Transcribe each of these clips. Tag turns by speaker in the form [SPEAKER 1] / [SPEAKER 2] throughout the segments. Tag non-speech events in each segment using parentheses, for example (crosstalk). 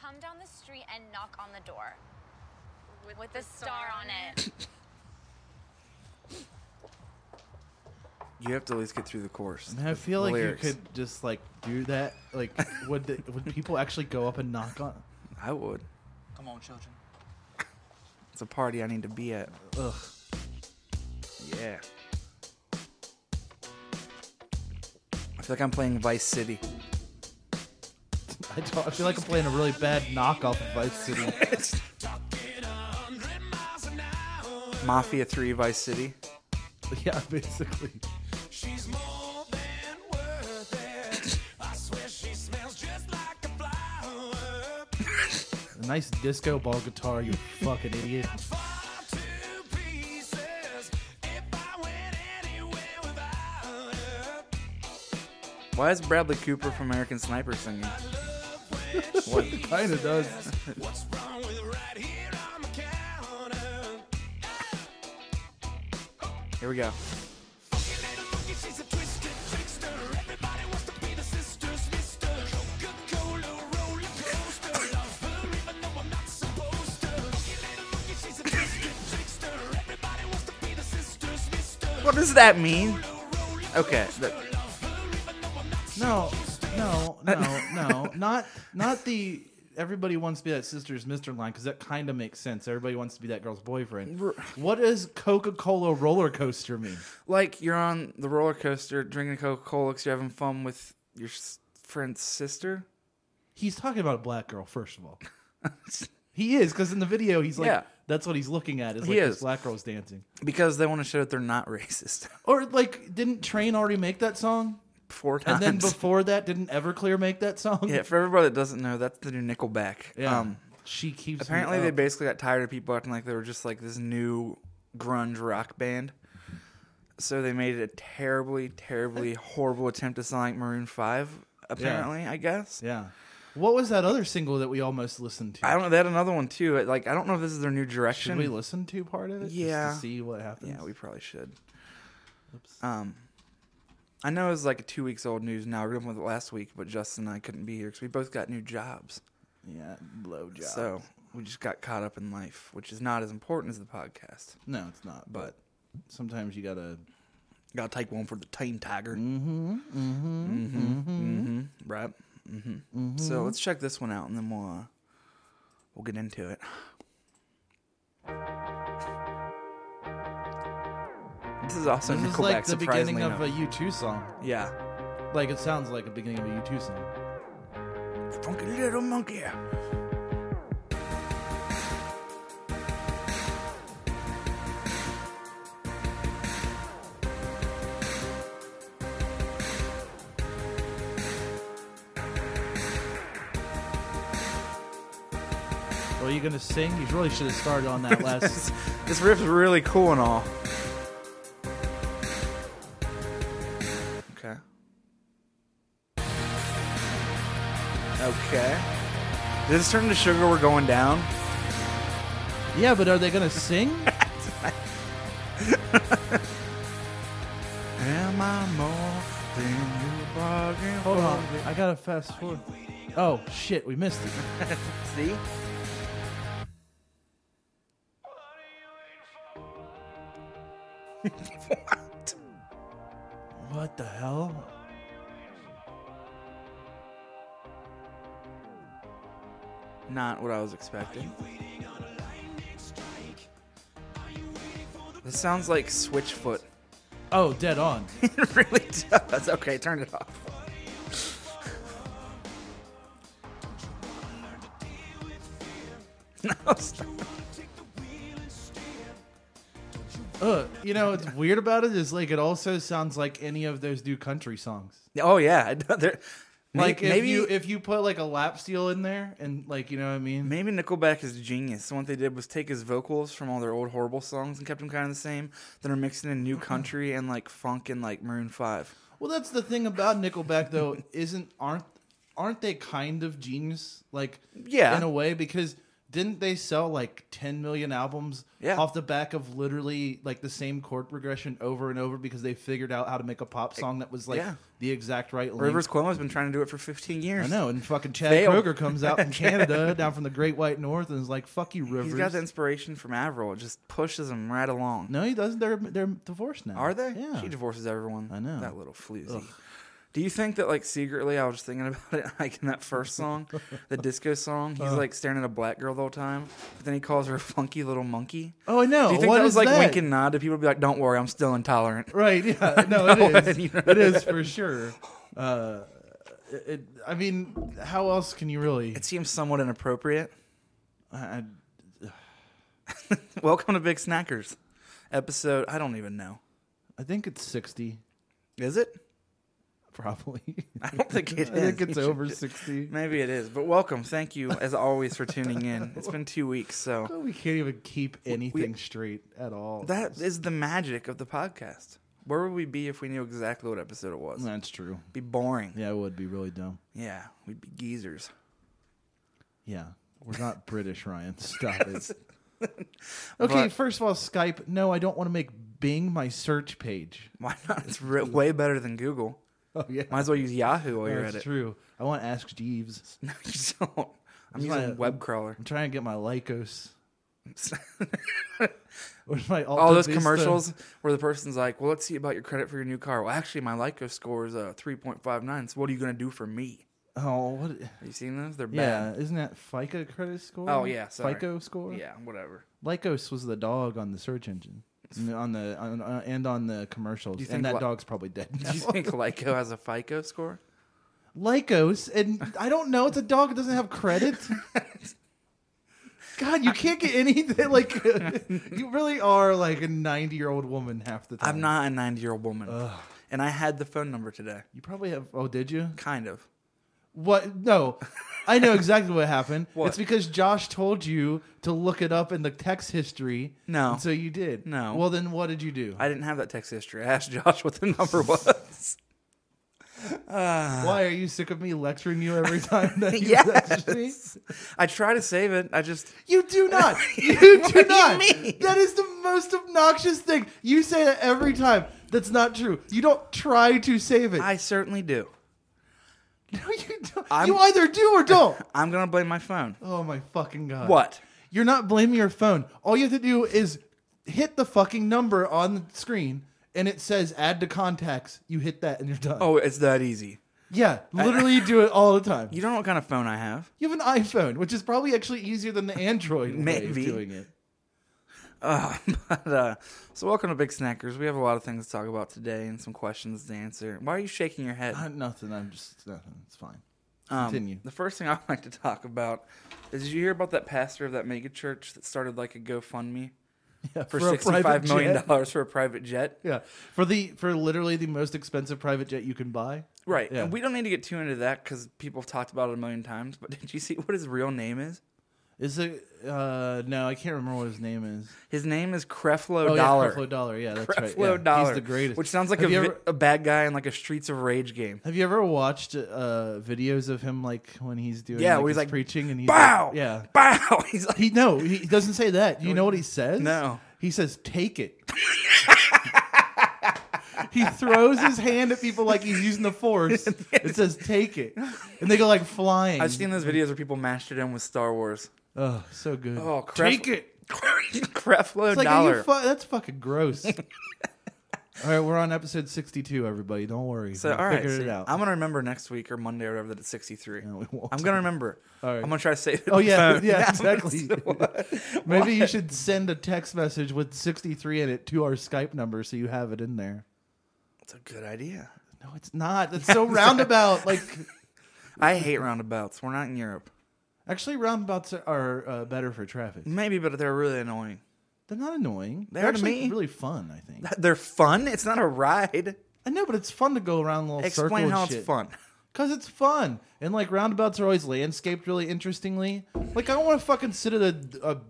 [SPEAKER 1] come down the street and knock on the door with, the, star, on it.
[SPEAKER 2] You have to at least get through the course.
[SPEAKER 3] I feel
[SPEAKER 2] The
[SPEAKER 3] like
[SPEAKER 2] lyrics.
[SPEAKER 3] you could just like do that. Like, would the, would people actually go up and knock on? (laughs)
[SPEAKER 2] I would.
[SPEAKER 4] Come on, children.
[SPEAKER 2] It's a party I need to be at.
[SPEAKER 3] Ugh.
[SPEAKER 2] Yeah. I feel like I'm playing Vice City. (coughs)
[SPEAKER 3] I, don't, I feel like I'm playing a really bad knockoff of Vice City. (laughs)
[SPEAKER 2] Mafia 3 Vice City.
[SPEAKER 3] yeah, basically. A nice disco ball guitar, you fucking idiot.
[SPEAKER 2] Why is Bradley Cooper from American Sniper singing? what?
[SPEAKER 3] Kinda does.
[SPEAKER 2] Here we go. What does that mean? Okay. that-
[SPEAKER 3] No, no, no, no. Not not the everybody wants to be that sister's mister line because that kind of makes sense. Everybody wants to be that girl's boyfriend. What does Coca Cola roller coaster mean?
[SPEAKER 2] like you're on the roller coaster drinking Coca Cola because you're having fun with your s- friend's sister.
[SPEAKER 3] He's talking about a black girl,
[SPEAKER 2] (laughs)
[SPEAKER 3] first of all. he is because in the video he's like,
[SPEAKER 2] Yeah.
[SPEAKER 3] that's what he's looking at is
[SPEAKER 2] He
[SPEAKER 3] like this
[SPEAKER 2] is.
[SPEAKER 3] black girl's dancing.
[SPEAKER 2] Because they want to show that they're not (laughs) racist.
[SPEAKER 3] Or like, didn't Train already make that song?
[SPEAKER 2] Four
[SPEAKER 3] And
[SPEAKER 2] times.
[SPEAKER 3] then before that, didn't Everclear make that song?
[SPEAKER 2] (laughs) yeah, for everybody that doesn't know, that's the new Nickelback.
[SPEAKER 3] Yeah. Oh.
[SPEAKER 2] Um,
[SPEAKER 3] she keeps.
[SPEAKER 2] apparently,
[SPEAKER 3] me
[SPEAKER 2] they
[SPEAKER 3] up.
[SPEAKER 2] basically got tired of people acting like they were just like this new grunge rock band. So they made it a terribly, terribly horrible attempt to sound like Maroon 5, apparently, I guess.
[SPEAKER 3] Yeah. What was that other single that we almost listened to?
[SPEAKER 2] I don't know. They had another one too. Like, I don't know if this is their new
[SPEAKER 3] Should
[SPEAKER 2] direction.
[SPEAKER 3] we listen to part of it?
[SPEAKER 2] Yeah.
[SPEAKER 3] Just to see what happens.
[SPEAKER 2] Yeah, we probably should. Um, I know it was like two weeks old news now. We were done with it last week, but Justin and I couldn't be here because we both got new jobs.
[SPEAKER 3] yeah. Blowjob.
[SPEAKER 2] So we just got caught up in life, which is not as important as the podcast.
[SPEAKER 3] no, it's not. But sometimes you gotta.
[SPEAKER 2] Gotta take one for the team, Tiger. Mm-hmm. Mm-hmm. Mm-hmm. Right. Mm-hmm. So let's check this one out, and then we'll uh, we'll get into it. This is also
[SPEAKER 3] This
[SPEAKER 2] Nickelback.
[SPEAKER 3] is like the
[SPEAKER 2] surprisingly
[SPEAKER 3] beginning of a
[SPEAKER 2] enough.
[SPEAKER 3] U two song.
[SPEAKER 2] yeah.
[SPEAKER 3] Like it sounds like a beginning of a U two song.
[SPEAKER 2] Funky little monkey.
[SPEAKER 3] Well, you gonna sing? You really should have started on
[SPEAKER 2] (laughs)
[SPEAKER 3] that last.
[SPEAKER 2] This riff's really cool and all. Okay. Okay. Did this turn to sugar? We're going down.
[SPEAKER 3] yeah, but are they
[SPEAKER 2] (laughs)
[SPEAKER 3] gonna sing?
[SPEAKER 2] Am I more than you bargain
[SPEAKER 3] Hold on, I gotta fast forward. Oh shit, we missed it.
[SPEAKER 2] (laughs) See? what?
[SPEAKER 3] What the hell?
[SPEAKER 2] Not what I was expecting. This sounds like Switchfoot. (laughs)
[SPEAKER 3] Oh, dead on.
[SPEAKER 2] It really does. Okay, turn it off. (laughs) No, stop.
[SPEAKER 3] Ugh. Uh, You know what's weird about it is like it also sounds like any of those new country songs.
[SPEAKER 2] Oh yeah, (laughs) They're- may-
[SPEAKER 3] Like if
[SPEAKER 2] maybe
[SPEAKER 3] you if you put like a lap steel in there and like you know what I mean.
[SPEAKER 2] maybe Nickelback is genius. So what they did was take his vocals from all their old horrible songs and kept them kind of the same. Then are mixing in new
[SPEAKER 3] Mm-hmm.
[SPEAKER 2] country and like funk and like Maroon Five.
[SPEAKER 3] Well, that's the thing about Nickelback though, isn't aren't aren't they kind of genius like
[SPEAKER 2] Yeah.
[SPEAKER 3] in a way because didn't they sell like 10 million albums
[SPEAKER 2] Yeah.
[SPEAKER 3] off the back of literally like the same chord progression over and over because they figured out how to make a pop song that was like
[SPEAKER 2] Yeah.
[SPEAKER 3] the exact right length?
[SPEAKER 2] Rivers Cuomo's been trying to do it for 15 years.
[SPEAKER 3] I know, and fucking Chad
[SPEAKER 2] Failed.
[SPEAKER 3] Kroger comes
[SPEAKER 2] (laughs)
[SPEAKER 3] out from Canada, down from the Great White North, and is like, "Fuck you, Rivers."
[SPEAKER 2] He's got the inspiration from Avril. It just pushes him right along.
[SPEAKER 3] no, he doesn't. They're they're divorced now.
[SPEAKER 2] Are they?
[SPEAKER 3] Yeah.
[SPEAKER 2] She divorces everyone.
[SPEAKER 3] I know.
[SPEAKER 2] That little floozy. Do you think that, like, secretly, I was just thinking (laughs) about it, like, in that first song,
[SPEAKER 3] (laughs)
[SPEAKER 2] the disco song,
[SPEAKER 3] Uh-huh.
[SPEAKER 2] he's, like, staring at a black girl the whole time, but then he calls her a funky little monkey?
[SPEAKER 3] oh, I know.
[SPEAKER 2] Do you think
[SPEAKER 3] What
[SPEAKER 2] that was,
[SPEAKER 3] is
[SPEAKER 2] like,
[SPEAKER 3] that?
[SPEAKER 2] wink and nod to people? Be like, don't worry, I'm still intolerant. (laughs)
[SPEAKER 3] Right. Yeah. No,
[SPEAKER 2] know,
[SPEAKER 3] it is.
[SPEAKER 2] and you know-
[SPEAKER 3] It is for sure. Uh, it, it, I mean, how else can you really?
[SPEAKER 2] It seems somewhat inappropriate. (laughs)
[SPEAKER 3] I, I,
[SPEAKER 2] Welcome to Big Snackers. Episode, I don't even know.
[SPEAKER 3] I think it's sixty,
[SPEAKER 2] Is it?
[SPEAKER 3] probably.
[SPEAKER 2] (laughs) I don't think it is.
[SPEAKER 3] I think
[SPEAKER 2] (laughs)
[SPEAKER 3] it's
[SPEAKER 2] You should
[SPEAKER 3] over
[SPEAKER 2] ju-
[SPEAKER 3] sixty.
[SPEAKER 2] Maybe it is, but welcome. Thank you, as always, for tuning in. It's been two weeks, so.
[SPEAKER 3] We can't even keep anything straight at all.
[SPEAKER 2] That is the magic of the podcast. Where would we be if we knew exactly what episode it was?
[SPEAKER 3] that's true.
[SPEAKER 2] be boring. Yeah.
[SPEAKER 3] Yeah, it would be really dumb.
[SPEAKER 2] we'd be geezers. (laughs)
[SPEAKER 3] Yeah. We're not British, Ryan. (laughs) Stop it. okay,
[SPEAKER 2] But-
[SPEAKER 3] first of all, Skype. No, I don't want to make Bing my
[SPEAKER 2] (laughs)
[SPEAKER 3] search page.
[SPEAKER 2] Why not? It's re- way better than Google.
[SPEAKER 3] Oh, yeah.
[SPEAKER 2] Might as well use Yahoo while you're
[SPEAKER 3] That's
[SPEAKER 2] at it.
[SPEAKER 3] true. I want Ask Jeeves.
[SPEAKER 2] (laughs) No, you don't. I'm
[SPEAKER 3] It's
[SPEAKER 2] using
[SPEAKER 3] my-
[SPEAKER 2] web
[SPEAKER 3] (laughs)
[SPEAKER 2] crawler. (laughs)
[SPEAKER 3] I'm trying to get my Lycos. Where's my Alta
[SPEAKER 2] All those
[SPEAKER 3] Vista?
[SPEAKER 2] commercials where the person's like, "Well, let's see about your credit for your new car." Well, actually, my Lyco score is uh, 3.59. So, what are you gonna do for me?
[SPEAKER 3] Oh, what?
[SPEAKER 2] Have you seen those? They're
[SPEAKER 3] Yeah,
[SPEAKER 2] bad.
[SPEAKER 3] isn't that FICA credit score?
[SPEAKER 2] Oh, yeah, sorry.
[SPEAKER 3] FICO score.
[SPEAKER 2] Yeah, whatever.
[SPEAKER 3] Lycos was the dog on the search engine, and on the on, uh, and on the commercials.
[SPEAKER 2] you think
[SPEAKER 3] and that
[SPEAKER 2] Ly-
[SPEAKER 3] dog's probably dead.
[SPEAKER 2] Do (laughs) you
[SPEAKER 3] Now.
[SPEAKER 2] think Lyco has a FICO score?
[SPEAKER 3] (laughs) Lycos, and I don't know. It's a dog that doesn't
[SPEAKER 2] (laughs)
[SPEAKER 3] have credit. God, you can't get anything. Like, (laughs) you really are like a ninety-year-old woman half the time.
[SPEAKER 2] I'm not a 90 year old woman. And I had the phone number today.
[SPEAKER 3] You probably have. Oh, did you?
[SPEAKER 2] Kind of.
[SPEAKER 3] What? No,
[SPEAKER 2] (laughs)
[SPEAKER 3] I know exactly what happened.
[SPEAKER 2] What?
[SPEAKER 3] It's because Josh told you to look it up in the text history.
[SPEAKER 2] No.
[SPEAKER 3] and so you did.
[SPEAKER 2] No.
[SPEAKER 3] Well, then what did you do?
[SPEAKER 2] I didn't have that text history. I asked Josh what the (laughs) number was.
[SPEAKER 3] Why are you sick of me lecturing you
[SPEAKER 2] (laughs)
[SPEAKER 3] every time that you
[SPEAKER 2] Yes. (laughs)
[SPEAKER 3] text me?
[SPEAKER 2] I try to save it. I just.
[SPEAKER 3] You
[SPEAKER 2] (laughs)
[SPEAKER 3] do not. You do
[SPEAKER 2] do you
[SPEAKER 3] not.
[SPEAKER 2] mean?
[SPEAKER 3] That is the most obnoxious thing. You say that every time. That's not true. You don't try to save it.
[SPEAKER 2] I certainly do.
[SPEAKER 3] (laughs) no, you don't.
[SPEAKER 2] I'm-
[SPEAKER 3] you either do
[SPEAKER 2] (laughs)
[SPEAKER 3] or don't.
[SPEAKER 2] I'm going to blame my phone.
[SPEAKER 3] Oh my fucking god.
[SPEAKER 2] What?
[SPEAKER 3] You're not blaming your phone. All you have to do is hit the fucking number on the screen and it says add to contacts. You hit that and you're done.
[SPEAKER 2] Oh, it's that easy.
[SPEAKER 3] yeah. Literally you do it all the time.
[SPEAKER 2] You don't know what kind of phone I have. (laughs)
[SPEAKER 3] You have an iPhone, which is probably actually easier than the Android way
[SPEAKER 2] Maybe.
[SPEAKER 3] of doing it.
[SPEAKER 2] But, uh, so, welcome to Big Snackers. We have a lot of things to talk about today and some questions to answer. Why are you shaking your head?
[SPEAKER 3] Uh, nothing. I'm just nothing. It's fine.
[SPEAKER 2] Um,
[SPEAKER 3] Continue.
[SPEAKER 2] The first thing I'd (laughs) like to talk about is did you hear about that pastor of that mega church that started like a GoFundMe
[SPEAKER 3] Yeah,
[SPEAKER 2] for,
[SPEAKER 3] a private
[SPEAKER 2] $65 million
[SPEAKER 3] jet.
[SPEAKER 2] dollars for a private jet?
[SPEAKER 3] (laughs) Yeah, for the for literally the most expensive private jet you can buy.
[SPEAKER 2] Right.
[SPEAKER 3] Yeah.
[SPEAKER 2] And we don't need to get too into that because people have talked about it a million times. But (laughs) did you see what his real name is?
[SPEAKER 3] Is it? Uh, no, I can't remember what his name is.
[SPEAKER 2] His name is Creflo
[SPEAKER 3] Oh,
[SPEAKER 2] Dollar.
[SPEAKER 3] yeah, Creflo Dollar. Yeah, that's right.
[SPEAKER 2] Creflo
[SPEAKER 3] yeah.
[SPEAKER 2] Dollar.
[SPEAKER 3] He's the greatest.
[SPEAKER 2] Which sounds like a,
[SPEAKER 3] Have you
[SPEAKER 2] vi-
[SPEAKER 3] ever-
[SPEAKER 2] a bad guy in like a Streets of Rage game.
[SPEAKER 3] Have you ever watched uh, videos of him like when he's doing
[SPEAKER 2] Yeah,
[SPEAKER 3] like,
[SPEAKER 2] where he's
[SPEAKER 3] his
[SPEAKER 2] like,
[SPEAKER 3] preaching and he's
[SPEAKER 2] Bow!
[SPEAKER 3] like, yeah
[SPEAKER 2] Bow! (laughs) He's like,
[SPEAKER 3] he no he doesn't say that you know what he says
[SPEAKER 2] No.
[SPEAKER 3] he says take it
[SPEAKER 2] (laughs)
[SPEAKER 3] he throws his hand at people like he's using
[SPEAKER 2] (laughs)
[SPEAKER 3] the force it says take it and they go like flying
[SPEAKER 2] I've seen those videos where people mashed it in with Star Wars. (laughs)
[SPEAKER 3] oh so good
[SPEAKER 2] Oh, Cref-
[SPEAKER 3] take it
[SPEAKER 2] Creflo
[SPEAKER 3] it's like are you
[SPEAKER 2] Dollar.
[SPEAKER 3] fu- that's fucking
[SPEAKER 2] (laughs)
[SPEAKER 3] gross. all right, we're on episode sixty-two. Everybody, don't worry.
[SPEAKER 2] so,
[SPEAKER 3] We
[SPEAKER 2] all right.
[SPEAKER 3] figured
[SPEAKER 2] so
[SPEAKER 3] it out.
[SPEAKER 2] I'm going to remember next week or Monday or whatever that it's 63.
[SPEAKER 3] No, we won't.
[SPEAKER 2] I'm going to remember.
[SPEAKER 3] All right.
[SPEAKER 2] I'm going to try to save it.
[SPEAKER 3] Oh
[SPEAKER 2] on the
[SPEAKER 3] yeah,
[SPEAKER 2] phone. (laughs)
[SPEAKER 3] yeah, exactly. (laughs) Maybe you should send a text message with 63 in it to our Skype number so you have it in there.
[SPEAKER 2] That's a good idea.
[SPEAKER 3] No, it's not. It's so roundabout. Like
[SPEAKER 2] I hate roundabouts. We're not in Europe.
[SPEAKER 3] actually roundabouts are, are uh, better for traffic.
[SPEAKER 2] Maybe, but they're really annoying. (laughs)
[SPEAKER 3] They're not annoying.
[SPEAKER 2] They
[SPEAKER 3] They're,
[SPEAKER 2] are to
[SPEAKER 3] actually
[SPEAKER 2] me.
[SPEAKER 3] really fun, I think.
[SPEAKER 2] They're fun. It's not a ride.
[SPEAKER 3] I know, but it's fun to go around little circles.
[SPEAKER 2] Explain how it's fun. (laughs)
[SPEAKER 3] Cuz it's fun. And like roundabouts are always landscaped really interestingly. Like I don't want to fucking sit at a, a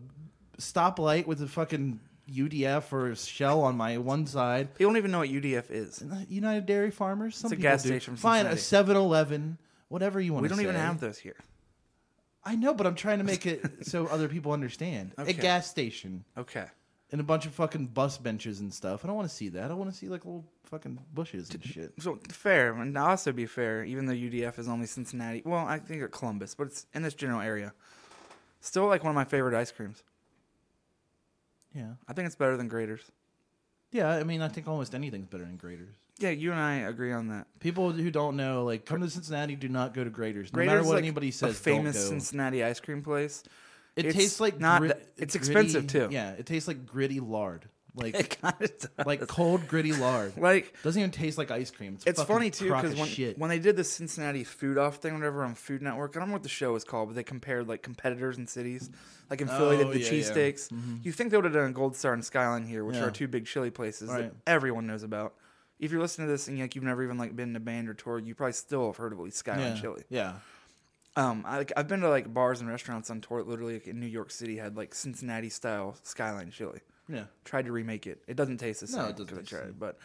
[SPEAKER 3] stoplight with a fucking UDF or shell on my one side
[SPEAKER 2] People don't even know what UDF is.
[SPEAKER 3] United Dairy Farmers. Some
[SPEAKER 2] It's a
[SPEAKER 3] people
[SPEAKER 2] gas
[SPEAKER 3] do.
[SPEAKER 2] station from
[SPEAKER 3] Fine, a
[SPEAKER 2] Cincinnati.
[SPEAKER 3] 7-Eleven, whatever you want.
[SPEAKER 2] We don't even have those here.
[SPEAKER 3] I know, but I'm trying to make
[SPEAKER 2] (laughs)
[SPEAKER 3] it so other people understand.
[SPEAKER 2] Okay.
[SPEAKER 3] A gas station
[SPEAKER 2] Okay.
[SPEAKER 3] and a bunch of fucking bus benches and stuff. I don't want to see that. I want to see like little fucking bushes and shit.
[SPEAKER 2] So fair, and to also be fair, even though UDF is only Cincinnati, well, I think it's Columbus, but it's in this general area. Still, like one of my favorite ice creams.
[SPEAKER 3] Yeah.
[SPEAKER 2] I think it's better than Graders.
[SPEAKER 3] Yeah, I mean, I think almost anything's better than graders.
[SPEAKER 2] Yeah, you and I agree on that.
[SPEAKER 3] People who don't know, like, come to Cincinnati, do not go to graders. No
[SPEAKER 2] Graders
[SPEAKER 3] matter what
[SPEAKER 2] like,
[SPEAKER 3] anybody
[SPEAKER 2] a
[SPEAKER 3] says,
[SPEAKER 2] famous
[SPEAKER 3] don't go.
[SPEAKER 2] Cincinnati ice cream
[SPEAKER 3] (laughs)
[SPEAKER 2] place.
[SPEAKER 3] it
[SPEAKER 2] it's
[SPEAKER 3] tastes like
[SPEAKER 2] not
[SPEAKER 3] grit-
[SPEAKER 2] that- it's expensive,
[SPEAKER 3] gritty-
[SPEAKER 2] too.
[SPEAKER 3] Yeah, it tastes like gritty lard, like
[SPEAKER 2] (laughs) It kind of does.
[SPEAKER 3] like cold
[SPEAKER 2] (laughs)
[SPEAKER 3] gritty lard.
[SPEAKER 2] like
[SPEAKER 3] Doesn't even taste like ice cream. It's,
[SPEAKER 2] It's
[SPEAKER 3] fucking
[SPEAKER 2] funny too
[SPEAKER 3] crock
[SPEAKER 2] because
[SPEAKER 3] of
[SPEAKER 2] when
[SPEAKER 3] shit.
[SPEAKER 2] when they did the Cincinnati food off thing, whatever on Food Network, I don't know what the show is called, but they compared like competitors and cities. Like in Philly, they
[SPEAKER 3] Oh,
[SPEAKER 2] did
[SPEAKER 3] yeah,
[SPEAKER 2] the
[SPEAKER 3] yeah. Mm-hmm.
[SPEAKER 2] cheesesteaks. You think they would have done a Gold Star and Skyline here, which
[SPEAKER 3] Yeah.
[SPEAKER 2] are two big chili places
[SPEAKER 3] Right.
[SPEAKER 2] that everyone knows about. If you're listening to this and like you've never even like been to band or toured, you probably still have heard of at least Skyline
[SPEAKER 3] yeah,
[SPEAKER 2] Chili.
[SPEAKER 3] yeah,
[SPEAKER 2] Um, I, like, I've been to like bars and restaurants on tour. that Literally, like, in New York City, had like Cincinnati style Skyline Chili.
[SPEAKER 3] yeah.
[SPEAKER 2] Tried to remake it. It doesn't taste the same.
[SPEAKER 3] No, it doesn't
[SPEAKER 2] 'cause I
[SPEAKER 3] taste the
[SPEAKER 2] tried,
[SPEAKER 3] same.
[SPEAKER 2] But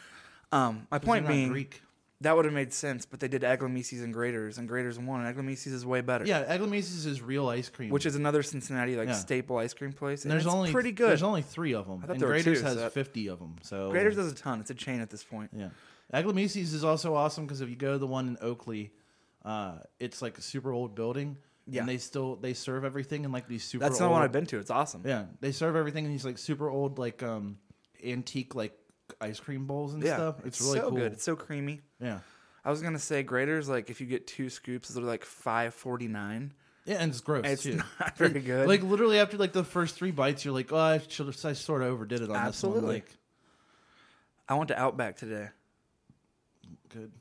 [SPEAKER 2] um, my point
[SPEAKER 3] They're not
[SPEAKER 2] being,
[SPEAKER 3] Greek.
[SPEAKER 2] that would have made sense, but they did Aglomeses and Graders, and Graders won. And Aglomeses is way better.
[SPEAKER 3] Yeah, Aglomesis is real ice cream,
[SPEAKER 2] Which is another Cincinnati like
[SPEAKER 3] Yeah.
[SPEAKER 2] staple ice cream place. And
[SPEAKER 3] there's
[SPEAKER 2] it's
[SPEAKER 3] only
[SPEAKER 2] pretty good.
[SPEAKER 3] There's only three of them,
[SPEAKER 2] thought
[SPEAKER 3] and
[SPEAKER 2] there were
[SPEAKER 3] Graders
[SPEAKER 2] two,
[SPEAKER 3] has
[SPEAKER 2] so that-
[SPEAKER 3] fifty of them. So
[SPEAKER 2] Graders does a ton. It's a chain at this point.
[SPEAKER 3] Yeah. Aglomesis is also awesome because if you go to the one in Oakley, uh, it's like a super old building.
[SPEAKER 2] Yeah.
[SPEAKER 3] And they still they serve everything in like these super
[SPEAKER 2] That's
[SPEAKER 3] old,
[SPEAKER 2] not one I've been to. It's awesome.
[SPEAKER 3] Yeah. They serve everything in these like super old like um antique like ice cream bowls and
[SPEAKER 2] Yeah,
[SPEAKER 3] stuff. It's, really
[SPEAKER 2] so
[SPEAKER 3] cool.
[SPEAKER 2] good. It's so creamy.
[SPEAKER 3] Yeah.
[SPEAKER 2] I was gonna say Graders, like if you get two scoops, they're like five forty nine.
[SPEAKER 3] Yeah, and it's gross
[SPEAKER 2] It's
[SPEAKER 3] too.
[SPEAKER 2] not very good.
[SPEAKER 3] Like literally after like the first three bites, you're like, oh, I, should, I sort of overdid it on this one.
[SPEAKER 2] Absolutely.
[SPEAKER 3] Like,
[SPEAKER 2] I went to Outback today,
[SPEAKER 3] good.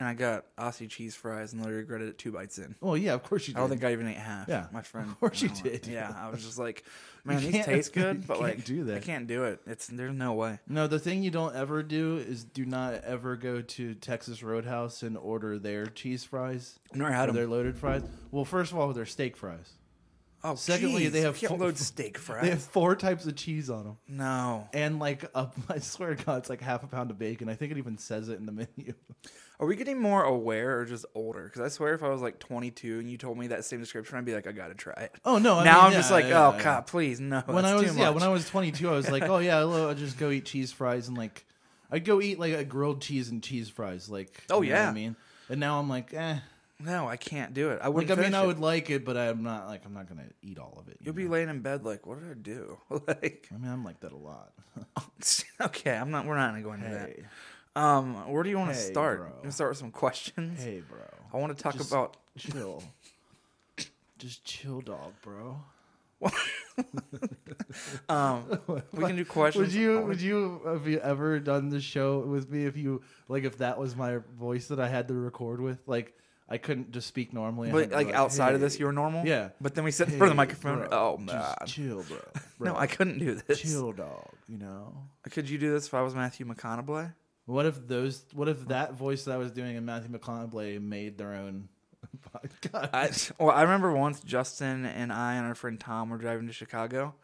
[SPEAKER 2] and I got Aussie cheese fries, and literally regretted it two bites in.
[SPEAKER 3] Well, yeah, of course you. Did.
[SPEAKER 2] I don't think I even ate half.
[SPEAKER 3] Yeah.
[SPEAKER 2] my friend.
[SPEAKER 3] (laughs) Of course you
[SPEAKER 2] and I went-
[SPEAKER 3] did.
[SPEAKER 2] Yeah, I was just like, man, these
[SPEAKER 3] can't-
[SPEAKER 2] taste
[SPEAKER 3] (laughs) you
[SPEAKER 2] good, but
[SPEAKER 3] can't
[SPEAKER 2] like,
[SPEAKER 3] do
[SPEAKER 2] I
[SPEAKER 3] that.
[SPEAKER 2] can't do it. It's there's no way.
[SPEAKER 3] No, the thing you don't ever do is do not ever go to Texas Roadhouse and order their cheese fries
[SPEAKER 2] I've never had
[SPEAKER 3] or
[SPEAKER 2] 'em.
[SPEAKER 3] their loaded fries. Well, first of all, their steak fries.
[SPEAKER 2] Oh,
[SPEAKER 3] Secondly,
[SPEAKER 2] geez,
[SPEAKER 3] they have
[SPEAKER 2] we can't
[SPEAKER 3] full-
[SPEAKER 2] load steak (laughs) fries.
[SPEAKER 3] They have four types of cheese on them,
[SPEAKER 2] no.
[SPEAKER 3] and like a, (laughs) I swear to God, it's like half a pound of bacon. I think it even says it in the menu. (laughs)
[SPEAKER 2] Are we getting more aware or just older? Because I swear, if I was like 22 and you told me that same description, I'd be like, I gotta try it.
[SPEAKER 3] Oh no! I
[SPEAKER 2] now
[SPEAKER 3] mean,
[SPEAKER 2] I'm
[SPEAKER 3] yeah,
[SPEAKER 2] just like,
[SPEAKER 3] yeah,
[SPEAKER 2] oh
[SPEAKER 3] yeah.
[SPEAKER 2] god, please no.
[SPEAKER 3] When I
[SPEAKER 2] that's
[SPEAKER 3] was
[SPEAKER 2] too
[SPEAKER 3] yeah,
[SPEAKER 2] much.
[SPEAKER 3] when I was 22, I
[SPEAKER 2] (laughs)
[SPEAKER 3] was like, oh yeah, I'll, I'll just go eat cheese fries and like I'd go eat like a grilled cheese and cheese fries. Like
[SPEAKER 2] Oh,
[SPEAKER 3] you know what
[SPEAKER 2] yeah.
[SPEAKER 3] I mean. And now I'm like, eh.
[SPEAKER 2] no, I can't do it. I
[SPEAKER 3] Like
[SPEAKER 2] wouldn't.
[SPEAKER 3] I mean, I
[SPEAKER 2] finish it.
[SPEAKER 3] would like it, but I'm not like I'm not gonna eat all of it. you
[SPEAKER 2] You'll be laying in bed like, what did I do? (laughs) like,
[SPEAKER 3] I mean, I'm like that a lot. (laughs)
[SPEAKER 2] okay, I'm not. We're not gonna go into that. Um, where do you want to
[SPEAKER 3] Hey,
[SPEAKER 2] start?
[SPEAKER 3] bro.
[SPEAKER 2] You wanna start with some questions.
[SPEAKER 3] hey, bro.
[SPEAKER 2] I want to talk
[SPEAKER 3] Just-
[SPEAKER 2] about.
[SPEAKER 3] Chill. Just chill, dog, bro.
[SPEAKER 2] Um, we can do questions.
[SPEAKER 3] (laughs) Would you would you have you ever done the show with me if you like if that was my voice that I had to record with? Like I couldn't just speak normally. I had
[SPEAKER 2] But
[SPEAKER 3] to be
[SPEAKER 2] like outside of this,
[SPEAKER 3] "Hey,
[SPEAKER 2] you were normal.
[SPEAKER 3] Yeah.
[SPEAKER 2] But then we sit in front of the
[SPEAKER 3] hey,
[SPEAKER 2] microphone.
[SPEAKER 3] bro,
[SPEAKER 2] Oh
[SPEAKER 3] just
[SPEAKER 2] man.
[SPEAKER 3] chill, bro.
[SPEAKER 2] (laughs) No,
[SPEAKER 3] Bro,
[SPEAKER 2] I couldn't do this.
[SPEAKER 3] chill, dog. You know.
[SPEAKER 2] Could you do this if I was Matthew McConaughey?
[SPEAKER 3] What if those? What if that voice that I was doing in Matthew McConaughey made their own (laughs) podcast?
[SPEAKER 2] I, (laughs) well, I remember once Justin and I and our friend Tom were driving to Chicago,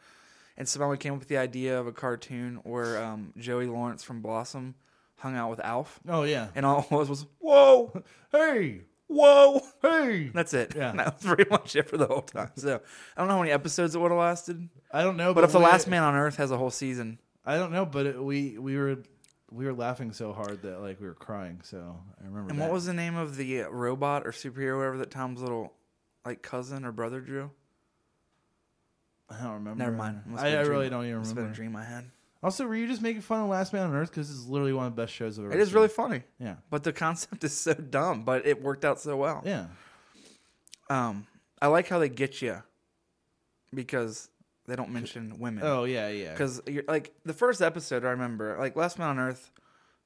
[SPEAKER 2] and somehow came up with the idea of a cartoon where um, Joey Lawrence from Blossom hung out with Alf,
[SPEAKER 3] oh yeah.
[SPEAKER 2] and all it was was whoa,
[SPEAKER 3] Hey,
[SPEAKER 2] whoa.
[SPEAKER 3] hey.
[SPEAKER 2] That's it.
[SPEAKER 3] Yeah.
[SPEAKER 2] (laughs) That was pretty much it for the whole time. So I don't know how many episodes it would have lasted,
[SPEAKER 3] I don't know, but,
[SPEAKER 2] but if the
[SPEAKER 3] we-
[SPEAKER 2] Last Man on Earth has a whole season,
[SPEAKER 3] I don't know, but it, we we were we were laughing so hard that like we were crying. So I remember.
[SPEAKER 2] and
[SPEAKER 3] that.
[SPEAKER 2] what was the name of the uh, robot or superhero, whatever that Tom's little like cousin or brother drew?
[SPEAKER 3] I don't remember.
[SPEAKER 2] Never mind. Must've
[SPEAKER 3] I,
[SPEAKER 2] been
[SPEAKER 3] I
[SPEAKER 2] a dream.
[SPEAKER 3] really don't even
[SPEAKER 2] Must've been a
[SPEAKER 3] remember.
[SPEAKER 2] dream I had.
[SPEAKER 3] Also, were you just making fun of Last Man on Earth because it's literally one of the best shows I've ever.
[SPEAKER 2] It is
[SPEAKER 3] seen.
[SPEAKER 2] really funny.
[SPEAKER 3] Yeah.
[SPEAKER 2] But the concept (laughs) is so dumb, but it worked out so well.
[SPEAKER 3] Yeah.
[SPEAKER 2] Um, I like how they get you because they don't mention women.
[SPEAKER 3] Oh yeah, yeah.
[SPEAKER 2] because you're like the first episode I remember, like Last Man on Earth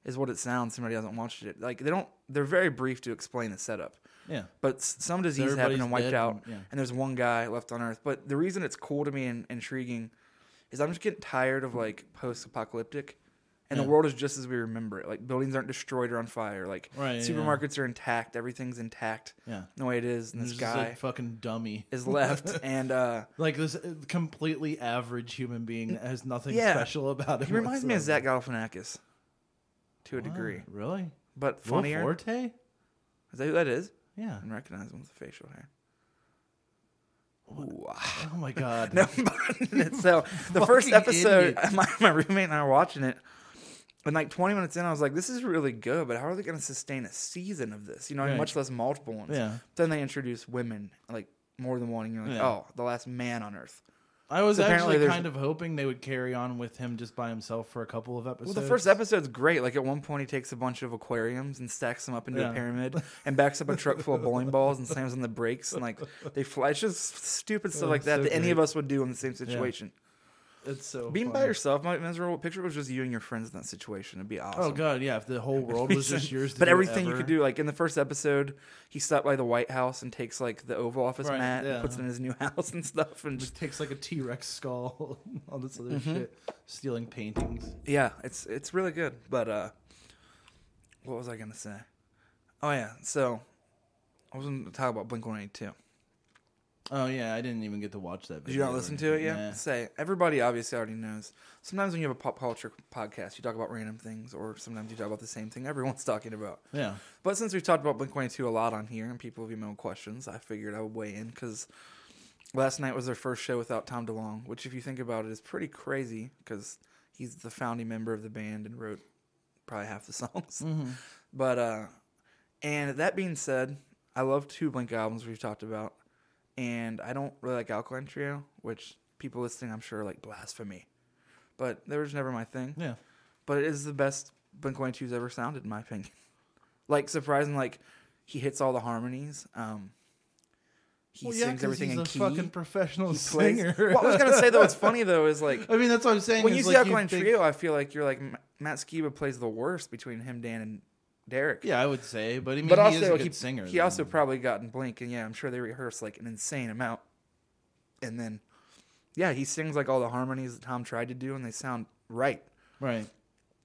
[SPEAKER 2] is what it sounds. Somebody hasn't watched it. Like they don't. They're very brief to explain the setup.
[SPEAKER 3] yeah.
[SPEAKER 2] But s- some disease happened
[SPEAKER 3] everybody's
[SPEAKER 2] and wiped
[SPEAKER 3] dead
[SPEAKER 2] out,
[SPEAKER 3] and- yeah.
[SPEAKER 2] and there's one guy left on Earth. But the reason it's cool to me and intriguing is I'm just getting tired of like post-apocalyptic, and
[SPEAKER 3] Yeah.
[SPEAKER 2] the world is just as we remember it. Like buildings aren't destroyed or on fire. Like
[SPEAKER 3] Right, yeah,
[SPEAKER 2] supermarkets are intact. Everything's intact.
[SPEAKER 3] Yeah.
[SPEAKER 2] the way it is, and this
[SPEAKER 3] Just
[SPEAKER 2] guy
[SPEAKER 3] like fucking dummy.
[SPEAKER 2] is
[SPEAKER 3] (laughs)
[SPEAKER 2] left, and uh,
[SPEAKER 3] Like this uh, completely average human being that has nothing
[SPEAKER 2] Yeah.
[SPEAKER 3] special about him.
[SPEAKER 2] he reminds me of
[SPEAKER 3] whatsoever.
[SPEAKER 2] Zach Galifianakis to a degree,
[SPEAKER 3] Oh, really?
[SPEAKER 2] but
[SPEAKER 3] Will
[SPEAKER 2] funnier.
[SPEAKER 3] Forte?
[SPEAKER 2] Is that who that is?
[SPEAKER 3] Yeah.
[SPEAKER 2] And recognize him with the facial hair. (laughs)
[SPEAKER 3] Oh my god.
[SPEAKER 2] so the first
[SPEAKER 3] Fucking
[SPEAKER 2] episode, (laughs)
[SPEAKER 3] idiots.
[SPEAKER 2] my, my roommate and I were watching it, and like 20 minutes in, I was like, "This is really good, but how are they going to sustain a season of this? You know,
[SPEAKER 3] Right.
[SPEAKER 2] much less multiple ones."
[SPEAKER 3] Yeah.
[SPEAKER 2] Then they introduce women, like more than one, and you're like,
[SPEAKER 3] Yeah.
[SPEAKER 2] "Oh, the last man on Earth."
[SPEAKER 3] I was
[SPEAKER 2] So apparently
[SPEAKER 3] actually
[SPEAKER 2] there's-
[SPEAKER 3] kind of hoping they would carry on with him just by himself for a couple of episodes.
[SPEAKER 2] Well, the first episode's great. Like at one point, he takes a bunch of aquariums and stacks them up into
[SPEAKER 3] Yeah.
[SPEAKER 2] a pyramid, and backs up a truck full of bowling balls and slams on the brakes, and like they fly. It's just stupid stuff
[SPEAKER 3] (laughs) Oh,
[SPEAKER 2] like that
[SPEAKER 3] so
[SPEAKER 2] that any
[SPEAKER 3] great.
[SPEAKER 2] of us would do in the same situation.
[SPEAKER 3] It's so
[SPEAKER 2] Being by
[SPEAKER 3] funny.
[SPEAKER 2] yourself might be miserable. Picture it was just you and your friends in that situation. It'd be awesome.
[SPEAKER 3] Oh god, yeah. If
[SPEAKER 2] (laughs)
[SPEAKER 3] the whole world was just yours, to
[SPEAKER 2] but
[SPEAKER 3] do
[SPEAKER 2] everything you
[SPEAKER 3] ever.
[SPEAKER 2] could do, like in the first episode, he stopped by the White House and takes like the Oval Office
[SPEAKER 3] Right,
[SPEAKER 2] mat
[SPEAKER 3] yeah.
[SPEAKER 2] and puts it in his new (laughs) house and stuff, and
[SPEAKER 3] Just
[SPEAKER 2] just
[SPEAKER 3] takes like a T Rex skull, all this other
[SPEAKER 2] Mm-hmm.
[SPEAKER 3] shit, stealing paintings.
[SPEAKER 2] yeah, it's it's really good. But uh, what was I gonna say? Oh yeah, so I was gonna talk about Blink One Eighty Two.
[SPEAKER 3] Oh yeah, I didn't even get to watch that.
[SPEAKER 2] Did you not
[SPEAKER 3] video or
[SPEAKER 2] listen to it
[SPEAKER 3] anything.
[SPEAKER 2] yet? Say everybody obviously already knows. Sometimes when you have a pop culture podcast, you talk about random things, or sometimes you talk about the same thing everyone's talking about.
[SPEAKER 3] Nah. Yeah.
[SPEAKER 2] But since we've talked about Blink 182 a lot on here and people have emailed questions, I figured I would weigh in because last night was their first show without Tom DeLonge, which, if you think about it, is pretty crazy because he's the founding member of the band and wrote probably half the (laughs) songs. But, uh, and that being said, I love two Blink albums we've talked about, and I don't really like Alkaline Trio, which people listening, I'm sure, like blasphemy. But they were just never my thing
[SPEAKER 3] Yeah.
[SPEAKER 2] but it is the best Blink One Two's ever sounded, in my opinion. (laughs) Like surprising, like he hits all the harmonies. Um, he
[SPEAKER 3] Well, yeah,
[SPEAKER 2] sings
[SPEAKER 3] 'cause
[SPEAKER 2] everything
[SPEAKER 3] he's
[SPEAKER 2] in
[SPEAKER 3] a
[SPEAKER 2] key.
[SPEAKER 3] fucking professional
[SPEAKER 2] He plays-
[SPEAKER 3] singer. (laughs)
[SPEAKER 2] What I was gonna say though, what's funny though is like
[SPEAKER 3] I mean, that's what I'm saying.
[SPEAKER 2] when
[SPEAKER 3] is,
[SPEAKER 2] you see
[SPEAKER 3] like,
[SPEAKER 2] Alkaline
[SPEAKER 3] think-
[SPEAKER 2] Trio, I feel like you're like M- Matt Skiba plays the worst between him, Dan, and Derek.
[SPEAKER 3] yeah, I would say, but I mean,
[SPEAKER 2] but
[SPEAKER 3] he
[SPEAKER 2] also
[SPEAKER 3] is a good
[SPEAKER 2] he,
[SPEAKER 3] singer.
[SPEAKER 2] he
[SPEAKER 3] though.
[SPEAKER 2] also probably got in Blink, and yeah, I'm sure they rehearsed like an insane amount. And then, yeah, he sings like all the harmonies that Tom tried to do, and they sound right.
[SPEAKER 3] right.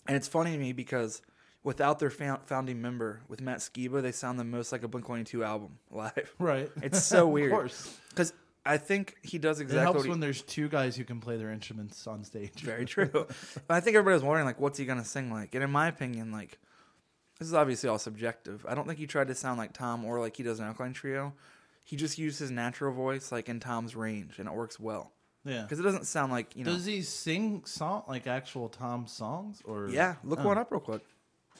[SPEAKER 2] And it's funny to me because without their found, founding member, with Matt Skiba, they sound the most like a Blink 182 album (laughs) live.
[SPEAKER 3] Right.
[SPEAKER 2] It's
[SPEAKER 3] (laughs)
[SPEAKER 2] so weird.
[SPEAKER 3] Of course.
[SPEAKER 2] Because I think he does
[SPEAKER 3] It
[SPEAKER 2] exactly
[SPEAKER 3] helps
[SPEAKER 2] what he,
[SPEAKER 3] when there's two guys who can play their instruments on
[SPEAKER 2] (laughs)
[SPEAKER 3] stage.
[SPEAKER 2] very true. but I think everybody was wondering, like, what's he going to sing like? And in my opinion, like, this is obviously all subjective. I don't think he tried to sound like Tom or like he does in Alkaline Trio. He just used his natural voice, like, in Tom's range, and it works well.
[SPEAKER 3] Yeah.
[SPEAKER 2] Because it doesn't sound like, you know.
[SPEAKER 3] Does he sing song like actual Tom songs or?
[SPEAKER 2] yeah, look
[SPEAKER 3] Oh.
[SPEAKER 2] one up real quick.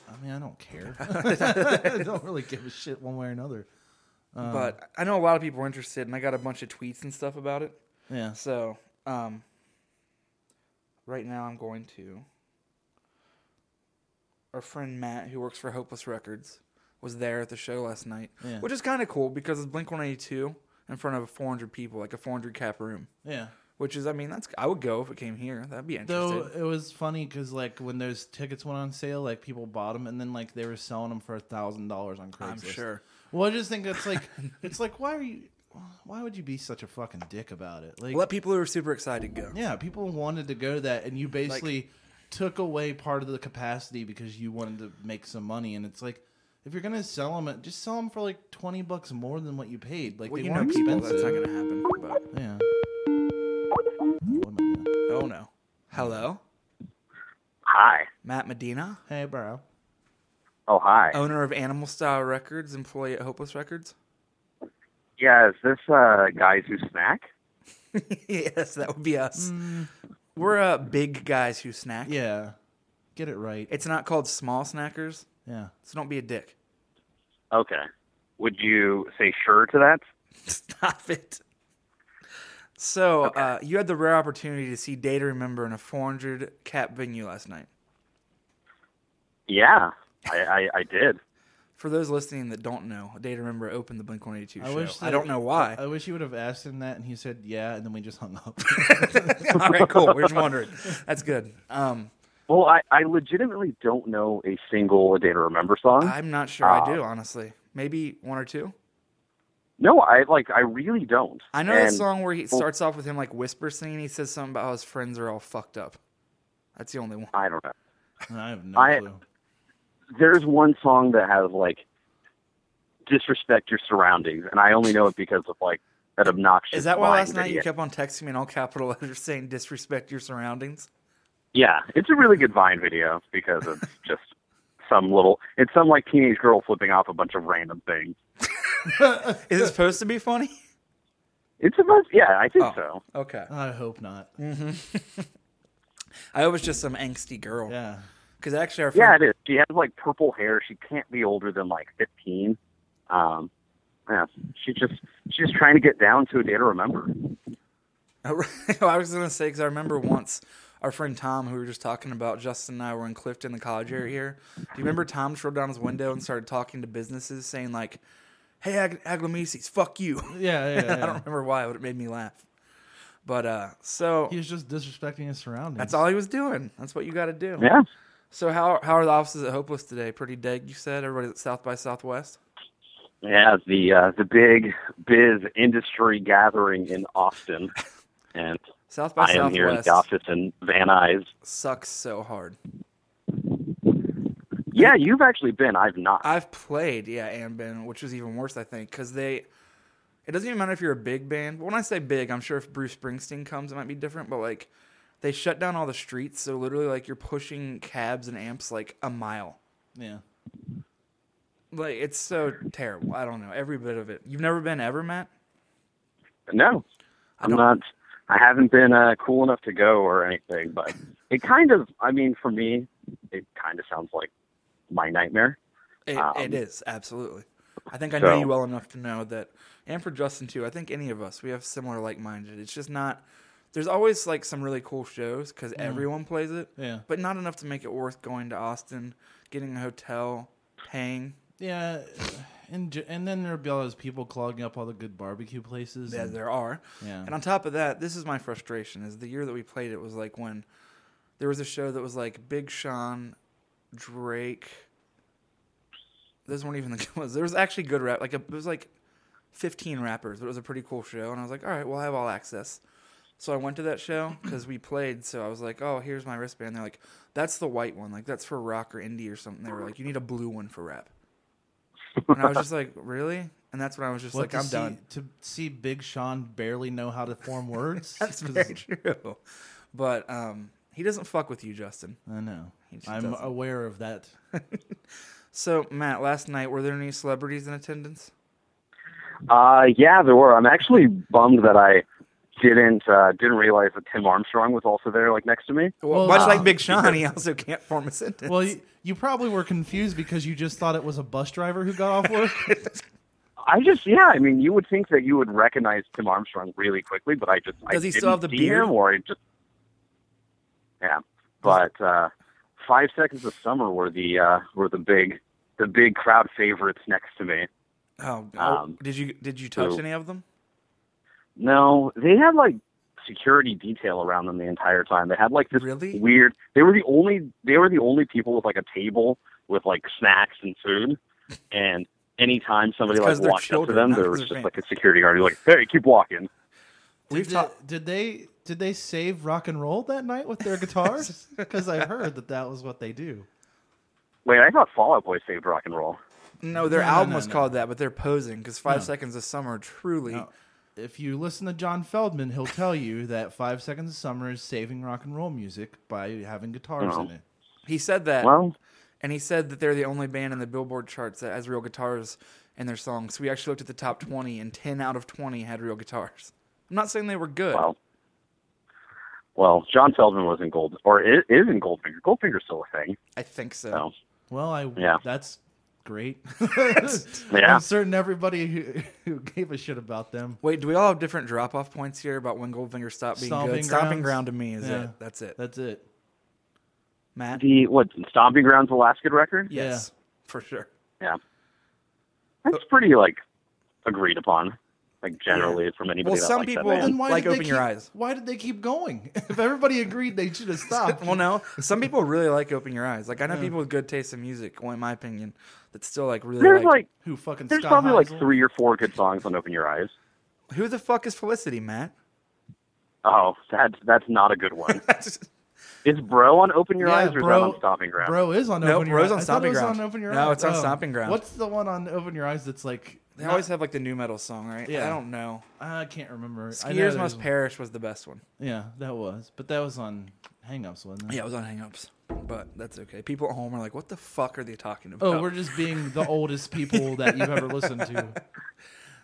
[SPEAKER 3] I mean, I
[SPEAKER 2] (laughs)
[SPEAKER 3] don't care. (laughs) I don't really give a shit one way or another. Oh.
[SPEAKER 2] but I know a lot of people were interested, and I got a bunch of tweets and stuff about it.
[SPEAKER 3] Yeah.
[SPEAKER 2] So, um, right now I'm going to. Our friend Matt, who works for Hopeless Records, was there at the show last night,
[SPEAKER 3] Yeah.
[SPEAKER 2] which is kind of cool because it's Blink 182 in front of 400 people, like a 400 cap room,
[SPEAKER 3] Yeah.
[SPEAKER 2] which is, I mean, that's I would go if it came here. That'd be interesting.
[SPEAKER 3] Though it was funny because like when those tickets went on sale, like people bought them, and then like they were selling them for a thousand dollars on Craigslist.
[SPEAKER 2] I'm sure.
[SPEAKER 3] Well, I just think
[SPEAKER 2] (laughs)
[SPEAKER 3] it's like it's like why are you? Why would you be such a fucking dick about it? Like,
[SPEAKER 2] Let people who are super excited go.
[SPEAKER 3] yeah, people wanted to go to that, and you basically took away part of the capacity because you wanted to make some money, and it's like. If you're gonna sell them, just sell them for like twenty bucks more than what you paid. Like
[SPEAKER 2] Well,
[SPEAKER 3] they
[SPEAKER 2] you know
[SPEAKER 3] weren't
[SPEAKER 2] people,
[SPEAKER 3] expensive.
[SPEAKER 2] that's not going to happen. But,
[SPEAKER 3] Yeah. What am I doing?
[SPEAKER 2] oh, no. Hello?
[SPEAKER 4] Hi.
[SPEAKER 2] Matt Medina,
[SPEAKER 3] Hey, bro.
[SPEAKER 4] Oh, hi.
[SPEAKER 2] owner of Animal Style Records, employee at Hopeless Records?
[SPEAKER 4] Yeah, is this uh, guys who snack?
[SPEAKER 2] (laughs) yes, that would be us. We're uh, big guys who snack.
[SPEAKER 3] Yeah. Get it right.
[SPEAKER 2] It's not called small snackers,
[SPEAKER 3] Yeah.
[SPEAKER 2] so don't be a dick. (laughs)
[SPEAKER 4] Okay. Would you say sure to that?
[SPEAKER 2] Stop it. So, uh, you had the rare opportunity to see Day to Remember in a 400 cap venue last night.
[SPEAKER 4] Yeah, I, I, I did.
[SPEAKER 2] For those listening that don't know, Day to Remember opened the Blink 182
[SPEAKER 3] I
[SPEAKER 2] show.
[SPEAKER 3] wish
[SPEAKER 2] I
[SPEAKER 3] that-
[SPEAKER 2] don't know why.
[SPEAKER 3] I wish you would have asked him that, and he said yeah, and then we just hung
[SPEAKER 2] (laughs)
[SPEAKER 3] up. (laughs)
[SPEAKER 2] All right, cool. We're just wondering. That's good. Um,
[SPEAKER 4] Well, I, I legitimately don't know a single A Day to Remember song.
[SPEAKER 2] I'm not sure I do, honestly. Maybe one or two.
[SPEAKER 4] no, I like I really don't.
[SPEAKER 2] I know
[SPEAKER 4] and,
[SPEAKER 2] that song where he starts off with him like whisper singing. He says something about how his friends are all fucked up. That's the only one.
[SPEAKER 4] I don't know.
[SPEAKER 3] And I have no
[SPEAKER 4] I-
[SPEAKER 3] clue.
[SPEAKER 4] There's one song that has like disrespect your surroundings, and I only know it because of like that obnoxious.
[SPEAKER 2] Is that why
[SPEAKER 4] line
[SPEAKER 2] last night you
[SPEAKER 4] video.
[SPEAKER 2] kept on texting me in all capital letters saying disrespect your surroundings?
[SPEAKER 4] Yeah, it's a really good Vine video because
[SPEAKER 2] (laughs)
[SPEAKER 4] it's just some little, it's some like teenage girl flipping off a bunch of random things.
[SPEAKER 2] Is it supposed to be funny?
[SPEAKER 4] It's a buzz. Yeah, I think
[SPEAKER 2] Oh,
[SPEAKER 4] so.
[SPEAKER 2] (laughs) okay.
[SPEAKER 3] I hope not.
[SPEAKER 2] Mm. I was just some angsty girl.
[SPEAKER 3] Yeah.
[SPEAKER 2] Because actually, our
[SPEAKER 4] Yeah,
[SPEAKER 2] friend,
[SPEAKER 4] it is. She has like purple hair. She can't be older than like fifteen. Um, yeah, she just she's just trying to get down to a day to remember.
[SPEAKER 2] (laughs) I was gonna say because I remember once our friend Tom, who we were just talking about, Justin and I were in Clifton, the college area here. Do you remember Tom just rolled down his window and started talking to businesses, saying like, "Hey, Ag- Aglomeses, fuck you."
[SPEAKER 3] Yeah, yeah,
[SPEAKER 2] (laughs) I
[SPEAKER 3] yeah.
[SPEAKER 2] don't remember why, but it made me laugh. But uh, so
[SPEAKER 3] He was just disrespecting his surroundings.
[SPEAKER 2] that's all he was doing. That's what you got to do.
[SPEAKER 4] Yeah,
[SPEAKER 2] So how how are the offices at Hopeless today? Pretty dead, you said. Everybody's at South by Southwest.
[SPEAKER 4] yeah. The uh, the big biz industry gathering in (laughs) Austin, and
[SPEAKER 2] South by
[SPEAKER 4] I am here in
[SPEAKER 2] Southwest
[SPEAKER 4] the office in Van Nuys.
[SPEAKER 2] sucks so hard.
[SPEAKER 4] Yeah, you've actually been. I've not.
[SPEAKER 2] I've played, yeah, and been, which was even worse, I think, because they. It doesn't even matter if you're a big band. But when I say big, I'm sure if Bruce Springsteen comes, it might be different. But like, they shut down all the streets, so literally, like, you're pushing cabs and amps like a mile.
[SPEAKER 3] Yeah.
[SPEAKER 2] Like, it's so terrible. I don't know every bit of it. You've never been ever, Matt?
[SPEAKER 4] No, I'm
[SPEAKER 2] don't-
[SPEAKER 4] not. I haven't been uh, cool enough to go or anything. But it kind of. I mean, for me, it kind of sounds like my nightmare.
[SPEAKER 2] It,
[SPEAKER 4] Um,
[SPEAKER 2] it is absolutely. I think I know
[SPEAKER 4] so-
[SPEAKER 2] you well enough to know that, and for Justin too. I think any of us we have similar like-minded. It's just not. There's always like some really cool shows because everyone plays it.
[SPEAKER 3] Yeah.
[SPEAKER 2] but not enough to make it worth going to Austin, getting a hotel, paying.
[SPEAKER 3] Yeah. And ju- and then there'll be all those people clogging up all the good barbecue places.
[SPEAKER 2] Yeah,
[SPEAKER 3] and-
[SPEAKER 2] there are.
[SPEAKER 3] Yeah.
[SPEAKER 2] And on top of that, this is my frustration: is the year that we played it was like when there was a show that was like Big Sean, Drake. Those weren't even the (laughs) good ones. There was actually good rap. Like a, it was like fifteen rappers, but it was a pretty cool show. And I was like, all right, well, I have all access. So I went to that
[SPEAKER 3] (coughs)
[SPEAKER 2] show because we played. So I was like, oh, here's my wristband. They're like, that's the white one. Like that's for rock or indie or something. They were like, you need a blue one for rap. And I was just like, really? And that's when I was just
[SPEAKER 3] What,
[SPEAKER 2] like,
[SPEAKER 3] to
[SPEAKER 2] I'm
[SPEAKER 3] see-
[SPEAKER 2] done.
[SPEAKER 3] To see Big Sean barely know how
[SPEAKER 2] (laughs)
[SPEAKER 3] to form words.
[SPEAKER 2] That's
[SPEAKER 3] 'Cause-
[SPEAKER 2] very true. But um, he doesn't fuck with you, Justin.
[SPEAKER 3] I know.
[SPEAKER 2] just
[SPEAKER 3] I'm
[SPEAKER 2] doesn't.
[SPEAKER 3] aware of that.
[SPEAKER 2] So Matt, last night were there any celebrities in attendance?
[SPEAKER 4] Uh, yeah, there were. I'm actually bummed that I didn't uh, didn't realize that Tim Armstrong was also there, like next to me.
[SPEAKER 2] Well,
[SPEAKER 3] Well,
[SPEAKER 2] much
[SPEAKER 3] no.
[SPEAKER 2] like Big Sean, he also can't form a sentence.
[SPEAKER 3] Well, you, you probably were confused because you just thought it was a bus driver who got
[SPEAKER 2] (laughs)
[SPEAKER 3] off work.
[SPEAKER 4] I just, yeah, I mean, you would think that you would recognize Tim Armstrong really quickly, but I just I
[SPEAKER 2] Does he
[SPEAKER 4] didn't
[SPEAKER 2] still have the
[SPEAKER 4] see
[SPEAKER 2] beard?
[SPEAKER 4] him, or I just yeah. But uh, Five Seconds of Summer were the uh, were the big the big crowd favorites next to me.
[SPEAKER 2] oh, oh,
[SPEAKER 4] um,
[SPEAKER 2] did you did you touch
[SPEAKER 4] so-
[SPEAKER 2] any of them?
[SPEAKER 4] No, they had like security detail around them the entire time. They had like this
[SPEAKER 2] Really?
[SPEAKER 4] weird. They were the only. They were the only people with like a table with like snacks and food, and anytime somebody
[SPEAKER 2] It's 'cause
[SPEAKER 4] like
[SPEAKER 2] they're
[SPEAKER 4] walked up to
[SPEAKER 2] children,
[SPEAKER 4] them,
[SPEAKER 2] not
[SPEAKER 4] there
[SPEAKER 2] 'cause
[SPEAKER 4] was
[SPEAKER 2] they're
[SPEAKER 4] just
[SPEAKER 2] fans.
[SPEAKER 4] like a security guard who was like, "Hey, keep walking."
[SPEAKER 2] We've
[SPEAKER 3] did,
[SPEAKER 2] talked-
[SPEAKER 3] did they did they save rock and roll that night with their
[SPEAKER 4] (laughs)
[SPEAKER 3] guitars? Because I heard that that was what they do.
[SPEAKER 4] Wait, I thought Fall Out Boy saved rock and roll.
[SPEAKER 2] No, their
[SPEAKER 3] No, no,
[SPEAKER 2] album
[SPEAKER 3] no,
[SPEAKER 2] was
[SPEAKER 3] no.
[SPEAKER 2] called that, but they're posing because Five
[SPEAKER 3] No.
[SPEAKER 2] Seconds of Summer truly.
[SPEAKER 3] Now, if you listen to John Feldman, he'll tell you that Five Seconds of Summer is saving rock and roll music by having guitars in
[SPEAKER 4] No.
[SPEAKER 3] it.
[SPEAKER 2] He said that,
[SPEAKER 4] Well,
[SPEAKER 2] and he said that they're the only band in the Billboard charts that has real guitars in their songs. We actually looked at the top twenty, and ten out of twenty had real guitars. I'm not saying they were good.
[SPEAKER 4] well, well. John Feldman was in Gold, or is, is in Goldfinger. Goldfinger's still a thing.
[SPEAKER 2] I think so.
[SPEAKER 4] So
[SPEAKER 3] Well, I
[SPEAKER 4] Yeah.
[SPEAKER 3] that's great.
[SPEAKER 4] (laughs)
[SPEAKER 3] (laughs)
[SPEAKER 4] Yeah.
[SPEAKER 3] I'm certain everybody who, (laughs) who gave a shit about them.
[SPEAKER 2] Wait, do we all have different drop off points here about when Goldfinger stopped being good?
[SPEAKER 3] Stomping
[SPEAKER 2] Stomping ground
[SPEAKER 3] grounds?
[SPEAKER 2] to me is
[SPEAKER 3] Yeah.
[SPEAKER 2] it. That's it.
[SPEAKER 3] That's it.
[SPEAKER 2] Matt?
[SPEAKER 4] the what Stomping Grounds Alaska record?
[SPEAKER 2] Yes. For
[SPEAKER 4] (laughs)
[SPEAKER 2] sure.
[SPEAKER 4] Yeah. That's pretty like agreed upon. Like generally from anybody
[SPEAKER 2] Well,
[SPEAKER 4] that
[SPEAKER 2] some
[SPEAKER 4] likes that
[SPEAKER 2] people-
[SPEAKER 4] band.
[SPEAKER 2] Then why Like,
[SPEAKER 3] did they
[SPEAKER 2] open your
[SPEAKER 3] keep-
[SPEAKER 2] eyes.
[SPEAKER 3] Why did they keep going? (laughs) If everybody agreed, they should have
[SPEAKER 4] Oh.
[SPEAKER 3] stopped.
[SPEAKER 2] Well, no, some people really like Open Your Eyes. Like, I know people with good taste in music, well, in my opinion, that still, like, really
[SPEAKER 4] there's
[SPEAKER 2] like,
[SPEAKER 4] like
[SPEAKER 3] who fucking?
[SPEAKER 4] there's
[SPEAKER 3] Scott
[SPEAKER 4] probably
[SPEAKER 3] Heisel?
[SPEAKER 4] like three or four good songs on Open Your Eyes.
[SPEAKER 2] Who the fuck is Felicity, Matt?
[SPEAKER 4] Oh, that's (laughs) that's not a
[SPEAKER 2] (laughs)
[SPEAKER 4] good one. Is Bro on Open Your
[SPEAKER 3] Yeah,
[SPEAKER 4] Eyes or is that on Stomping Ground?
[SPEAKER 3] Bro is on
[SPEAKER 2] No,
[SPEAKER 3] Open
[SPEAKER 2] Bro's on
[SPEAKER 3] Your Eyes. I thought
[SPEAKER 2] Stomping
[SPEAKER 3] it was
[SPEAKER 2] Ground.
[SPEAKER 3] on Open Your
[SPEAKER 2] No,
[SPEAKER 3] Eyes.
[SPEAKER 2] it's on Stomping Ground.
[SPEAKER 3] What's the one on Open Your Eyes that's like?
[SPEAKER 2] they
[SPEAKER 3] not-
[SPEAKER 2] always have, like, the new metal song, right?
[SPEAKER 3] Yeah.
[SPEAKER 2] I don't know.
[SPEAKER 3] I can't remember. I know
[SPEAKER 2] Skiers
[SPEAKER 3] there's
[SPEAKER 2] Must
[SPEAKER 3] one.
[SPEAKER 2] Perish was the best one.
[SPEAKER 3] Yeah, that was, but that was on Hangups, wasn't it?
[SPEAKER 2] Yeah, it was on Hang Ups, but that's okay. People at home are like, what the fuck are they talking about? (laughs)
[SPEAKER 3] Oh, we're just being the oldest people that you've ever listened to.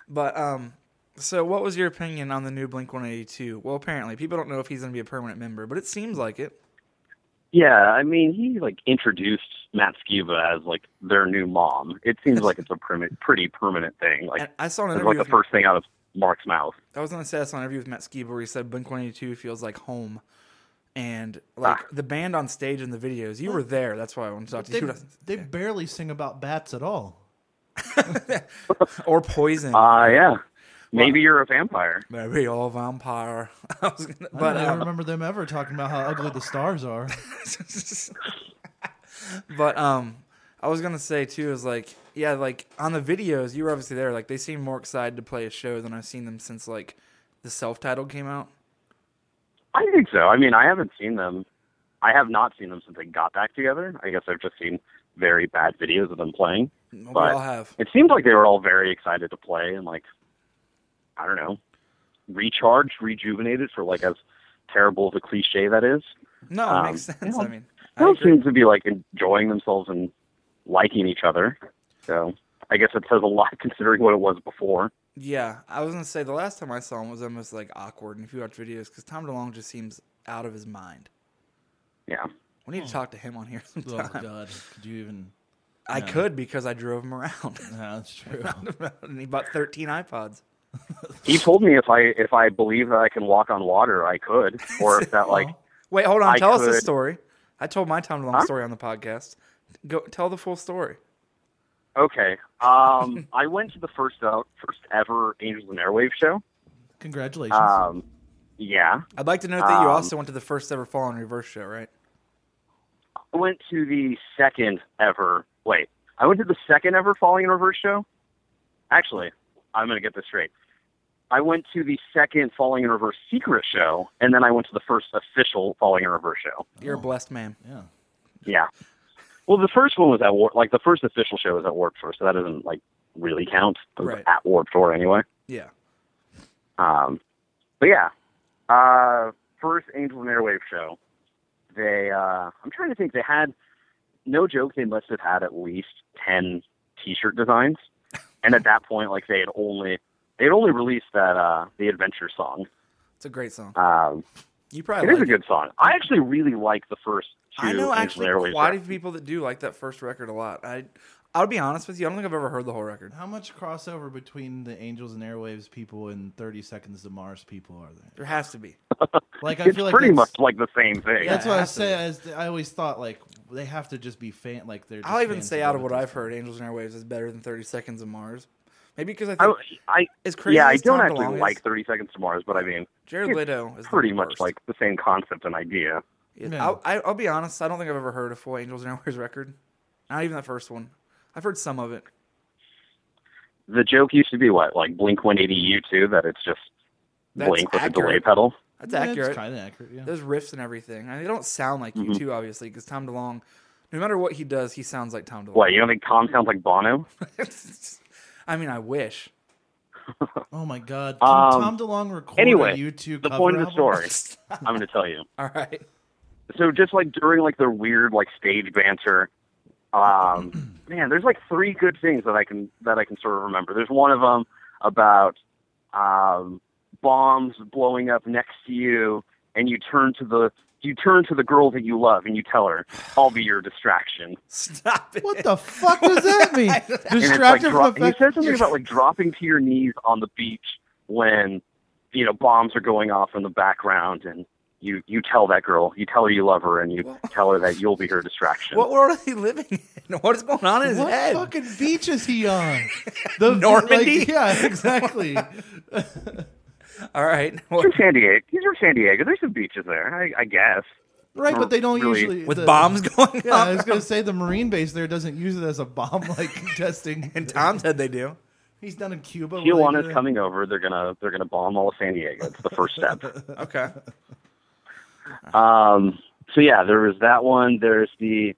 [SPEAKER 2] But um, So, what was your opinion on the new Blink 182? Well, apparently, people don't know if he's going to be a permanent member, but it seems like it.
[SPEAKER 4] Yeah, I mean, he like introduced Matt Skiba as like their new mom. It seems like it's a primi- pretty permanent thing.
[SPEAKER 2] And
[SPEAKER 4] Like
[SPEAKER 2] I saw an
[SPEAKER 4] it's
[SPEAKER 2] interview.
[SPEAKER 4] like the
[SPEAKER 2] with
[SPEAKER 4] first thing out of Mark's mouth.
[SPEAKER 2] I was on a status on an interview with Matt Skiba where he said Blink 182 feels like home. And like
[SPEAKER 4] Ah.
[SPEAKER 2] the band on stage in the videos, you were there. That's why I wanted to talk to
[SPEAKER 3] They,
[SPEAKER 2] you.
[SPEAKER 3] they barely sing about bats at all.
[SPEAKER 2] or Poison.
[SPEAKER 4] Uh yeah. Maybe you're a vampire.
[SPEAKER 2] Maybe all vampire. (laughs) I was gonna, but
[SPEAKER 3] I
[SPEAKER 2] um,
[SPEAKER 3] don't remember them ever talking about how ugly the stars are.
[SPEAKER 2] (laughs) but um I was gonna say too is like yeah like on the videos you were obviously there like they seem more excited to play a show than I've seen them since like the self titled came out.
[SPEAKER 4] I think so. I mean, I haven't seen them. I have not seen them since they got back together. I guess I've just seen very bad videos of them playing.
[SPEAKER 2] We
[SPEAKER 4] But-
[SPEAKER 2] all have
[SPEAKER 4] It seemed like they were all very excited to play and like I don't know, recharged, rejuvenated for like as terrible of a cliche that is.
[SPEAKER 2] no it
[SPEAKER 4] um,
[SPEAKER 2] makes sense.
[SPEAKER 4] yeah.
[SPEAKER 2] I mean
[SPEAKER 4] They
[SPEAKER 2] I
[SPEAKER 4] all
[SPEAKER 2] agree.
[SPEAKER 4] seem to be like enjoying themselves and liking each other. So I guess it says a lot (laughs) considering what it was before.
[SPEAKER 2] yeah I was gonna say the last time I saw him was almost like awkward and if you watch videos because Tom DeLonge just seems out of his mind.
[SPEAKER 4] Yeah.
[SPEAKER 2] We need to talk to him on here (laughs)
[SPEAKER 3] Oh
[SPEAKER 2] sometime.
[SPEAKER 3] God, could you even?
[SPEAKER 2] I
[SPEAKER 3] Yeah.
[SPEAKER 2] could because I drove him around (laughs)
[SPEAKER 3] Nah, that's true.
[SPEAKER 2] and he bought thirteen iPods.
[SPEAKER 4] He told me if I if I believe that I can walk on water, I could, or if that like
[SPEAKER 2] Wait, hold on.
[SPEAKER 4] I
[SPEAKER 2] tell us the
[SPEAKER 4] could-
[SPEAKER 2] story. I told my Tom DeLonge story on the podcast. Go tell the full story.
[SPEAKER 4] okay. Um, I went to the first uh, first ever Angels and Airwaves show.
[SPEAKER 3] Congratulations.
[SPEAKER 4] Um, yeah,
[SPEAKER 2] I'd like to note that you
[SPEAKER 4] Um,
[SPEAKER 2] also went to the first ever Fall in Reverse show, right?
[SPEAKER 4] I went to the second ever. Wait, I went to the second ever Falling in Reverse show. Actually, I'm gonna get this straight. I went to the second Falling in Reverse secret show, and then I went to the first official Falling in Reverse show.
[SPEAKER 2] You're a blessed man.
[SPEAKER 3] yeah.
[SPEAKER 4] Yeah. Well, the first one was at Warp. Like the first official show was at Warp Tour, so that doesn't like really count. It was
[SPEAKER 2] Right.
[SPEAKER 4] At Warp Tour, anyway.
[SPEAKER 2] Yeah.
[SPEAKER 4] Um, but yeah, uh, first Angel and Airwave show. They, uh, I'm trying to think. They had, no joke, they must have had at least ten T-shirt designs, and at that point, like they had only they had only released that uh, the Adventure song.
[SPEAKER 2] It's a great song.
[SPEAKER 4] Um,
[SPEAKER 2] You
[SPEAKER 4] it
[SPEAKER 2] probably
[SPEAKER 4] is
[SPEAKER 2] like
[SPEAKER 4] a good song. I actually really like the first two.
[SPEAKER 2] I know
[SPEAKER 4] Angel
[SPEAKER 2] actually
[SPEAKER 4] and Airwave
[SPEAKER 2] quite a
[SPEAKER 4] shows.
[SPEAKER 2] few people that do like that first record a lot. I I'll be honest with you, I don't think I've ever heard the whole record.
[SPEAKER 3] How much crossover between the Angels and Airwaves people and Thirty Seconds to Mars people are there?
[SPEAKER 2] There has to be.
[SPEAKER 3] Like I
[SPEAKER 4] it's
[SPEAKER 3] feel like
[SPEAKER 4] pretty
[SPEAKER 3] that's-
[SPEAKER 4] much like the same thing.
[SPEAKER 3] That's what I
[SPEAKER 2] has to
[SPEAKER 3] say. As I always thought, like they have to just be fan. Like they're. Just
[SPEAKER 2] I'll even
[SPEAKER 3] fans
[SPEAKER 2] say out of
[SPEAKER 3] what
[SPEAKER 2] what
[SPEAKER 3] they-
[SPEAKER 2] I've heard, Angels and Airwaves is better than Thirty Seconds of Mars. Maybe because I
[SPEAKER 4] I,
[SPEAKER 2] think
[SPEAKER 4] I
[SPEAKER 2] as crazy
[SPEAKER 4] yeah, I
[SPEAKER 2] as
[SPEAKER 4] don't
[SPEAKER 2] Tom
[SPEAKER 4] actually
[SPEAKER 2] DeLonge is,
[SPEAKER 4] like Thirty Seconds to Mars, but I mean,
[SPEAKER 2] Jared
[SPEAKER 4] it's
[SPEAKER 2] Leto is the
[SPEAKER 4] pretty much
[SPEAKER 2] worst.
[SPEAKER 4] like the same concept and idea.
[SPEAKER 2] Yeah,
[SPEAKER 3] Yeah.
[SPEAKER 2] I'll, I- I'll be honest. I don't think I've ever heard a full Angels and Airwaves record. Not even the first one. I've heard some of it.
[SPEAKER 4] The joke used to be what, like Blink One Eighty U2, that it's just
[SPEAKER 2] That's
[SPEAKER 4] Blink with a delay
[SPEAKER 2] accurate.
[SPEAKER 4] pedal.
[SPEAKER 2] That's
[SPEAKER 3] Yeah,
[SPEAKER 2] accurate.
[SPEAKER 3] It's kind of accurate. Yeah.
[SPEAKER 2] There's riffs and everything. I mean, they don't sound like
[SPEAKER 4] Mm-hmm.
[SPEAKER 2] you too, obviously, because Tom DeLong, no matter what he does, he sounds like Tom DeLong.
[SPEAKER 4] What you don't think Tom sounds like Bono?
[SPEAKER 2] (laughs) I mean, I wish.
[SPEAKER 3] Oh my God! Can Tom
[SPEAKER 4] Um,
[SPEAKER 3] DeLonge record
[SPEAKER 4] anyway,
[SPEAKER 3] a YouTube
[SPEAKER 4] the
[SPEAKER 3] cover
[SPEAKER 4] point of the
[SPEAKER 3] album?
[SPEAKER 4] story. I'm going to tell you.
[SPEAKER 2] All right. (laughs)
[SPEAKER 4] So just like during like their weird like stage banter, um, man, there's like three good things that I can that I can sort of remember. There's one of them about um, bombs blowing up next to you, and you turn to the you turn to the girl that you love, and you tell her, "I'll be your distraction."
[SPEAKER 2] Stop it.
[SPEAKER 3] (laughs) What the fuck does that mean?
[SPEAKER 4] and it's like
[SPEAKER 3] Distracted
[SPEAKER 4] dro-
[SPEAKER 3] from the
[SPEAKER 4] and he
[SPEAKER 3] fact
[SPEAKER 4] said something about like dropping to your knees on the beach when you know bombs are going off in the background and you you tell that girl you tell her you love her and you tell her that you'll be her
[SPEAKER 2] (laughs)
[SPEAKER 4] distraction
[SPEAKER 2] What world is he living in? (laughs) What is going on in his
[SPEAKER 3] what
[SPEAKER 2] head?
[SPEAKER 3] fucking beach is he on?
[SPEAKER 2] (laughs)
[SPEAKER 3] The
[SPEAKER 2] Normandy?
[SPEAKER 3] like,
[SPEAKER 2] (laughs)
[SPEAKER 3] yeah, exactly.
[SPEAKER 2] All right. (laughs) Well,
[SPEAKER 4] He's from San Diego. He's from San Diego. There's some beaches there, I, I guess.
[SPEAKER 3] right, but they don't
[SPEAKER 4] Really?
[SPEAKER 3] usually
[SPEAKER 2] with
[SPEAKER 3] the-
[SPEAKER 2] bombs (laughs) going
[SPEAKER 3] Yeah, I
[SPEAKER 2] on.
[SPEAKER 3] was gonna say the Marine base there doesn't use it as a bomb like (laughs) testing.
[SPEAKER 2] And Tom said they do.
[SPEAKER 3] he's done in Cuba. uh, where they
[SPEAKER 4] Tijuana's
[SPEAKER 3] do-
[SPEAKER 4] coming over. They're gonna they're gonna bomb all of San Diego. It's the first step.
[SPEAKER 2] Okay.
[SPEAKER 4] Um, so yeah, there was that one. There's the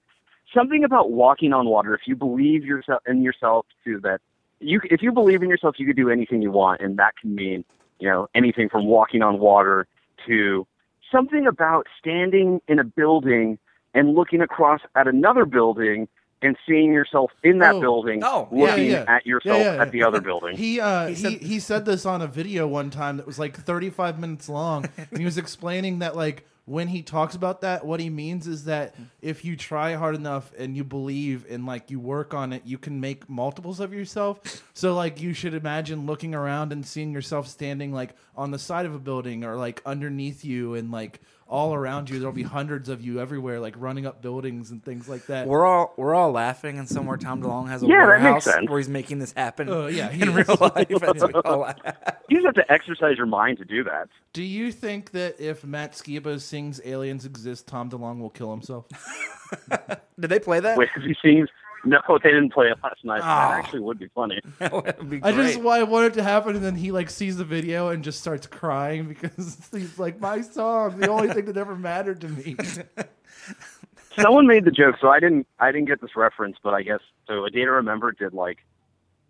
[SPEAKER 4] something about walking on water. If you believe yourself in yourself to that, you if you believe in yourself, you could do anything you want, and that can mean you know anything from walking on water to something about standing in a building and looking across at another building and seeing yourself in that
[SPEAKER 3] Oh.
[SPEAKER 4] building,
[SPEAKER 2] Oh, yeah,
[SPEAKER 4] looking
[SPEAKER 3] yeah.
[SPEAKER 4] at yourself
[SPEAKER 3] Yeah, yeah,
[SPEAKER 4] at the
[SPEAKER 3] yeah.
[SPEAKER 4] other building.
[SPEAKER 3] He uh,
[SPEAKER 2] He
[SPEAKER 3] he,
[SPEAKER 2] said-
[SPEAKER 3] he, said this on a video one time that was like 35
[SPEAKER 2] (laughs)
[SPEAKER 3] minutes long, and he was explaining that like when he talks about that, what he means is that if you try hard enough and you believe and like you work on it, you can make multiples of yourself. So like you should imagine looking around and seeing yourself standing like on the side of a building or like underneath you and like all around you. There'll be hundreds of you everywhere, like running up buildings and things like that.
[SPEAKER 2] We're all we're all laughing, and somewhere Tom DeLong has a
[SPEAKER 4] Yeah, that makes
[SPEAKER 2] warehouse
[SPEAKER 4] sense.
[SPEAKER 2] where he's making this happen.
[SPEAKER 3] Oh, yeah, he
[SPEAKER 2] in
[SPEAKER 3] is.
[SPEAKER 2] real life, oh, as
[SPEAKER 3] (laughs)
[SPEAKER 2] we all laugh.
[SPEAKER 4] You just have to exercise your mind to do that.
[SPEAKER 3] Do you think that if Matt Skiba sings "Aliens Exist," Tom DeLonge will kill himself?
[SPEAKER 2] Did they play that?
[SPEAKER 4] (laughs) Wait, have you seen? No, they didn't play it last night.
[SPEAKER 2] Ah.
[SPEAKER 4] That actually would be funny.
[SPEAKER 2] (laughs) That would be
[SPEAKER 3] I just
[SPEAKER 2] great.
[SPEAKER 3] why I want it to happen, and then he like sees the video and just starts crying (laughs) because he's like, "My song, the only thing that ever mattered to
[SPEAKER 4] (laughs)
[SPEAKER 3] me."
[SPEAKER 4] Someone made the joke, so I didn't. I didn't get this reference, but I guess so. A Day to Remember did like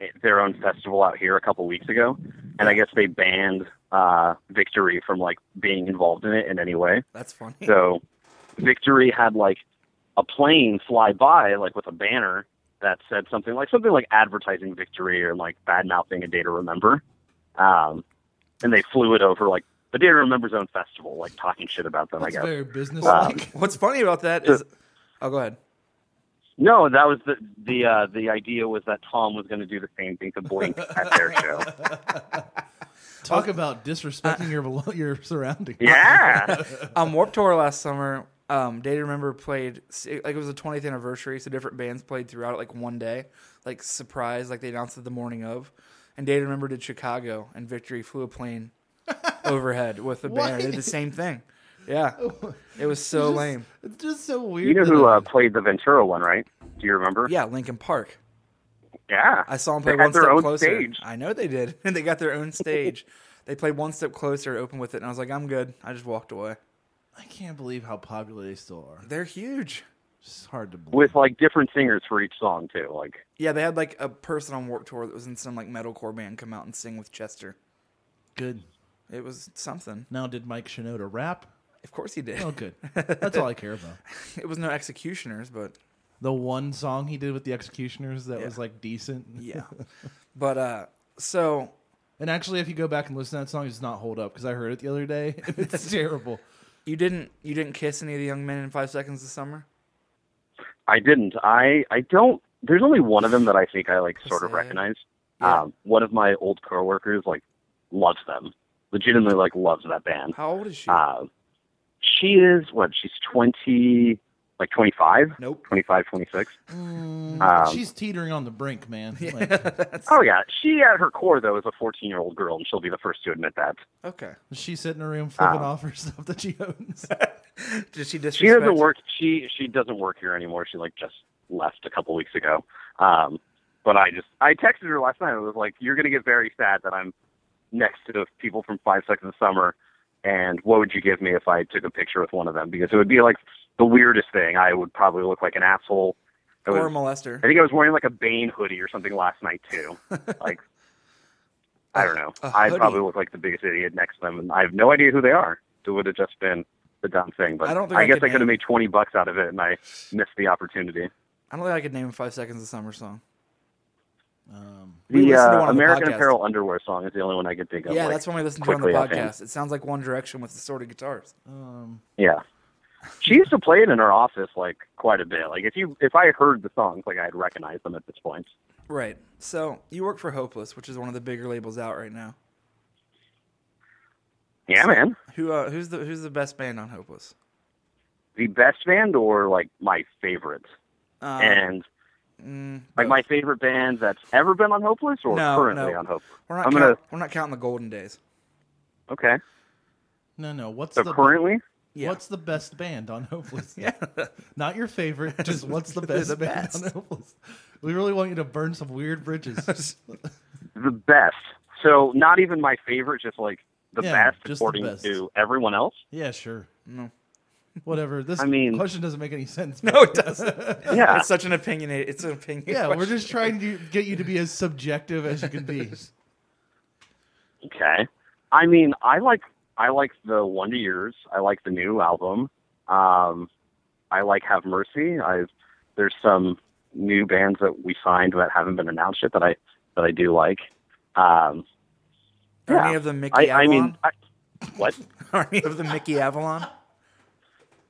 [SPEAKER 4] eh, their own festival out here a couple weeks ago, and I guess they banned uh, Victory from like being involved in it in any way.
[SPEAKER 2] That's funny.
[SPEAKER 4] So Victory had like a plane fly by like with a banner that said something like something like advertising Victory or like bad mouthing a day to remember. Um, and they flew it over like the day to remember's own festival, like talking shit about them,
[SPEAKER 3] That's
[SPEAKER 4] I guess.
[SPEAKER 3] very businesslike.
[SPEAKER 2] What's funny about that is, oh, go ahead.
[SPEAKER 4] No, that was the the uh, the idea was that Tom was gonna do the same thing to Blink at
[SPEAKER 2] (laughs)
[SPEAKER 4] their show.
[SPEAKER 3] Talk about disrespecting your belo- your surroundings. (laughs)
[SPEAKER 4] Yeah.
[SPEAKER 2] um, Warp Tour last summer, um, Day to Remember played like it was the 20th anniversary, so different bands played throughout it like one day, like surprise, like they announced it the morning of. And Day to Remember did Chicago, and Victory flew a plane
[SPEAKER 3] (laughs)
[SPEAKER 2] overhead with a banner. They did the same thing.
[SPEAKER 3] (laughs)
[SPEAKER 2] Yeah, it was so
[SPEAKER 3] Just-
[SPEAKER 2] lame.
[SPEAKER 3] It's just so weird.
[SPEAKER 4] You know
[SPEAKER 3] that
[SPEAKER 4] who
[SPEAKER 3] I-
[SPEAKER 4] uh, played the Ventura one, right? Do you remember?
[SPEAKER 2] Yeah, Lincoln Park.
[SPEAKER 4] Yeah.
[SPEAKER 2] I saw them play
[SPEAKER 4] they had
[SPEAKER 2] one
[SPEAKER 4] their
[SPEAKER 2] step
[SPEAKER 4] own
[SPEAKER 2] closer.
[SPEAKER 4] stage.
[SPEAKER 2] I know they did, (laughs) and they got their own stage. they played one step closer, opened with it, and I was like, I'm good. I just walked away.
[SPEAKER 3] I can't believe how popular they still are.
[SPEAKER 2] They're huge.
[SPEAKER 3] It's hard to believe.
[SPEAKER 4] With like different singers for each song too. Like
[SPEAKER 2] Yeah, they had like a person on Warp Tour that was in some like metalcore band come out and sing with Chester.
[SPEAKER 3] good.
[SPEAKER 2] It was something.
[SPEAKER 3] Now, did Mike Shinoda rap?
[SPEAKER 2] Of course he did.
[SPEAKER 3] Oh, good. That's all I care
[SPEAKER 4] (laughs)
[SPEAKER 3] about.
[SPEAKER 2] (laughs) It was no executioners, but
[SPEAKER 3] The one song he did with the Executioners that was like decent.
[SPEAKER 2] yeah. (laughs) but uh so
[SPEAKER 3] And actually, if you go back and listen to that song, it does not hold up because I heard it the other day. (laughs) and It's terrible.
[SPEAKER 2] you didn't you didn't kiss any of the young men in five seconds this summer?
[SPEAKER 4] I didn't. I I don't. There's only one of them that I think I like sort of
[SPEAKER 2] Sad.
[SPEAKER 4] recognize.
[SPEAKER 2] Yeah.
[SPEAKER 4] Um, one of my old coworkers like loves them. Legitimately, like loves that band.
[SPEAKER 2] How old is she?
[SPEAKER 4] Uh, she is what? She's twenty, like 25,
[SPEAKER 2] nope.
[SPEAKER 4] 25, 26. Um,
[SPEAKER 3] She's teetering on the brink, man.
[SPEAKER 2] (laughs)
[SPEAKER 3] Like,
[SPEAKER 4] oh yeah, she at her core though is a 14 year old girl, and she'll be the first to admit that.
[SPEAKER 2] Okay.
[SPEAKER 3] she's sitting in her room flipping
[SPEAKER 4] Um,
[SPEAKER 3] off her stuff that she owns.
[SPEAKER 2] (laughs) Did she disrespect?
[SPEAKER 4] She doesn't work. She she doesn't work here anymore. She like just left a couple weeks ago. Um, but I just I texted her last night. I was like, "You're gonna get very sad that I'm next to the people from Five Seconds of Summer, and what would you give me if I took a picture with one of them? Because it would be like the weirdest thing. I would probably look like an asshole. I,
[SPEAKER 2] or a
[SPEAKER 4] was, I
[SPEAKER 2] molester.
[SPEAKER 4] think I was wearing like a Bane hoodie or something last night
[SPEAKER 2] (laughs)
[SPEAKER 4] too. like I don't know.
[SPEAKER 2] A
[SPEAKER 4] I
[SPEAKER 2] hoodie.
[SPEAKER 4] probably look like the biggest idiot next to them, and I have no idea who they are. It would have just been the dumb thing. But
[SPEAKER 2] I
[SPEAKER 4] I,
[SPEAKER 2] don't think I
[SPEAKER 4] guess
[SPEAKER 2] could
[SPEAKER 4] I could
[SPEAKER 2] name-
[SPEAKER 4] have made twenty bucks out of it, and I missed the opportunity.
[SPEAKER 2] I don't think I could name a five seconds of summer song.
[SPEAKER 3] Um,
[SPEAKER 2] We
[SPEAKER 4] The
[SPEAKER 2] listened to one
[SPEAKER 4] uh,
[SPEAKER 2] on the
[SPEAKER 4] American
[SPEAKER 2] podcast.
[SPEAKER 4] Apparel underwear song is the only one I could think of.
[SPEAKER 2] yeah,
[SPEAKER 4] like,
[SPEAKER 2] that's when we listened to it on the
[SPEAKER 4] quickly, I think.
[SPEAKER 2] podcast. It sounds like One Direction with distorted guitars.
[SPEAKER 3] um,
[SPEAKER 4] Yeah. She used to play it in her office like quite a bit. Like if you if I heard the songs, like I'd recognize them at this point.
[SPEAKER 2] Right. So you work for Hopeless, which is one of the bigger labels out right now.
[SPEAKER 4] Yeah, man.
[SPEAKER 2] Who uh, who's the who's the best band on Hopeless?
[SPEAKER 4] The best band or like my favorite.
[SPEAKER 2] Uh, mm,
[SPEAKER 4] and like my favorite band that's ever been on Hopeless or
[SPEAKER 2] No,
[SPEAKER 4] currently
[SPEAKER 2] no.
[SPEAKER 4] on Hopeless.
[SPEAKER 2] We're not
[SPEAKER 4] I'm
[SPEAKER 2] count,
[SPEAKER 4] gonna
[SPEAKER 2] we're not counting the golden days.
[SPEAKER 4] okay.
[SPEAKER 3] no, no. What's
[SPEAKER 4] So
[SPEAKER 3] the
[SPEAKER 4] currently,
[SPEAKER 2] Yeah. (laughs)
[SPEAKER 3] What's the best band on Hopeless? yeah. Not your favorite,
[SPEAKER 4] (laughs)
[SPEAKER 3] just what's the best
[SPEAKER 2] The
[SPEAKER 3] band
[SPEAKER 2] best.
[SPEAKER 3] on Hopeless? We really want you to burn some weird
[SPEAKER 4] (laughs)
[SPEAKER 3] bridges.
[SPEAKER 4] the best. So not even my favorite, just like the
[SPEAKER 3] Yeah,
[SPEAKER 4] best
[SPEAKER 3] just the
[SPEAKER 4] according
[SPEAKER 3] best.
[SPEAKER 4] to everyone else.
[SPEAKER 3] yeah, sure. No. Whatever. This
[SPEAKER 4] I mean-
[SPEAKER 3] question doesn't make any sense.
[SPEAKER 4] (laughs)
[SPEAKER 2] no, it doesn't. (laughs)
[SPEAKER 4] Yeah.
[SPEAKER 2] It's such an opinionated. It's an opinion.
[SPEAKER 3] Yeah, we're
[SPEAKER 2] question.
[SPEAKER 3] just trying to get you to be as subjective as you can be.
[SPEAKER 4] Okay. I mean, I like I like the Wonder Years. I like the new album. Um, I like Have Mercy. I there's some new bands that we signed that haven't been announced yet that I that I do like. Um,
[SPEAKER 2] Are
[SPEAKER 4] yeah.
[SPEAKER 2] any of them Mickey
[SPEAKER 4] I, I
[SPEAKER 2] Avalon?
[SPEAKER 4] mean, I, what?
[SPEAKER 2] (laughs) Are any of them Mickey Avalon?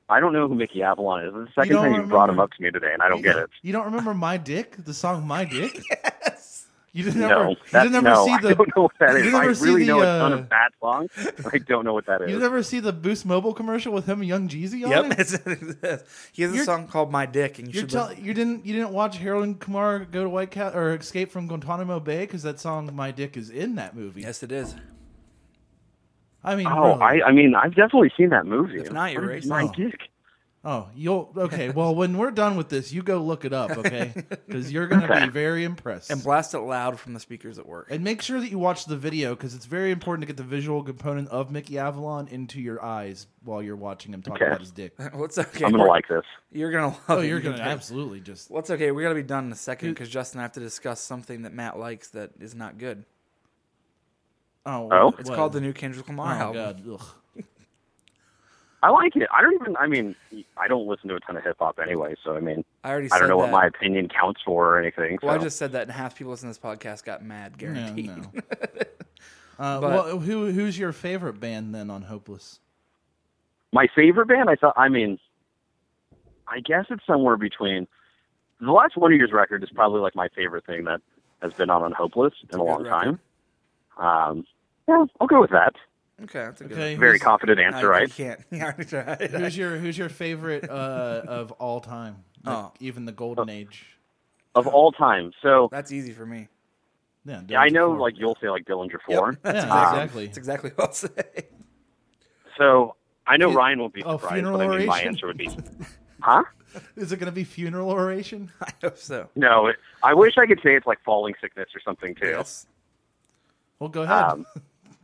[SPEAKER 4] I don't know who Mickey Avalon is. This is the second
[SPEAKER 3] don't
[SPEAKER 4] time you brought him
[SPEAKER 3] remember-
[SPEAKER 4] up to me today, and (laughs) I don't get it.
[SPEAKER 3] You don't remember My Dick? The song My
[SPEAKER 4] (laughs)
[SPEAKER 3] Dick?
[SPEAKER 2] (laughs) Yes.
[SPEAKER 3] You didn't ever
[SPEAKER 4] No,
[SPEAKER 3] you
[SPEAKER 4] that,
[SPEAKER 3] didn't ever
[SPEAKER 4] no,
[SPEAKER 3] see the
[SPEAKER 4] I don't know what that
[SPEAKER 3] you
[SPEAKER 4] is.
[SPEAKER 3] didn't
[SPEAKER 4] I
[SPEAKER 3] ever see
[SPEAKER 4] really
[SPEAKER 3] the,
[SPEAKER 4] know a ton
[SPEAKER 3] uh,
[SPEAKER 4] of bad songs. (laughs) I don't know
[SPEAKER 3] (laughs)
[SPEAKER 4] what that
[SPEAKER 3] You
[SPEAKER 4] is.
[SPEAKER 3] never see the Boost Mobile commercial with him and Young Jeezy on
[SPEAKER 2] Yep.
[SPEAKER 3] it?
[SPEAKER 2] it's- he has a
[SPEAKER 3] You're-
[SPEAKER 2] song called "My Dick," and (laughs) you
[SPEAKER 3] You're
[SPEAKER 2] should.
[SPEAKER 3] tell-
[SPEAKER 2] listen-
[SPEAKER 3] you didn't you didn't watch Harold and Kumar go to White Cat or escape from Guantanamo Bay because that song "My Dick" is in that movie.
[SPEAKER 2] yes, it is.
[SPEAKER 3] I mean,
[SPEAKER 4] Oh,
[SPEAKER 3] really.
[SPEAKER 4] I, I mean, I've definitely seen that movie.
[SPEAKER 2] If not, you're
[SPEAKER 4] What is
[SPEAKER 2] racist.
[SPEAKER 4] My
[SPEAKER 2] Oh.
[SPEAKER 4] dick.
[SPEAKER 3] oh, you'll okay. Well, when we're done with this, you go look it up,
[SPEAKER 2] (laughs)
[SPEAKER 3] okay? Because you're gonna be very impressed.
[SPEAKER 2] And blast it loud from the speakers at work.
[SPEAKER 3] And make sure that you watch the video because it's very important to get the visual component of Mickey Avalon into your eyes while you're watching him talk
[SPEAKER 4] Okay.
[SPEAKER 3] about
[SPEAKER 2] (laughs)
[SPEAKER 3] his dick.
[SPEAKER 2] (laughs) What's okay?
[SPEAKER 4] I'm gonna
[SPEAKER 2] we're-
[SPEAKER 4] like this.
[SPEAKER 2] You're gonna love
[SPEAKER 3] Oh,
[SPEAKER 2] it.
[SPEAKER 3] you're
[SPEAKER 2] Oh, You
[SPEAKER 3] gonna
[SPEAKER 2] can-
[SPEAKER 3] absolutely just
[SPEAKER 2] Well, it's okay. We gotta be done in a second
[SPEAKER 3] Dude.
[SPEAKER 2] because Justin, I have to discuss something that Matt likes that is not good.
[SPEAKER 3] oh,
[SPEAKER 4] Oh?
[SPEAKER 2] It's
[SPEAKER 3] what-
[SPEAKER 2] called the new Kendrick
[SPEAKER 3] oh
[SPEAKER 2] Lamar album.
[SPEAKER 3] god. Ugh.
[SPEAKER 4] I like it. I don't even. I mean, I don't listen to a ton of hip hop anyway, so I mean,
[SPEAKER 2] I already.
[SPEAKER 4] I
[SPEAKER 2] said
[SPEAKER 4] don't know
[SPEAKER 2] that.
[SPEAKER 4] what my opinion counts for or anything. So.
[SPEAKER 2] Well, I just said that, and half people listening to this podcast got mad,
[SPEAKER 3] Yeah,
[SPEAKER 2] guaranteed. (laughs)
[SPEAKER 3] no. Uh,
[SPEAKER 2] But-
[SPEAKER 3] well, who who's your favorite band then on Hopeless?
[SPEAKER 4] my favorite band. I thought. I mean, I guess it's somewhere between the last Wonder Years record is probably like my favorite thing that has been on on Hopeless in a
[SPEAKER 2] good
[SPEAKER 4] long
[SPEAKER 2] record.
[SPEAKER 4] time. Um, yeah, I'll go with that.
[SPEAKER 2] Okay, that's a good.
[SPEAKER 3] Okay,
[SPEAKER 4] Very
[SPEAKER 3] who's-
[SPEAKER 4] confident
[SPEAKER 2] I-
[SPEAKER 4] answer,
[SPEAKER 2] I
[SPEAKER 4] right?
[SPEAKER 2] can't. (laughs) Yeah, I already tried.
[SPEAKER 3] Who's your who's your favorite
[SPEAKER 4] (laughs)
[SPEAKER 3] uh, of all time? Like,
[SPEAKER 2] Oh.
[SPEAKER 3] even the golden age.
[SPEAKER 4] Of all time. So
[SPEAKER 2] (laughs) That's easy for me.
[SPEAKER 3] Yeah,
[SPEAKER 4] yeah, I
[SPEAKER 3] Dillinger
[SPEAKER 4] know
[SPEAKER 3] Ford.
[SPEAKER 4] like you'll say like Dillinger Four.
[SPEAKER 2] Yep, that's
[SPEAKER 3] Yeah,
[SPEAKER 2] exactly,
[SPEAKER 3] exactly.
[SPEAKER 2] That's exactly (laughs) what I'll say.
[SPEAKER 4] So I know
[SPEAKER 3] Fu-
[SPEAKER 4] Ryan won't be
[SPEAKER 3] oh,
[SPEAKER 4] surprised,
[SPEAKER 3] funeral
[SPEAKER 4] but I mean my
[SPEAKER 3] oration?
[SPEAKER 4] answer would be, huh?
[SPEAKER 3] Is it going to be funeral
[SPEAKER 4] (laughs)
[SPEAKER 3] oration?
[SPEAKER 2] I hope so.
[SPEAKER 4] No, it, I wish I could say it's like falling sickness or something too.
[SPEAKER 2] Yes.
[SPEAKER 3] Well, go ahead.
[SPEAKER 4] Um,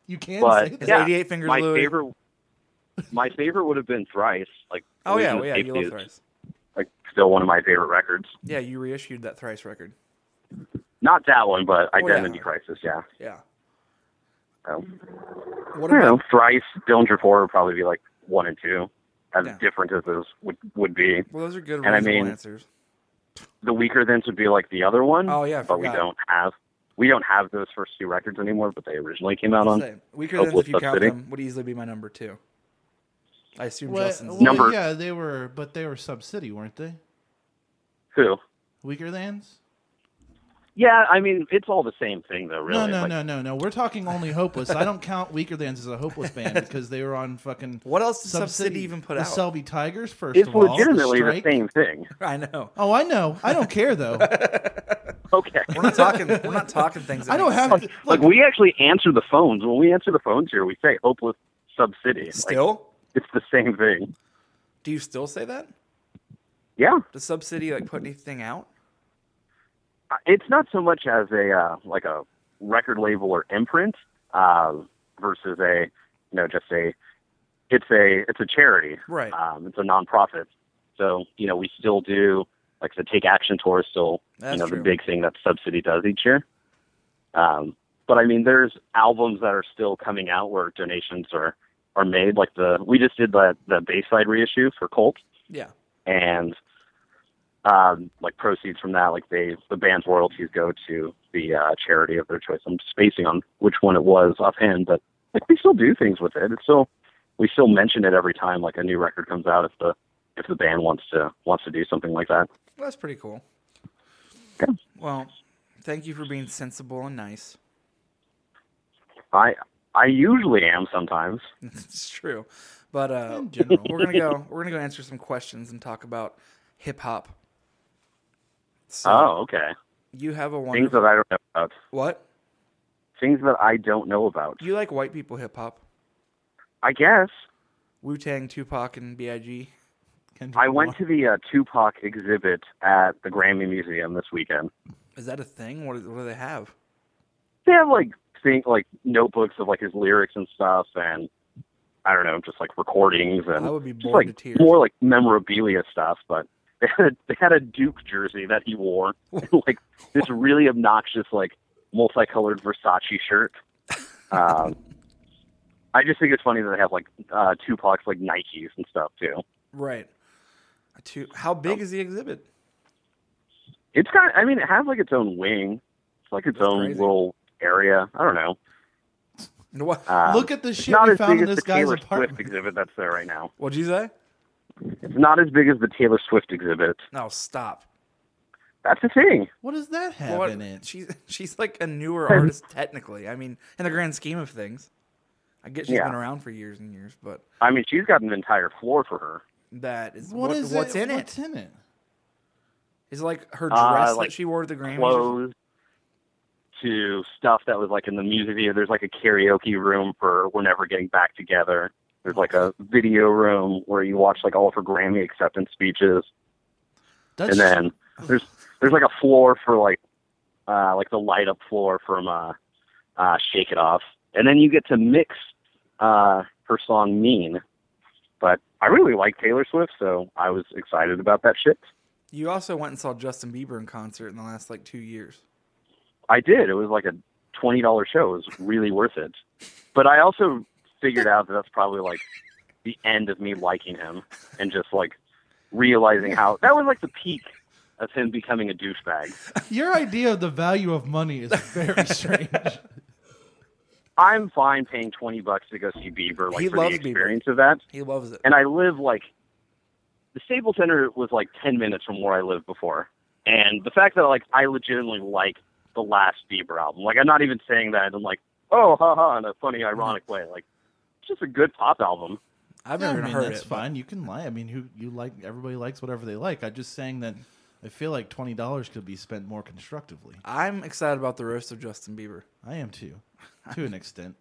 [SPEAKER 3] you can say
[SPEAKER 4] but
[SPEAKER 3] that.
[SPEAKER 4] yeah,
[SPEAKER 2] 88 Fingers
[SPEAKER 4] my
[SPEAKER 2] Louis.
[SPEAKER 4] favorite, my favorite would have been Thrice. Like
[SPEAKER 2] Oh yeah, well,
[SPEAKER 4] Illusion of
[SPEAKER 2] yeah.
[SPEAKER 4] Safety
[SPEAKER 2] You love
[SPEAKER 4] is,
[SPEAKER 2] thrice.
[SPEAKER 4] Like still one of my favorite records.
[SPEAKER 2] Yeah, you reissued that thrice record.
[SPEAKER 4] Not that one, but
[SPEAKER 2] Oh, yeah.
[SPEAKER 4] Identity Crisis. Yeah.
[SPEAKER 2] Yeah.
[SPEAKER 4] So,
[SPEAKER 2] What
[SPEAKER 4] I don't
[SPEAKER 2] about?
[SPEAKER 4] know. Thrice, Dillinger Four would probably be like one and two, as
[SPEAKER 2] Yeah.
[SPEAKER 4] different as those would would be.
[SPEAKER 2] Well, those are good
[SPEAKER 4] And I
[SPEAKER 2] reasonable
[SPEAKER 4] mean-
[SPEAKER 2] answers.
[SPEAKER 4] The weaker thens would be like the other one.
[SPEAKER 2] Oh, yeah, I
[SPEAKER 4] but we
[SPEAKER 2] forgot.
[SPEAKER 4] don't have we don't have those first two records anymore. But they originally came out on.
[SPEAKER 2] Say, weaker than
[SPEAKER 4] Hopeless
[SPEAKER 2] if you count
[SPEAKER 4] Subsidy.
[SPEAKER 2] them would easily be my number two. I assume
[SPEAKER 3] Well,
[SPEAKER 2] Justin's
[SPEAKER 3] well,
[SPEAKER 4] Number-
[SPEAKER 3] yeah, they were, but they were sub city, weren't they?
[SPEAKER 4] Who?
[SPEAKER 3] Weaker thans?
[SPEAKER 4] Yeah, I mean it's all the same thing though, really.
[SPEAKER 3] No, no,
[SPEAKER 4] Like,
[SPEAKER 3] no, no, no. We're talking only hopeless. I don't count weaker thans as a hopeless
[SPEAKER 4] (laughs)
[SPEAKER 3] band because they were on fucking.
[SPEAKER 2] What else did
[SPEAKER 3] Sub
[SPEAKER 2] Subsidy
[SPEAKER 3] City-
[SPEAKER 2] even put
[SPEAKER 3] the
[SPEAKER 2] out?
[SPEAKER 3] Selby Tigers first.
[SPEAKER 4] It's
[SPEAKER 3] of all,
[SPEAKER 4] legitimately the
[SPEAKER 3] Strike.
[SPEAKER 4] same thing.
[SPEAKER 2] (laughs)
[SPEAKER 4] (laughs)
[SPEAKER 2] I know.
[SPEAKER 3] Oh, I know. I don't care though.
[SPEAKER 4] Okay.
[SPEAKER 2] We're not talking. we're not talking
[SPEAKER 3] (laughs)
[SPEAKER 2] things. That
[SPEAKER 3] I don't
[SPEAKER 2] make
[SPEAKER 3] have.
[SPEAKER 2] sense.
[SPEAKER 3] to-
[SPEAKER 4] (laughs) like we actually answer the phones. When we answer the phones here, we say hopeless sub city. Like,
[SPEAKER 2] Still,
[SPEAKER 4] it's the same thing.
[SPEAKER 2] do you still say that?
[SPEAKER 4] Yeah.
[SPEAKER 2] Does Subsidy like put anything out?
[SPEAKER 4] It's not so much as a uh, like a record label or imprint uh, versus a you know just a it's a it's a charity.
[SPEAKER 2] Right.
[SPEAKER 4] Um, it's a nonprofit. So you know we still do like the Take Action Tour is still
[SPEAKER 2] That's
[SPEAKER 4] you know
[SPEAKER 2] true.
[SPEAKER 4] the big thing that Subsidy does each year. Um, but I mean, there's albums that are still coming out where donations are are made. Like the we just did the the Bayside reissue for Colt,
[SPEAKER 2] Yeah.
[SPEAKER 4] and um, like proceeds from that, like they the band's royalties go to the uh, charity of their choice. I'm spacing on which one it was offhand, but like we still do things with it. It's still we still mention it every time like a new record comes out if the if the band wants to wants to do something like that.
[SPEAKER 2] Well, that's pretty cool.
[SPEAKER 4] Okay.
[SPEAKER 2] Well, thank you for being sensible and nice. (laughs)
[SPEAKER 4] I I usually am sometimes.
[SPEAKER 2] it's true, but uh,
[SPEAKER 3] In general.
[SPEAKER 2] we're gonna go. We're gonna go answer some questions and talk about hip hop. So
[SPEAKER 4] Oh, okay.
[SPEAKER 2] you have a
[SPEAKER 4] Things
[SPEAKER 2] wonderful
[SPEAKER 4] that I don't know about.
[SPEAKER 2] what?
[SPEAKER 4] Things that I don't know about.
[SPEAKER 2] You like white people hip hop?
[SPEAKER 4] I guess
[SPEAKER 2] Wu Tang, Tupac, and B.I.G.
[SPEAKER 3] Kendrick
[SPEAKER 4] I went to the uh, Tupac exhibit at the Grammy Museum this weekend.
[SPEAKER 2] Is that a thing? What, is, what do they have?
[SPEAKER 4] They have like thing like notebooks of like his lyrics and stuff, and I don't know, just like recordings and
[SPEAKER 2] I would be
[SPEAKER 4] just,
[SPEAKER 2] bored to
[SPEAKER 4] like
[SPEAKER 2] tears.
[SPEAKER 4] more like memorabilia stuff. But (laughs) they had a, they had a Duke jersey that he
[SPEAKER 2] (laughs)
[SPEAKER 4] wore, (laughs) and, like this really obnoxious like multicolored Versace shirt. Um, I just think it's funny that they have like uh, Tupac's like Nikes and stuff too.
[SPEAKER 2] Right. A tu- How big is the exhibit?
[SPEAKER 4] It's got. I mean, it has like its own wing. It's like its
[SPEAKER 2] That's
[SPEAKER 4] own
[SPEAKER 2] crazy.
[SPEAKER 4] little area. I don't know.
[SPEAKER 2] What?
[SPEAKER 4] Um,
[SPEAKER 3] Look at the
[SPEAKER 4] it's
[SPEAKER 3] shit
[SPEAKER 4] not
[SPEAKER 3] we
[SPEAKER 4] as
[SPEAKER 3] found
[SPEAKER 4] big
[SPEAKER 3] in
[SPEAKER 4] as
[SPEAKER 3] this
[SPEAKER 4] the
[SPEAKER 3] guy's
[SPEAKER 4] Taylor
[SPEAKER 3] apartment.
[SPEAKER 4] Swift exhibit that's there right now.
[SPEAKER 2] What'd you say?
[SPEAKER 4] It's not as big as the Taylor Swift exhibit.
[SPEAKER 2] No, stop.
[SPEAKER 4] That's the thing.
[SPEAKER 3] What does that have
[SPEAKER 2] Well,
[SPEAKER 3] in it?
[SPEAKER 2] she's she's like a newer artist technically. I mean, in the grand scheme of things, I get she's
[SPEAKER 4] Yeah.
[SPEAKER 2] been around for years and years, but
[SPEAKER 4] I mean, she's got an entire floor for her.
[SPEAKER 2] that is
[SPEAKER 3] What
[SPEAKER 2] what-
[SPEAKER 3] is
[SPEAKER 2] what's
[SPEAKER 3] it?
[SPEAKER 2] in
[SPEAKER 3] What's
[SPEAKER 2] it.
[SPEAKER 3] in it?
[SPEAKER 2] Is like her dress
[SPEAKER 4] Uh,
[SPEAKER 2] that
[SPEAKER 4] like
[SPEAKER 2] she wore to the Grammys. or
[SPEAKER 4] Clothes to stuff that was like in the music video. There's like a karaoke room for We're Never Getting Back Together. There's like a video room where you watch like all of her Grammy acceptance speeches.
[SPEAKER 3] That's
[SPEAKER 4] and then there's there's like a floor for like uh like the light up floor from uh uh shake it off and then you get to mix uh her song mean but i really like taylor swift so i was excited about that shit
[SPEAKER 2] You also went and saw Justin Bieber in concert in the last like two years.
[SPEAKER 4] i did it was like a twenty dollar show it was really worth it but i also figured out that that's probably like the end of me liking him and just like realizing how that was like the peak of him becoming a douchebag
[SPEAKER 3] (laughs) your idea of the value of money is
[SPEAKER 4] (laughs)
[SPEAKER 3] very strange.
[SPEAKER 4] I'm fine paying twenty bucks to go see Bieber, like
[SPEAKER 2] He
[SPEAKER 4] for
[SPEAKER 2] loves
[SPEAKER 4] the
[SPEAKER 2] Bieber.
[SPEAKER 4] experience of that.
[SPEAKER 2] He loves it.
[SPEAKER 4] And I live like the Staples Center was like ten minutes from where I lived before, and the fact that like I legitimately like the last Bieber album, like I'm not even saying that in like oh ha ha in a funny
[SPEAKER 3] Mm-hmm.
[SPEAKER 4] ironic way, like it's just a good pop album.
[SPEAKER 2] I've
[SPEAKER 3] Yeah,
[SPEAKER 2] never
[SPEAKER 3] I
[SPEAKER 2] even
[SPEAKER 3] mean,
[SPEAKER 2] heard
[SPEAKER 3] that's
[SPEAKER 2] it. but
[SPEAKER 3] fine. You can lie. I mean, who you like? Everybody likes whatever they like. I'm just saying that I feel like twenty dollars could be spent more constructively.
[SPEAKER 2] I'm excited about the roast of Justin Bieber.
[SPEAKER 3] I am too, to an
[SPEAKER 4] (laughs)
[SPEAKER 3] extent.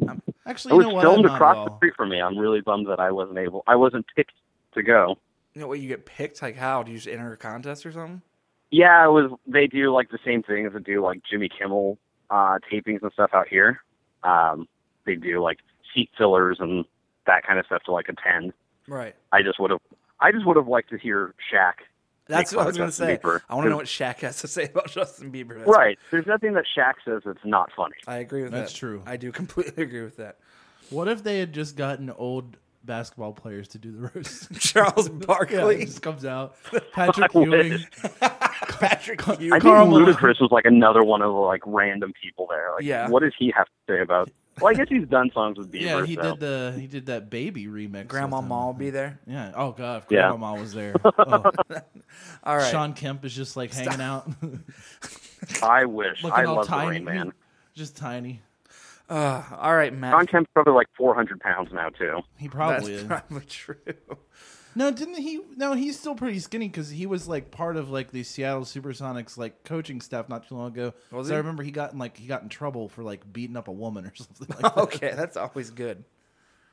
[SPEAKER 3] Actually,
[SPEAKER 4] It
[SPEAKER 3] you
[SPEAKER 4] was
[SPEAKER 3] know what? I'm
[SPEAKER 4] filmed
[SPEAKER 3] not at
[SPEAKER 4] across the
[SPEAKER 3] all.
[SPEAKER 4] street from me. I'm really bummed that I wasn't able, I wasn't picked to go.
[SPEAKER 2] You know what? You get picked. Like how? Do you just enter a contest or something?
[SPEAKER 4] Yeah, it was. They do like the same things that do like Jimmy Kimmel uh, tapings and stuff out here. Um, they do like seat fillers and that kind of stuff to like attend.
[SPEAKER 2] Right.
[SPEAKER 4] I just would have, I just would have liked to hear Shaq.
[SPEAKER 2] That's
[SPEAKER 4] make
[SPEAKER 2] what I
[SPEAKER 4] fun
[SPEAKER 2] was
[SPEAKER 4] of
[SPEAKER 2] gonna
[SPEAKER 4] Justin
[SPEAKER 2] say.
[SPEAKER 4] Bieber.
[SPEAKER 2] I want to know what Shaq has to say about (laughs) Justin Bieber. That's-
[SPEAKER 4] Right. There's nothing that Shaq says that's not funny.
[SPEAKER 3] Uh,
[SPEAKER 2] I agree with that.
[SPEAKER 3] That's true.
[SPEAKER 2] I do completely (laughs) agree with that.
[SPEAKER 3] What if they had just gotten old basketball players to do the roast?
[SPEAKER 2] (laughs) Charles
[SPEAKER 3] yeah, it
[SPEAKER 2] Barkley,
[SPEAKER 3] just
[SPEAKER 2] (laughs)
[SPEAKER 3] comes out. Patrick
[SPEAKER 4] I wish.
[SPEAKER 3] Ewing.
[SPEAKER 2] Patrick
[SPEAKER 4] I
[SPEAKER 2] Ewing.
[SPEAKER 4] think
[SPEAKER 3] Karl
[SPEAKER 4] Ludacris was like another one of the like random people there. Like,
[SPEAKER 2] Yeah.
[SPEAKER 4] what does he have to say about? Well, I guess he's done songs with Bieber.
[SPEAKER 3] (laughs) Yeah, he
[SPEAKER 4] so.
[SPEAKER 3] did the he did that baby remix.
[SPEAKER 2] Grandma
[SPEAKER 3] with him.
[SPEAKER 2] Ma will be there.
[SPEAKER 3] Yeah. Oh god, if
[SPEAKER 4] Yeah.
[SPEAKER 3] Grandma Ma was
[SPEAKER 4] (laughs)
[SPEAKER 3] there. Oh,
[SPEAKER 2] All right.
[SPEAKER 3] Sean Kemp is just like hanging out, (laughs) looking
[SPEAKER 4] I wish. I
[SPEAKER 3] all
[SPEAKER 4] love the
[SPEAKER 3] tiny,
[SPEAKER 4] Rain Man.
[SPEAKER 3] just tiny.
[SPEAKER 2] Uh, all right, Matt.
[SPEAKER 4] John Kemp's probably like 400 pounds now too.
[SPEAKER 3] He
[SPEAKER 2] That's
[SPEAKER 3] probably is.
[SPEAKER 2] probably (laughs) true.
[SPEAKER 3] No, didn't he? No, he's still pretty skinny because he was like part of like the Seattle SuperSonics like coaching staff not too long ago.
[SPEAKER 2] Was
[SPEAKER 3] so
[SPEAKER 2] he?
[SPEAKER 3] I remember he got in like he got in trouble for like beating up a woman or (laughs) something like
[SPEAKER 2] (laughs)
[SPEAKER 3] that.
[SPEAKER 2] Okay, that's always good.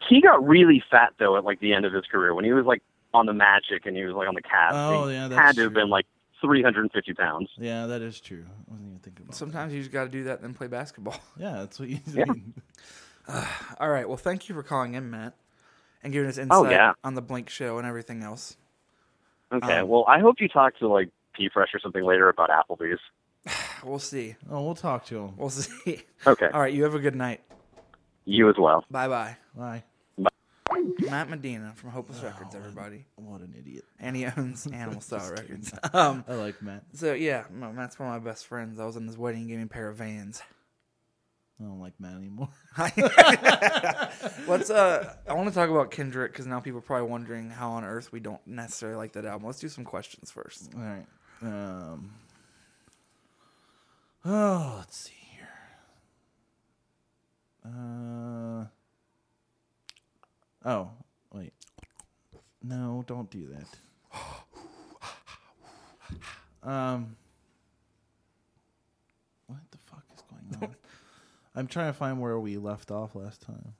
[SPEAKER 4] he got really fat though at like the end of his career when he was like on the Magic and he was like on the Cavs.
[SPEAKER 3] Oh,
[SPEAKER 4] he
[SPEAKER 3] yeah, that's
[SPEAKER 4] had to have
[SPEAKER 3] true.
[SPEAKER 4] been like 350 pounds.
[SPEAKER 3] Yeah, that is true. I wasn't even thinking about.
[SPEAKER 2] Sometimes you just got to do that, then play basketball. (laughs)
[SPEAKER 3] that. Yeah, that's what you.
[SPEAKER 4] Yeah.
[SPEAKER 2] All right. Well, thank you for calling in, Matt, and giving us insight
[SPEAKER 4] Oh, yeah.
[SPEAKER 2] on the Blink show and everything else.
[SPEAKER 4] Okay,
[SPEAKER 2] Um,
[SPEAKER 4] well I hope you talk to like P Fresh or something later about Applebee's.
[SPEAKER 2] We'll see.
[SPEAKER 3] (laughs) Oh, we'll talk to him.
[SPEAKER 2] We'll see. (laughs)
[SPEAKER 4] Okay,
[SPEAKER 2] All right. You have a good night.
[SPEAKER 4] you as well.
[SPEAKER 2] Bye bye.
[SPEAKER 3] Bye.
[SPEAKER 2] Matt Medina from Hopeless Records, everybody,
[SPEAKER 3] What an idiot.
[SPEAKER 2] and he owns Animal Style Records. (laughs) Um.
[SPEAKER 3] I like Matt.
[SPEAKER 2] So yeah, no, Matt's one of my best friends. I was in his wedding, he gave me a pair of Vans.
[SPEAKER 3] I don't like Matt anymore. (laughs)
[SPEAKER 2] Let's. Uh, (laughs) I want to talk about Kendrick because now people are probably wondering how on earth we don't necessarily like that album. Let's do some questions first.
[SPEAKER 3] All right. Um. Oh, let's see here. Uh. Oh, wait. No, don't do that. Um. What the fuck is going on? I'm trying to find where we left off last time.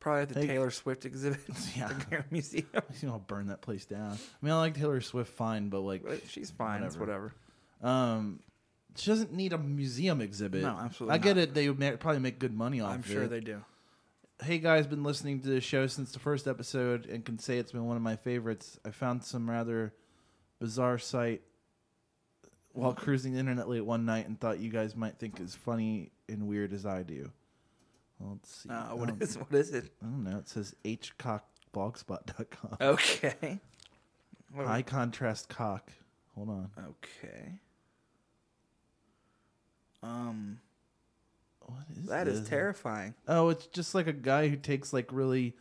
[SPEAKER 2] Probably at the
[SPEAKER 3] Hey.
[SPEAKER 2] Taylor Swift exhibit, (laughs)
[SPEAKER 3] Yeah.
[SPEAKER 2] at the Grand Museum.
[SPEAKER 3] You know, I'll burn that place down. I mean, I like Taylor Swift fine, but like,
[SPEAKER 2] But She's fine. It's whatever.
[SPEAKER 3] Um, she doesn't need a museum exhibit.
[SPEAKER 2] No, absolutely
[SPEAKER 3] I get
[SPEAKER 2] not.
[SPEAKER 3] it. They would ma- probably make good money off.
[SPEAKER 2] I'm
[SPEAKER 3] of
[SPEAKER 2] sure
[SPEAKER 3] it.
[SPEAKER 2] they do.
[SPEAKER 3] Hey guys, been listening to the show since the first episode and can say it's been one of my favorites. I found some rather bizarre site while cruising the internet late one night and thought you guys might think as funny and weird as I do. Well, Let's see.
[SPEAKER 2] Uh, what
[SPEAKER 3] Um,
[SPEAKER 2] is- What is it? (laughs)
[SPEAKER 3] I don't know. It says
[SPEAKER 2] Oh.
[SPEAKER 3] hcockblogspot.com.
[SPEAKER 2] Okay.
[SPEAKER 3] High contrast cock. Hold on.
[SPEAKER 2] Okay. Um,
[SPEAKER 3] What is
[SPEAKER 2] that is
[SPEAKER 3] this?
[SPEAKER 2] terrifying. (laughs)
[SPEAKER 3] Oh, it's just like a guy who takes like really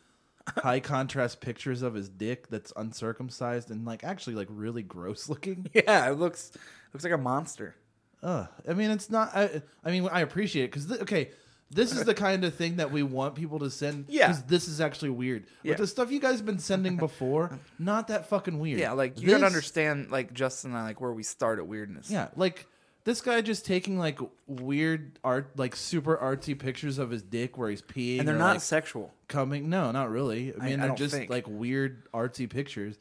[SPEAKER 3] high contrast pictures of his dick that's uncircumcised and like actually like really gross
[SPEAKER 2] (laughs)
[SPEAKER 3] looking.
[SPEAKER 2] Yeah, it looks looks like a monster.
[SPEAKER 3] Ugh. I mean, it's not. I, I mean, I appreciate it because okay, this is the kind of thing that we want people to send.
[SPEAKER 2] Yeah.
[SPEAKER 3] this is actually weird.
[SPEAKER 2] Yeah.
[SPEAKER 3] But the stuff you guys have been
[SPEAKER 2] (laughs)
[SPEAKER 3] sending before, not that fucking weird.
[SPEAKER 2] Yeah, like you
[SPEAKER 3] This-
[SPEAKER 2] gotta understand, like Justin and I, like where we start at weirdness.
[SPEAKER 3] Yeah, like this guy just taking like weird art, like super artsy pictures of his dick where he's peeing,
[SPEAKER 2] and they're
[SPEAKER 3] or,
[SPEAKER 2] not
[SPEAKER 3] like,
[SPEAKER 2] sexual.
[SPEAKER 3] coming. No, not really. I mean,
[SPEAKER 2] I
[SPEAKER 3] they're
[SPEAKER 2] don't
[SPEAKER 3] just
[SPEAKER 2] think.
[SPEAKER 3] like weird artsy pictures.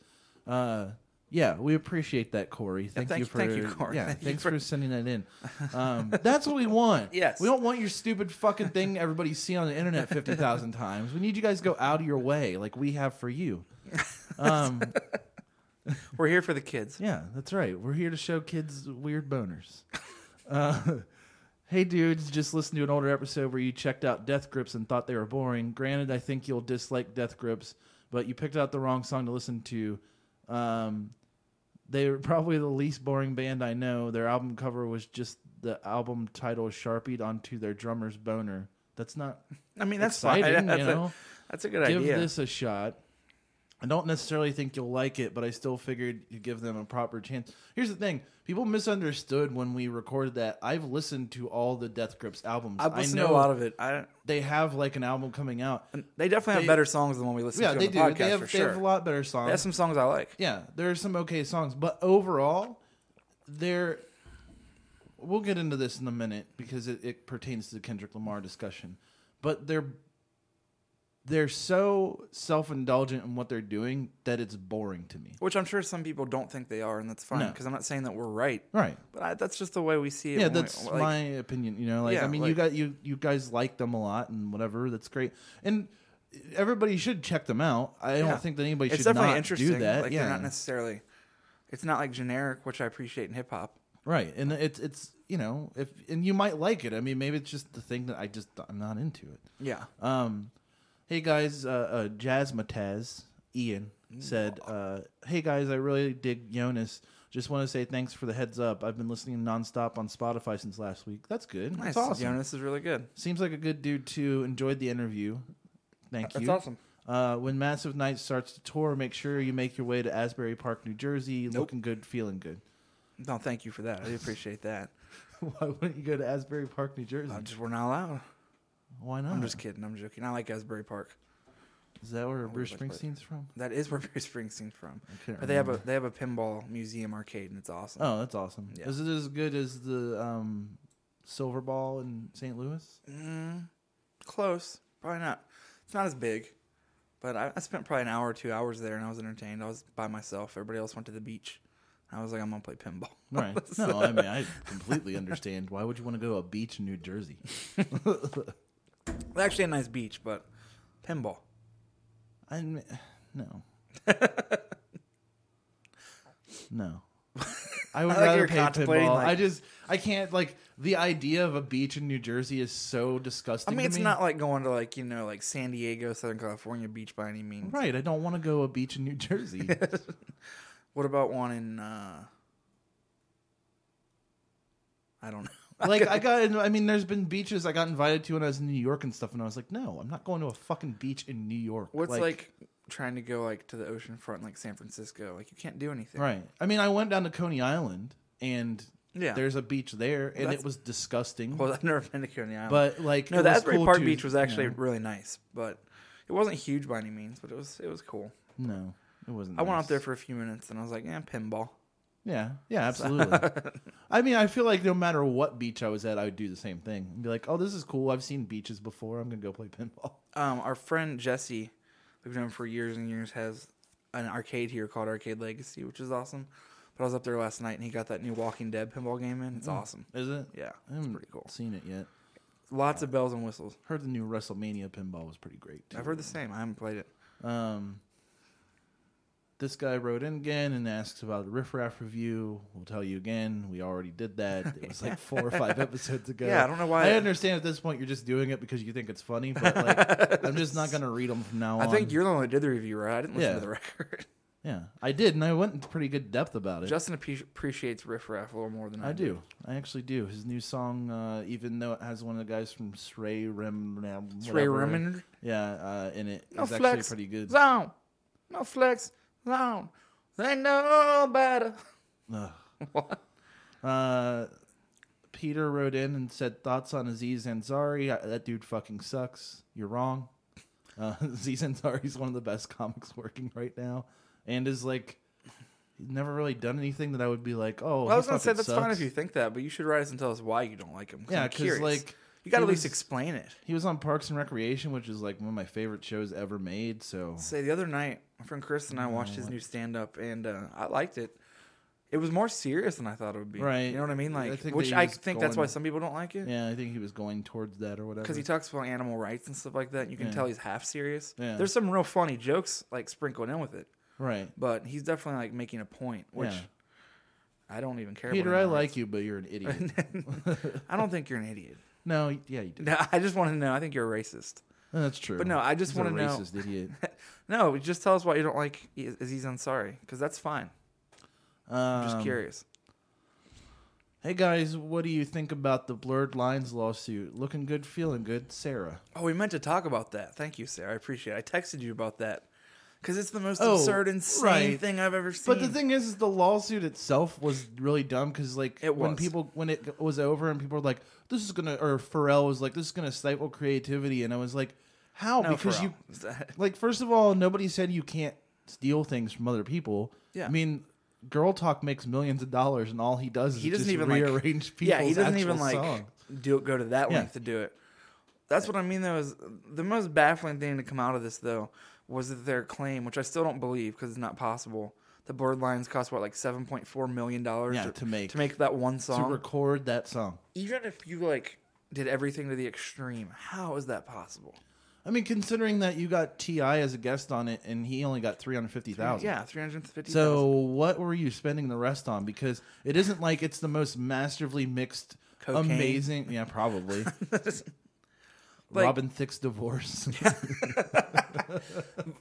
[SPEAKER 3] Uh, yeah, we appreciate that, Corey. Thank,
[SPEAKER 2] thank
[SPEAKER 3] you
[SPEAKER 2] you-
[SPEAKER 3] for
[SPEAKER 2] thank you, Corey.
[SPEAKER 3] yeah,
[SPEAKER 2] Thank you
[SPEAKER 3] thanks
[SPEAKER 2] for-
[SPEAKER 3] for... sending that in.
[SPEAKER 2] (laughs)
[SPEAKER 3] Um, that's what we want.
[SPEAKER 2] Yes.
[SPEAKER 3] we don't want your stupid fucking thing everybody's seen on the internet
[SPEAKER 2] (laughs)
[SPEAKER 3] fifty thousand times. We need you guys to go out of your way, like we have for you. Um,
[SPEAKER 2] We're here for the kids.
[SPEAKER 3] yeah, that's right. We're here to show kids weird boners. (laughs) Uh, hey, dudes, just listen to an older episode where you checked out Death Grips and thought they were boring. Granted, I think you'll dislike Death Grips, but you picked out the wrong song to listen to. Um, they were probably the least boring band I know. Their album cover was just the album title sharpied onto their drummer's boner. That's not
[SPEAKER 2] I mean, that's fine. (laughs)
[SPEAKER 3] exciting,
[SPEAKER 2] That's,
[SPEAKER 3] you
[SPEAKER 2] a,
[SPEAKER 3] know.
[SPEAKER 2] that's a good
[SPEAKER 3] give
[SPEAKER 2] idea.
[SPEAKER 3] this a shot. I don't necessarily think you'll like it, but I still figured you give them a proper chance. Here's the thing: people misunderstood when we recorded that. I've listened to all the Death Grips albums.
[SPEAKER 2] I've
[SPEAKER 3] I
[SPEAKER 2] listened
[SPEAKER 3] know
[SPEAKER 2] to a lot of it. I,
[SPEAKER 3] they have like an album coming out.
[SPEAKER 2] they definitely
[SPEAKER 3] They-
[SPEAKER 2] have better songs than what we listen
[SPEAKER 3] yeah,
[SPEAKER 2] to on
[SPEAKER 3] they
[SPEAKER 2] the
[SPEAKER 3] do.
[SPEAKER 2] podcast
[SPEAKER 3] they have
[SPEAKER 2] for
[SPEAKER 3] they
[SPEAKER 2] sure.
[SPEAKER 3] have a lot better songs.
[SPEAKER 2] They have some songs I like.
[SPEAKER 3] yeah, there are some okay songs, but overall, they're. We'll get into this in a minute because it, it pertains to the Kendrick Lamar discussion, but they're they're so self indulgent in what they're doing that it's boring to me.
[SPEAKER 2] Which I'm sure some people don't think they are, and that's fine.
[SPEAKER 3] No.
[SPEAKER 2] Because I'm not saying that we're right,
[SPEAKER 3] Right.
[SPEAKER 2] but I, that's just the way we see it.
[SPEAKER 3] Yeah,
[SPEAKER 2] when we-
[SPEAKER 3] that's
[SPEAKER 2] like-
[SPEAKER 3] my opinion. You know, like
[SPEAKER 2] Yeah,
[SPEAKER 3] I mean, you
[SPEAKER 2] like-
[SPEAKER 3] got you you guys like them a lot and whatever. That's great, and everybody should check them out. I
[SPEAKER 2] Yeah.
[SPEAKER 3] don't think that anybody
[SPEAKER 2] It's
[SPEAKER 3] should
[SPEAKER 2] definitely
[SPEAKER 3] not
[SPEAKER 2] interesting.
[SPEAKER 3] do that.
[SPEAKER 2] Like
[SPEAKER 3] yeah,
[SPEAKER 2] they're not necessarily. It's not like generic, which I appreciate in hip hop.
[SPEAKER 3] right. And it's it's you know if and you might like it. I mean, maybe it's just the thing that I just I'm not into it.
[SPEAKER 2] Yeah.
[SPEAKER 3] Um, hey guys, uh, uh, Jazz Mataz, Ian said, uh, "Hey guys, I really dig Jonas. Just want to say thanks for the heads up. I've been listening nonstop on Spotify since last week. That's good.
[SPEAKER 2] nice.
[SPEAKER 3] That's awesome.
[SPEAKER 2] Jonas is really good.
[SPEAKER 3] Seems like a good dude too. Enjoyed the interview. Thank you. Uh, when Massive Night starts to tour, make sure you make your way to Asbury Park, New Jersey. Looking good, feeling good.
[SPEAKER 2] No, thank you for that. I do appreciate that.
[SPEAKER 3] (laughs) Why wouldn't you go to Asbury Park, New Jersey?
[SPEAKER 2] I just we're not allowed.
[SPEAKER 3] Why not?
[SPEAKER 2] I'm just kidding. I'm joking. I like Asbury Park.
[SPEAKER 3] Is that where Bruce
[SPEAKER 2] like that.
[SPEAKER 3] Springsteen's from?
[SPEAKER 2] That is where (laughs) Bruce Springsteen's from.
[SPEAKER 3] couldn't
[SPEAKER 2] But they have a they have a pinball museum arcade, and it's awesome.
[SPEAKER 3] Oh, that's awesome.
[SPEAKER 2] Yeah.
[SPEAKER 3] Is it as good as the um, Silver Ball in
[SPEAKER 2] (laughs)
[SPEAKER 3] St. Louis?
[SPEAKER 2] Close. Probably not. It's not as big. But I, I spent probably an hour or two hours there and I was entertained. I was by myself. Everybody else went to the beach. I was like, I'm going to play pinball. (laughs)
[SPEAKER 3] Right. No, I mean I completely understand. Why would you want to go to a beach in New Jersey?
[SPEAKER 2] Well, Actually, a nice beach, but pinball.
[SPEAKER 3] I mean,
[SPEAKER 2] (laughs)
[SPEAKER 3] no.
[SPEAKER 2] (laughs)
[SPEAKER 3] no. I would
[SPEAKER 2] I like
[SPEAKER 3] rather
[SPEAKER 2] you're
[SPEAKER 3] play
[SPEAKER 2] contemplating,
[SPEAKER 3] pinball.
[SPEAKER 2] like-
[SPEAKER 3] I just I can't like the idea of a beach in New Jersey is so
[SPEAKER 2] I
[SPEAKER 3] disgusting.
[SPEAKER 2] mean,
[SPEAKER 3] to
[SPEAKER 2] it's
[SPEAKER 3] me.
[SPEAKER 2] not like going to like, you know, like San Diego, Southern California beach by any means.
[SPEAKER 3] right. I don't want to go a beach in
[SPEAKER 2] (laughs)
[SPEAKER 3] New Jersey.
[SPEAKER 2] What about one in, uh, I don't know. (laughs)
[SPEAKER 3] like I got. in- I mean, there's been beaches I got invited to when I was in New York and stuff, and I was like, no, I'm not going to a fucking beach in New York.
[SPEAKER 2] What's like, trying to go like to the ocean front, like San Francisco? Like you can't do anything.
[SPEAKER 3] Right. I mean, I went down to Coney Island and
[SPEAKER 2] Yeah.
[SPEAKER 3] there's a beach there, and
[SPEAKER 2] That's-
[SPEAKER 3] it was disgusting.
[SPEAKER 2] Well, (laughs) I've never been to Coney Island.
[SPEAKER 3] but like,
[SPEAKER 2] no,
[SPEAKER 3] it
[SPEAKER 2] the
[SPEAKER 3] was
[SPEAKER 2] Asbury
[SPEAKER 3] cool
[SPEAKER 2] Park
[SPEAKER 3] to-
[SPEAKER 2] beach was actually
[SPEAKER 3] yeah.
[SPEAKER 2] really nice, but it wasn't huge by any means. But it was it was cool.
[SPEAKER 3] No, it wasn't.
[SPEAKER 2] I went
[SPEAKER 3] nice.
[SPEAKER 2] out there for a few minutes and I was like, yeah, pinball.
[SPEAKER 3] Yeah,
[SPEAKER 2] (laughs)
[SPEAKER 3] yeah, absolutely. I mean, I feel like no matter what beach I was at, I would do the same thing and be like, "Oh, this is cool. I've seen beaches before. I'm gonna go play (laughs) pinball."
[SPEAKER 2] Um, our friend Jesse, we've known for years and years, has an arcade here called Arcade Legacy, which is awesome. But I was up there last night and he got that new Walking Dead pinball game in.
[SPEAKER 3] Mm.
[SPEAKER 2] It's awesome.
[SPEAKER 3] Is it?
[SPEAKER 2] Yeah,
[SPEAKER 3] I
[SPEAKER 2] it's
[SPEAKER 3] haven't
[SPEAKER 2] pretty cool.
[SPEAKER 3] Seen it yet?
[SPEAKER 2] Lots of bells and whistles.
[SPEAKER 3] Heard the new WrestleMania pinball was pretty great. Too.
[SPEAKER 2] I've heard the same. I haven't played it.
[SPEAKER 3] Um, this guy wrote in again and asks about the Riff Raff review. We'll tell you again. We already did that. It was like four
[SPEAKER 2] (laughs)
[SPEAKER 3] or five episodes ago.
[SPEAKER 2] Yeah, I don't know why-
[SPEAKER 3] I understand at this point you're just doing it because you think it's
[SPEAKER 2] (laughs)
[SPEAKER 3] funny, but like I'm just not gonna read them from now
[SPEAKER 2] I
[SPEAKER 3] on.
[SPEAKER 2] think you're the (laughs) one that did the review, right? I didn't listen
[SPEAKER 3] Yeah.
[SPEAKER 2] to the record.
[SPEAKER 3] Yeah, I did, and I went into pretty good depth about it.
[SPEAKER 2] Justin appe- appreciates Riff Raff a little more than I,
[SPEAKER 3] I do. I actually do. His new song, uh, even though it has one of the guys from Sray Rim,
[SPEAKER 2] Stray
[SPEAKER 3] whatever,
[SPEAKER 2] Remnant.
[SPEAKER 3] yeah, uh, in it,
[SPEAKER 2] No
[SPEAKER 3] it's actually
[SPEAKER 2] flex
[SPEAKER 3] pretty good.
[SPEAKER 2] zone. No flex zone. They know better.
[SPEAKER 3] Ugh.
[SPEAKER 2] (laughs) What?
[SPEAKER 3] Uh, Peter wrote in and said thoughts on Aziz Ansari. I, that dude fucking sucks. You're wrong. Uh, (laughs) Aziz Ansari is one of the best comics working right now, and is like he's never really done anything that I would be like, oh.
[SPEAKER 2] Well, I
[SPEAKER 3] he
[SPEAKER 2] was gonna say
[SPEAKER 3] fucking
[SPEAKER 2] that's
[SPEAKER 3] sucks.
[SPEAKER 2] fine if you think that, but you should write us and tell us why you don't like him.
[SPEAKER 3] Yeah,
[SPEAKER 2] I'm
[SPEAKER 3] 'cause,
[SPEAKER 2] curious.
[SPEAKER 3] like,
[SPEAKER 2] you gotta at
[SPEAKER 3] he
[SPEAKER 2] least
[SPEAKER 3] was-
[SPEAKER 2] explain it.
[SPEAKER 3] He was on Parks and Recreation, which is like one of my favorite shows ever made. So
[SPEAKER 2] Say the other night, my friend Chris and I watched his new stand up, and uh, I liked it. It was more serious than I thought it would be.
[SPEAKER 3] Right.
[SPEAKER 2] You know what I mean?
[SPEAKER 3] I
[SPEAKER 2] Like,
[SPEAKER 3] think
[SPEAKER 2] which
[SPEAKER 3] that he
[SPEAKER 2] I
[SPEAKER 3] was
[SPEAKER 2] think that's why
[SPEAKER 3] going-
[SPEAKER 2] some people don't like it.
[SPEAKER 3] yeah, I think he was going towards that or whatever.
[SPEAKER 2] Because he talks about animal rights and stuff like that, and you can
[SPEAKER 3] Yeah.
[SPEAKER 2] tell he's half serious.
[SPEAKER 3] Yeah.
[SPEAKER 2] There's some real funny jokes like sprinkled in with it,
[SPEAKER 3] right.
[SPEAKER 2] but he's definitely like making a point, which
[SPEAKER 3] Yeah.
[SPEAKER 2] I don't even care.
[SPEAKER 3] Peter,
[SPEAKER 2] about
[SPEAKER 3] I
[SPEAKER 2] animal
[SPEAKER 3] like you, but
[SPEAKER 2] (laughs)
[SPEAKER 3] you're an idiot.
[SPEAKER 2] rights. (laughs) I don't think you're an idiot.
[SPEAKER 3] no, yeah, you do.
[SPEAKER 2] No, I just want to know. I think you're a racist.
[SPEAKER 3] That's true.
[SPEAKER 2] But no, I just
[SPEAKER 3] He's a
[SPEAKER 2] wanna know-
[SPEAKER 3] Racist idiot.
[SPEAKER 2] no, (laughs) just tell us why you don't like E, Aziz Ansari, because that's fine. I'm just
[SPEAKER 3] Um,
[SPEAKER 2] curious.
[SPEAKER 3] Hey guys, what do you think about the blurred lines lawsuit? Looking good, feeling good, Sarah.
[SPEAKER 2] Oh, we meant to talk about that. Thank you, Sarah. I appreciate it. I texted you about that because it's the most
[SPEAKER 3] Oh,
[SPEAKER 2] absurd, insane
[SPEAKER 3] right.
[SPEAKER 2] thing I've ever seen.
[SPEAKER 3] But the thing is, is the lawsuit itself was really dumb because like
[SPEAKER 2] It
[SPEAKER 3] when
[SPEAKER 2] was.
[SPEAKER 3] people when it was over and people were like, "This is gonna," or Pharrell was like, "This is gonna stifle creativity," and I was like, "How?"
[SPEAKER 2] No,
[SPEAKER 3] because
[SPEAKER 2] Pharrell.
[SPEAKER 3] you
[SPEAKER 2] (laughs)
[SPEAKER 3] like first of all, nobody said you can't steal things from other people.
[SPEAKER 2] Yeah.
[SPEAKER 3] I mean. Girl Talk makes millions of dollars, and all he does is
[SPEAKER 2] he doesn't
[SPEAKER 3] just
[SPEAKER 2] even like
[SPEAKER 3] rearrange people's
[SPEAKER 2] Yeah, he doesn't even like
[SPEAKER 3] song.
[SPEAKER 2] do go to that
[SPEAKER 3] Yeah.
[SPEAKER 2] length to do it. That's what I mean. Though is the most baffling thing to come out of this though was that their claim, which I still don't believe because it's not possible. The blurred lines cost what like seven point four million dollars
[SPEAKER 3] Yeah, to make-
[SPEAKER 2] to make that one
[SPEAKER 3] to
[SPEAKER 2] song.
[SPEAKER 3] record that song.
[SPEAKER 2] Even if you like did everything to the extreme, how is that possible?
[SPEAKER 3] I mean, considering that you got Ti as a guest on it, and he only got three hundred fifty thousand.
[SPEAKER 2] Yeah, three hundred fifty.
[SPEAKER 3] So what were you spending the rest on? Because it isn't like it's the most masterfully mixed,
[SPEAKER 2] Cocaine.
[SPEAKER 3] amazing. Yeah, probably.
[SPEAKER 2] (laughs) Like-
[SPEAKER 3] Robin Thicke's divorce.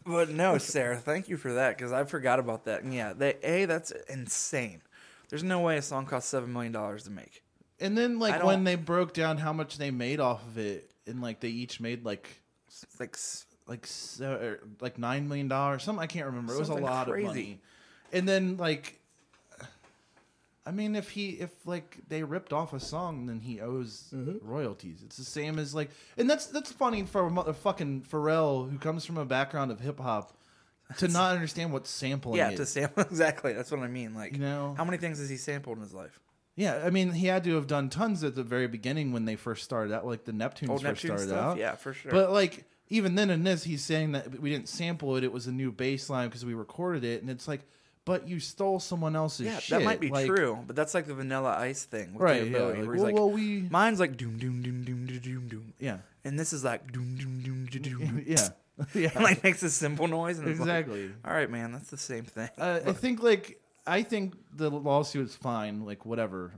[SPEAKER 2] But no, Sarah, thank you for that because I forgot about that. And yeah, they a that's insane. There's no way a song costs seven million dollars to make.
[SPEAKER 3] and then
[SPEAKER 2] I
[SPEAKER 3] like
[SPEAKER 2] don't-
[SPEAKER 3] when they broke down how much they made off of it, and like they each made like
[SPEAKER 2] It's like s-
[SPEAKER 3] like so, or, like nine million dollars, something I can't remember. it
[SPEAKER 2] Something
[SPEAKER 3] was a lot
[SPEAKER 2] crazy.
[SPEAKER 3] of money. And then like, I mean, if he if like they ripped off a song, then he owes
[SPEAKER 2] Mm-hmm.
[SPEAKER 3] royalties. It's the same as like, and that's that's funny for a motherfucking Pharrell who comes from a background of hip hop to not understand what sampling
[SPEAKER 2] yeah
[SPEAKER 3] is.
[SPEAKER 2] to sample (laughs) exactly. That's what I mean. Like,
[SPEAKER 3] You know?
[SPEAKER 2] how many things has he sampled in his life?
[SPEAKER 3] yeah, I mean, he had to have done tons at the very beginning when they first started out, like the Neptunes
[SPEAKER 2] Old
[SPEAKER 3] first
[SPEAKER 2] Oh, Neptune
[SPEAKER 3] started
[SPEAKER 2] stuff.
[SPEAKER 3] out.
[SPEAKER 2] Yeah, for sure.
[SPEAKER 3] But like even then in this, he's saying that we didn't sample it; it was a new baseline because we recorded it, and it's like, but you stole someone else's
[SPEAKER 2] yeah,
[SPEAKER 3] shit.
[SPEAKER 2] that might be
[SPEAKER 3] Like,
[SPEAKER 2] true. But that's like the Vanilla Ice thing, with
[SPEAKER 3] Right,
[SPEAKER 2] The
[SPEAKER 3] yeah,
[SPEAKER 2] ability,
[SPEAKER 3] like,
[SPEAKER 2] where he's
[SPEAKER 3] well,
[SPEAKER 2] like,
[SPEAKER 3] well, we-
[SPEAKER 2] mine's like doom doom doom doom doom doom doom.
[SPEAKER 3] Yeah, (laughs)
[SPEAKER 2] And this is like doom doom doom doom doom. (laughs)
[SPEAKER 3] yeah, yeah.
[SPEAKER 2] And like makes a simple noise and it's like,
[SPEAKER 3] exactly.
[SPEAKER 2] all right, man, that's the same thing.
[SPEAKER 3] Uh, I think like I think the lawsuit's fine. Like whatever.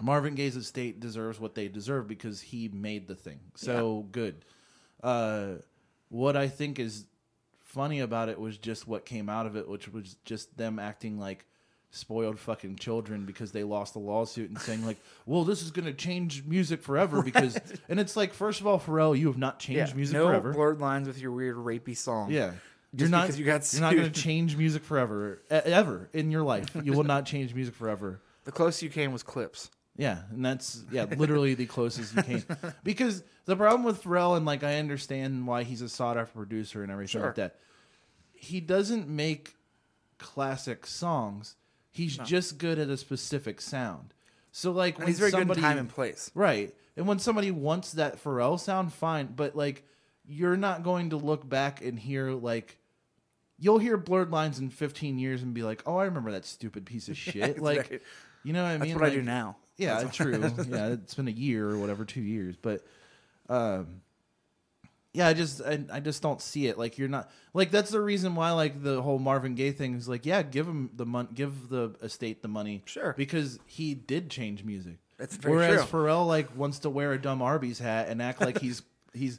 [SPEAKER 3] Marvin Gaye's estate deserves what they deserve because he made the thing. So good. Uh, what I think is funny about it was just what came out of it, which was just them acting like spoiled fucking children because they lost the lawsuit and saying like, (laughs) "Well, this is going to change music forever."
[SPEAKER 2] (laughs)
[SPEAKER 3] Because and it's like, first of all, Pharrell, you have not changed
[SPEAKER 2] yeah,
[SPEAKER 3] music
[SPEAKER 2] no
[SPEAKER 3] forever.
[SPEAKER 2] blurred lines with your weird rapey song.
[SPEAKER 3] Yeah.
[SPEAKER 2] Just because you got
[SPEAKER 3] you're not going
[SPEAKER 2] sued.
[SPEAKER 3] to change music forever e- ever in your life. You will not change music forever.
[SPEAKER 2] The closest you came was clips.
[SPEAKER 3] Yeah, and that's yeah, literally the closest
[SPEAKER 2] (laughs)
[SPEAKER 3] you came. Because the problem with Pharrell and like I understand why he's a sought after producer and everything
[SPEAKER 2] Sure.
[SPEAKER 3] like that. He doesn't make classic songs. He's just good at a specific sound. So like
[SPEAKER 2] And
[SPEAKER 3] when
[SPEAKER 2] he's very
[SPEAKER 3] somebody,
[SPEAKER 2] good in time and place.
[SPEAKER 3] Right. And when somebody wants that Pharrell sound, fine. But like, you're not going to look back and hear like, you'll hear blurred lines in 15 years and be like, oh, I remember that stupid
[SPEAKER 2] (laughs)
[SPEAKER 3] piece of shit. like,
[SPEAKER 2] exactly.
[SPEAKER 3] you know what I
[SPEAKER 2] That's
[SPEAKER 3] mean?
[SPEAKER 2] what I do
[SPEAKER 3] Like,
[SPEAKER 2] now.
[SPEAKER 3] Yeah, true.
[SPEAKER 2] (laughs)
[SPEAKER 3] yeah, it's been a year or whatever, two years, but. um yeah, I just I, I just don't see it. Like you're not like that's the reason why like the whole Marvin Gaye thing is like yeah, give him the mon- give the estate the money,
[SPEAKER 2] Sure.
[SPEAKER 3] because he did change music.
[SPEAKER 2] That's very
[SPEAKER 3] Whereas
[SPEAKER 2] true.
[SPEAKER 3] Pharrell like wants to wear a dumb Arby's hat and act like he's (laughs) he's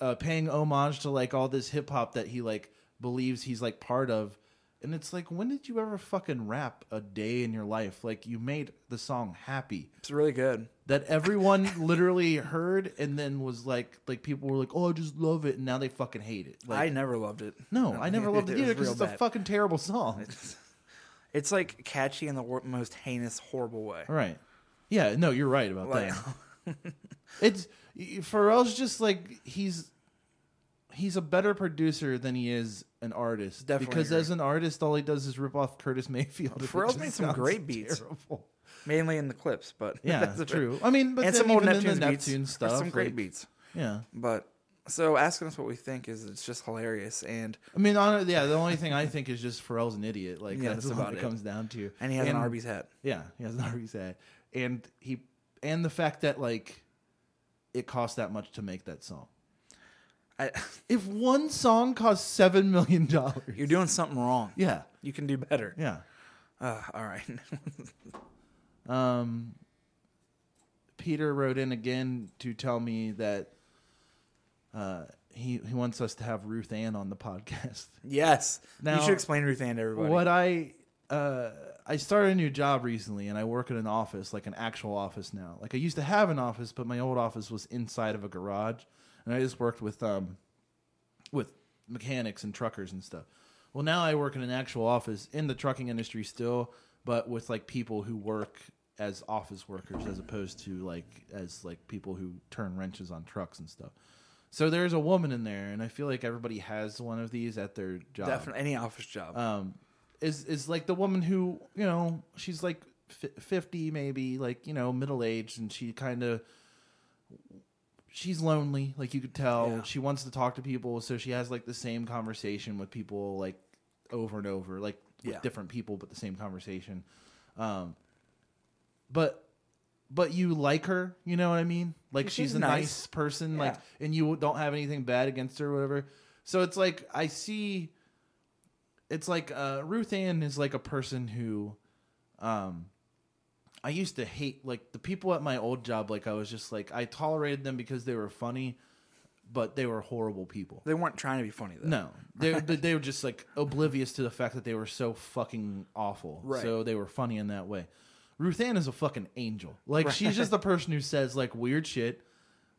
[SPEAKER 3] uh, paying homage to like all this hip hop that he like believes he's like part of, And it's like, when did you ever fucking rap a day in your life? Like you made the song happy
[SPEAKER 2] It's really good.
[SPEAKER 3] that
[SPEAKER 2] (laughs)
[SPEAKER 3] everyone literally heard and then was like, like people were like, oh, I just love it, and now they fucking hate it. Like,
[SPEAKER 2] I never loved (laughs) it.
[SPEAKER 3] no, I never loved it either because
[SPEAKER 2] real
[SPEAKER 3] it's a
[SPEAKER 2] bad.
[SPEAKER 3] fucking terrible song.
[SPEAKER 2] (laughs) It's like catchy in the wor- most heinous, horrible way.
[SPEAKER 3] Right. Yeah, no, you're right about
[SPEAKER 2] Like,
[SPEAKER 3] that. It's Pharrell's just like he's he's a better producer than he is an artist.
[SPEAKER 2] Definitely
[SPEAKER 3] because
[SPEAKER 2] agree.
[SPEAKER 3] as an artist, all he does is rip off Curtis Mayfield. (laughs) which
[SPEAKER 2] Pharrell's
[SPEAKER 3] just
[SPEAKER 2] made some
[SPEAKER 3] sounds
[SPEAKER 2] great beats.
[SPEAKER 3] terrible.
[SPEAKER 2] (laughs) mainly in the clips, but (laughs)
[SPEAKER 3] Yeah,
[SPEAKER 2] that's
[SPEAKER 3] true. I mean, but
[SPEAKER 2] and
[SPEAKER 3] then
[SPEAKER 2] some old
[SPEAKER 3] even in
[SPEAKER 2] Neptune's
[SPEAKER 3] the
[SPEAKER 2] beats.
[SPEAKER 3] Neptune
[SPEAKER 2] There's
[SPEAKER 3] stuff,
[SPEAKER 2] some great
[SPEAKER 3] like-
[SPEAKER 2] beats.
[SPEAKER 3] Yeah,
[SPEAKER 2] But so asking us what we think is it's just hilarious, and
[SPEAKER 3] I mean, on, yeah. The only thing I think is just Pharrell's an idiot. Like
[SPEAKER 2] Yeah,
[SPEAKER 3] that's
[SPEAKER 2] that's
[SPEAKER 3] about
[SPEAKER 2] about
[SPEAKER 3] it
[SPEAKER 2] it.
[SPEAKER 3] comes down to.
[SPEAKER 2] and he has an Arby's hat.
[SPEAKER 3] Yeah, he has an (laughs) Arby's hat, and he and the fact that like it cost that much to make that song.
[SPEAKER 2] I, (laughs)
[SPEAKER 3] If one song costs seven million dollars,
[SPEAKER 2] you're doing something wrong.
[SPEAKER 3] yeah,
[SPEAKER 2] You can do better.
[SPEAKER 3] yeah.
[SPEAKER 2] Uh, all right. (laughs)
[SPEAKER 3] Um, Peter wrote in again to tell me that uh, he he wants us to have Ruth Ann on the (laughs) podcast.
[SPEAKER 2] yes.
[SPEAKER 3] Now-
[SPEAKER 2] you should explain Ruth Ann to everybody.
[SPEAKER 3] What I uh, I started a new job recently, and I work in an office, like an actual office now. Like I used to have an office, but my old office was inside of a garage, and I just worked with um with mechanics and truckers and stuff. Well, now I work in an actual office in the trucking industry still, but with like people who work as office workers as opposed to like as like people who turn wrenches on trucks and stuff. So there's a woman in there, and I feel like everybody has one of these at their job
[SPEAKER 2] Definitely any office job.
[SPEAKER 3] um, is is like the woman who you know she's like fi fifty maybe like you know middle aged and she kind of she's lonely like you could tell
[SPEAKER 2] Yeah.
[SPEAKER 3] she wants to talk to people so she has like the same conversation with people like over and over like with
[SPEAKER 2] Yeah.
[SPEAKER 3] different people but the same conversation um, but but you like her you know what I mean like
[SPEAKER 2] seems
[SPEAKER 3] she's a
[SPEAKER 2] nice.
[SPEAKER 3] nice person like
[SPEAKER 2] Yeah.
[SPEAKER 3] and you don't have anything bad against her or whatever so it's like I see it's like uh, Ruth Ann is like a person who, um, I used to hate like the people at my old job. Like I was just like I tolerated them because they were funny, but they were horrible people.
[SPEAKER 2] they weren't trying to be funny though.
[SPEAKER 3] No, they but they were just like oblivious to the fact that they were so fucking awful.
[SPEAKER 2] Right.
[SPEAKER 3] So they were funny in that way. Ruth Ann is a fucking angel. Like she's
[SPEAKER 2] (laughs)
[SPEAKER 3] just the person who says like weird shit,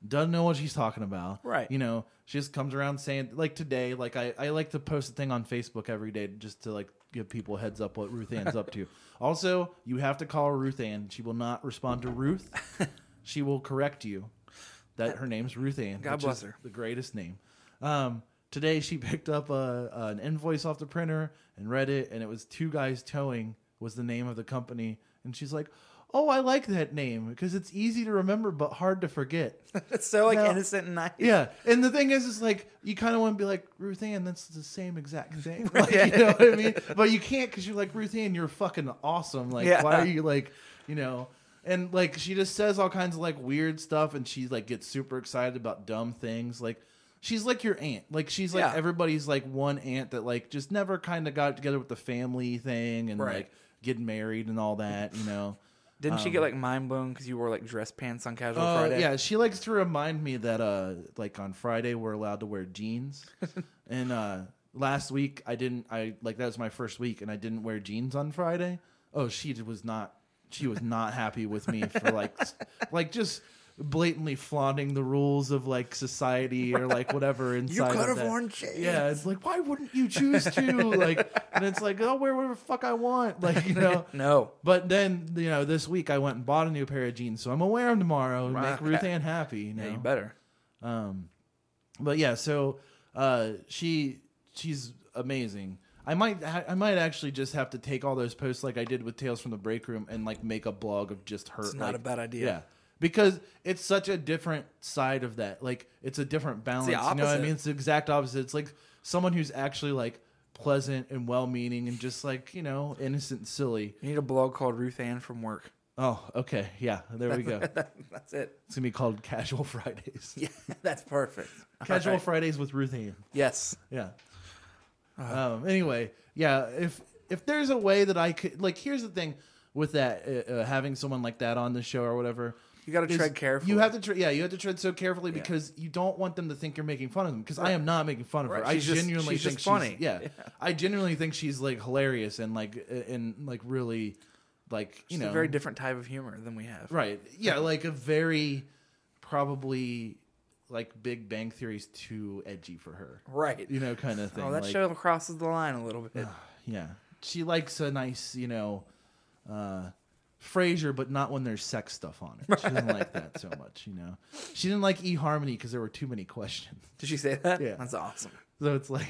[SPEAKER 3] doesn't know what she's talking about.
[SPEAKER 2] Right.
[SPEAKER 3] You know, she just comes around saying like today, like I, I like to post a thing on Facebook every day just to like give people a heads up what Ruth Ann's
[SPEAKER 2] (laughs)
[SPEAKER 3] up to. Also, you have to call Ruth Ann. She will not respond
[SPEAKER 2] (laughs)
[SPEAKER 3] to Ruth. she will correct you that her name's Ruth Ann.
[SPEAKER 2] God
[SPEAKER 3] which
[SPEAKER 2] bless
[SPEAKER 3] is
[SPEAKER 2] her.
[SPEAKER 3] The greatest name. Um, today she (laughs) picked up a, an invoice off the printer and read it, and it was Two Guys Towing was the name of the company, and she's like, "Oh, I like that name because it's easy to remember but hard to forget."
[SPEAKER 2] (laughs) It's so like
[SPEAKER 3] No.
[SPEAKER 2] innocent and nice.
[SPEAKER 3] (laughs) yeah, and the thing is, is like you kind of want to be like Ruth Ann. That's the
[SPEAKER 2] (laughs)
[SPEAKER 3] same exact thing. Like,
[SPEAKER 2] Yeah.
[SPEAKER 3] You know what I mean? But you can't because you're like Ruth Ann. You're fucking awesome. Like,
[SPEAKER 2] Yeah.
[SPEAKER 3] why are you like, you know? And like she just says all kinds of like weird stuff, and she like gets super excited about dumb things. Like she's like your aunt. Like she's like
[SPEAKER 2] Yeah.
[SPEAKER 3] everybody's like one aunt that like just never kind of got together with the family thing and
[SPEAKER 2] Right.
[SPEAKER 3] like getting married and all that. You know.
[SPEAKER 2] Didn't she get like mind blown because you wore like dress pants on casual
[SPEAKER 3] Um, Oh
[SPEAKER 2] Friday? (laughs)
[SPEAKER 3] yeah, she likes to remind me that uh like on Friday we're allowed to
[SPEAKER 2] (laughs)
[SPEAKER 3] wear jeans. and uh last week I didn't I like that was my first week and I didn't wear jeans on Friday. Oh, she was not she was not happy with me for like s- like just blatantly flaunting the rules of like society or like
[SPEAKER 2] (laughs)
[SPEAKER 3] whatever inside of
[SPEAKER 2] could've
[SPEAKER 3] that.
[SPEAKER 2] worn jeans.
[SPEAKER 3] Yeah, it's like why wouldn't you choose to like and it's like I'll wear whatever the fuck I want
[SPEAKER 2] (laughs)
[SPEAKER 3] like you know
[SPEAKER 2] No.
[SPEAKER 3] but then you know, this week I went and bought a new pair of jeans, so I'm gonna wear them tomorrow and make
[SPEAKER 2] Okay. (laughs)
[SPEAKER 3] Ruth Ann happy. You know,
[SPEAKER 2] Yeah, you better.
[SPEAKER 3] but yeah, so uh, she she's amazing. I might ha- I might actually just have to take all those posts like I did with Tales from the Break Room and like make a blog of just her.
[SPEAKER 2] It's not
[SPEAKER 3] like-
[SPEAKER 2] a bad idea.
[SPEAKER 3] Yeah. Because it's such a different side of that. Like it's a different balance. You know what I
[SPEAKER 2] opposite.
[SPEAKER 3] mean? It's the exact opposite. It's like someone who's actually like pleasant and well meaning and just like, you know, innocent and silly.
[SPEAKER 2] You need a blog called Ruth Ann from Work.
[SPEAKER 3] Oh, okay. Yeah. There we
[SPEAKER 2] (laughs)
[SPEAKER 3] go.
[SPEAKER 2] That's it.
[SPEAKER 3] It's gonna be called (laughs) Casual Fridays.
[SPEAKER 2] Yeah, that's perfect.
[SPEAKER 3] (laughs) Casual
[SPEAKER 2] All right.
[SPEAKER 3] Fridays with Ruth Ann.
[SPEAKER 2] Yes.
[SPEAKER 3] Yeah.
[SPEAKER 2] Uh.
[SPEAKER 3] Um, anyway, yeah. If if there's a way that I could, like, here's the thing with that, uh, uh, having someone like that on the show or whatever.
[SPEAKER 2] You got to
[SPEAKER 3] is
[SPEAKER 2] tread carefully.
[SPEAKER 3] You have to, tre- yeah, you have to tread so carefully because you don't want them to think you're making fun of them. Because I am not making fun of her.
[SPEAKER 2] Right. She's
[SPEAKER 3] I
[SPEAKER 2] just-
[SPEAKER 3] genuinely
[SPEAKER 2] she's
[SPEAKER 3] think
[SPEAKER 2] just
[SPEAKER 3] she's-
[SPEAKER 2] funny.
[SPEAKER 3] yeah,
[SPEAKER 2] (laughs)
[SPEAKER 3] I genuinely think she's like hilarious and like uh, and like really, like you
[SPEAKER 2] It's
[SPEAKER 3] know,
[SPEAKER 2] a very different type of humor than we have.
[SPEAKER 3] right? Yeah, like a very probably like Big Bang Theory's too edgy for her.
[SPEAKER 2] Right.
[SPEAKER 3] You know, kind of thing.
[SPEAKER 2] Oh, that
[SPEAKER 3] like, Ah.
[SPEAKER 2] show crosses the line a little bit.
[SPEAKER 3] Yeah, she likes a nice, you know, uh, Frasier, but not when there's sex stuff on it. She doesn't like that so much, you know. She didn't like eHarmony because there were too many questions, (laughs)
[SPEAKER 2] Did she say that?
[SPEAKER 3] Yeah.
[SPEAKER 2] That's awesome.
[SPEAKER 3] so it's like.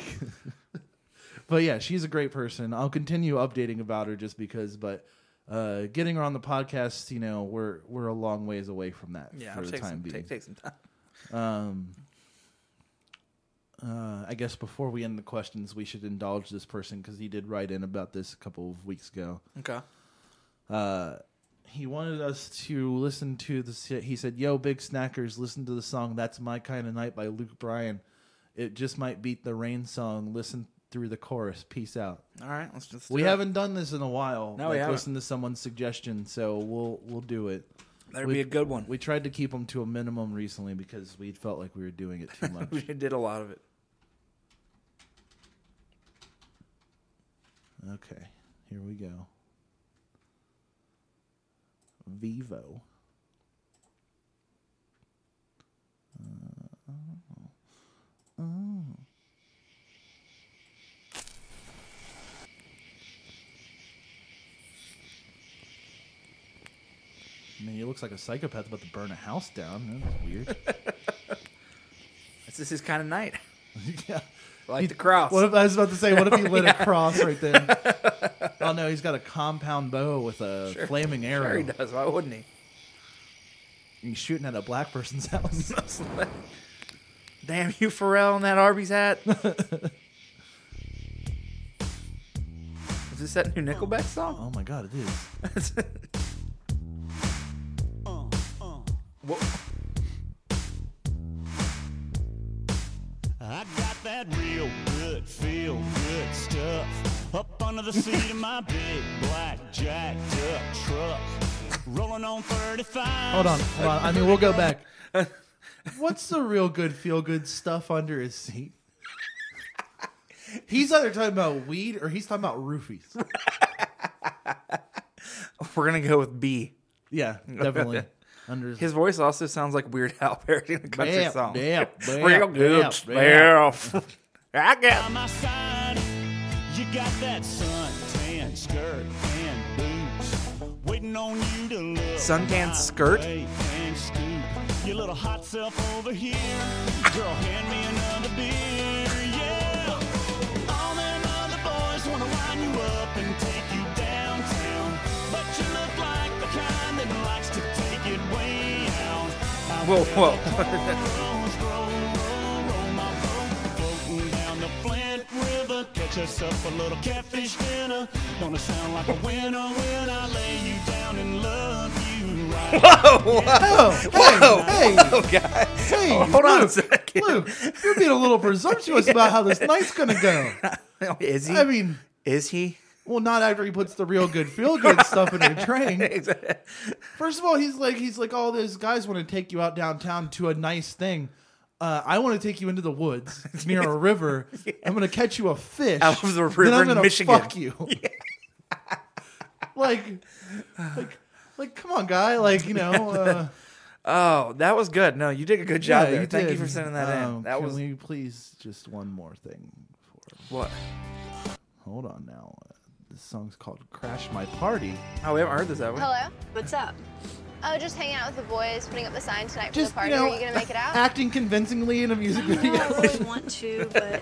[SPEAKER 3] (laughs) but yeah, she's a great person. I'll continue updating about her just because, but. Uh, getting her on the podcast, you know, we're we're a long ways away from that
[SPEAKER 2] Yeah,
[SPEAKER 3] for
[SPEAKER 2] I'll
[SPEAKER 3] the
[SPEAKER 2] take
[SPEAKER 3] time
[SPEAKER 2] some,
[SPEAKER 3] being.
[SPEAKER 2] take, take some
[SPEAKER 3] (laughs)
[SPEAKER 2] time.
[SPEAKER 3] Uh, I guess before we end the questions, we should indulge this person because he did write in about this a couple of weeks ago.
[SPEAKER 2] Okay.
[SPEAKER 3] he wanted us to listen to the si- he said yo big snackers listen to the song that's my kind of night by luke bryan it just might beat the rain song listen through the chorus peace out
[SPEAKER 2] All right. Let's just. uh, do
[SPEAKER 3] we
[SPEAKER 2] it.
[SPEAKER 3] haven't done this in a while
[SPEAKER 2] No, we haven't.
[SPEAKER 3] listen to someone's suggestion so we'll we'll do it
[SPEAKER 2] That'd
[SPEAKER 3] we-
[SPEAKER 2] be a good one.
[SPEAKER 3] we tried to keep them to a minimum recently because we felt like we were doing it
[SPEAKER 2] (laughs)
[SPEAKER 3] too
[SPEAKER 2] (laughs)
[SPEAKER 3] much
[SPEAKER 2] We did a lot of it.
[SPEAKER 3] okay here we go vivo Uh, oh. Man, he looks like a psychopath about to burn a house down. That's weird. (laughs)
[SPEAKER 2] This is his kind of night. (laughs)
[SPEAKER 3] yeah.
[SPEAKER 2] Like the cross.
[SPEAKER 3] What if I was about to say? What if he
[SPEAKER 2] (laughs)
[SPEAKER 3] lit a cross right there? oh no, he's got a compound bow with a flaming arrow.
[SPEAKER 2] Sure he does. Why wouldn't he?
[SPEAKER 3] He's shooting at a black person's (laughs) house.
[SPEAKER 2] (laughs) Damn you, Pharrell, in that Arby's
[SPEAKER 3] (laughs)
[SPEAKER 2] hat. is this that new Nickelback song?
[SPEAKER 3] oh my god, it is.
[SPEAKER 2] (laughs) Wha-
[SPEAKER 5] I got that real good, feel good stuff up under the seat of my big black jacked up truck, rolling on 35.
[SPEAKER 3] Hold on, hold on. I mean, we'll go back. What's the real good feel good stuff under his seat? He's either talking about weed or he's talking about roofies.
[SPEAKER 2] We're gonna go with B.
[SPEAKER 3] Yeah, definitely. Under his,
[SPEAKER 2] His voice also sounds like Weird Al parodying a country
[SPEAKER 3] Bam,
[SPEAKER 2] song. (laughs)
[SPEAKER 3] bam, bam,
[SPEAKER 2] Real
[SPEAKER 3] bam,
[SPEAKER 2] good stuff. (laughs) I got
[SPEAKER 5] By my side, you got that suntan skirt and boots, waiting on you to look.
[SPEAKER 2] Suntan
[SPEAKER 5] my
[SPEAKER 2] skirt?
[SPEAKER 5] way And scoop your little hot self over here. Girl, hand me another beer, yeah. All them other boys wanna line you up and take you downtown, but you look like the kind that likes to take it way out. I
[SPEAKER 2] Whoa,
[SPEAKER 5] feel the
[SPEAKER 2] whoa.
[SPEAKER 5] horns roll, roll, roll my boat, floating down the Flint River. Catch us up a little catfish dinner. Gonna sound like a winner when I lay you down and love you right.
[SPEAKER 3] oh, hey, hey,
[SPEAKER 2] Oh God!
[SPEAKER 3] hey,
[SPEAKER 2] Oh, Hold on a
[SPEAKER 3] Luke,
[SPEAKER 2] second.
[SPEAKER 3] Luke, you're being a little presumptuous about
[SPEAKER 2] (laughs)
[SPEAKER 3] how this night's gonna go.
[SPEAKER 2] Is he?
[SPEAKER 3] I mean,
[SPEAKER 2] is he? (laughs)
[SPEAKER 3] well, not after he puts the real good feel good stuff in your drink. First of all, he's like he's like all those guys want to take you out downtown to a nice thing. Uh, I want to take you into the woods
[SPEAKER 2] (laughs)
[SPEAKER 3] near a river. I'm gonna catch you a fish
[SPEAKER 2] Out of the
[SPEAKER 3] then
[SPEAKER 2] river
[SPEAKER 3] I'm
[SPEAKER 2] in
[SPEAKER 3] gonna
[SPEAKER 2] Michigan. (laughs)
[SPEAKER 3] Fuck you. (laughs) like, like, like, come on, guy. Like, you know,
[SPEAKER 2] (laughs)
[SPEAKER 3] uh,
[SPEAKER 2] Oh, that was good. No, you did a good job
[SPEAKER 3] yeah,
[SPEAKER 2] there.
[SPEAKER 3] you
[SPEAKER 2] Thank
[SPEAKER 3] did.
[SPEAKER 2] you for sending that
[SPEAKER 3] Um,
[SPEAKER 2] in. That
[SPEAKER 3] can
[SPEAKER 2] was
[SPEAKER 3] we please just one more thing. For,
[SPEAKER 2] what?
[SPEAKER 3] hold on now. Uh, This song's called "Crash My Party."
[SPEAKER 2] Oh, we haven't heard this ever.
[SPEAKER 6] Hello?
[SPEAKER 7] What's up?
[SPEAKER 6] Oh, just hanging out with the boys, putting up the sign tonight for
[SPEAKER 3] Just
[SPEAKER 6] the party.
[SPEAKER 3] you know,
[SPEAKER 6] Are you gonna make it out?
[SPEAKER 3] acting convincingly in
[SPEAKER 6] (laughs)
[SPEAKER 3] a music
[SPEAKER 7] I
[SPEAKER 3] video.
[SPEAKER 7] really want to, but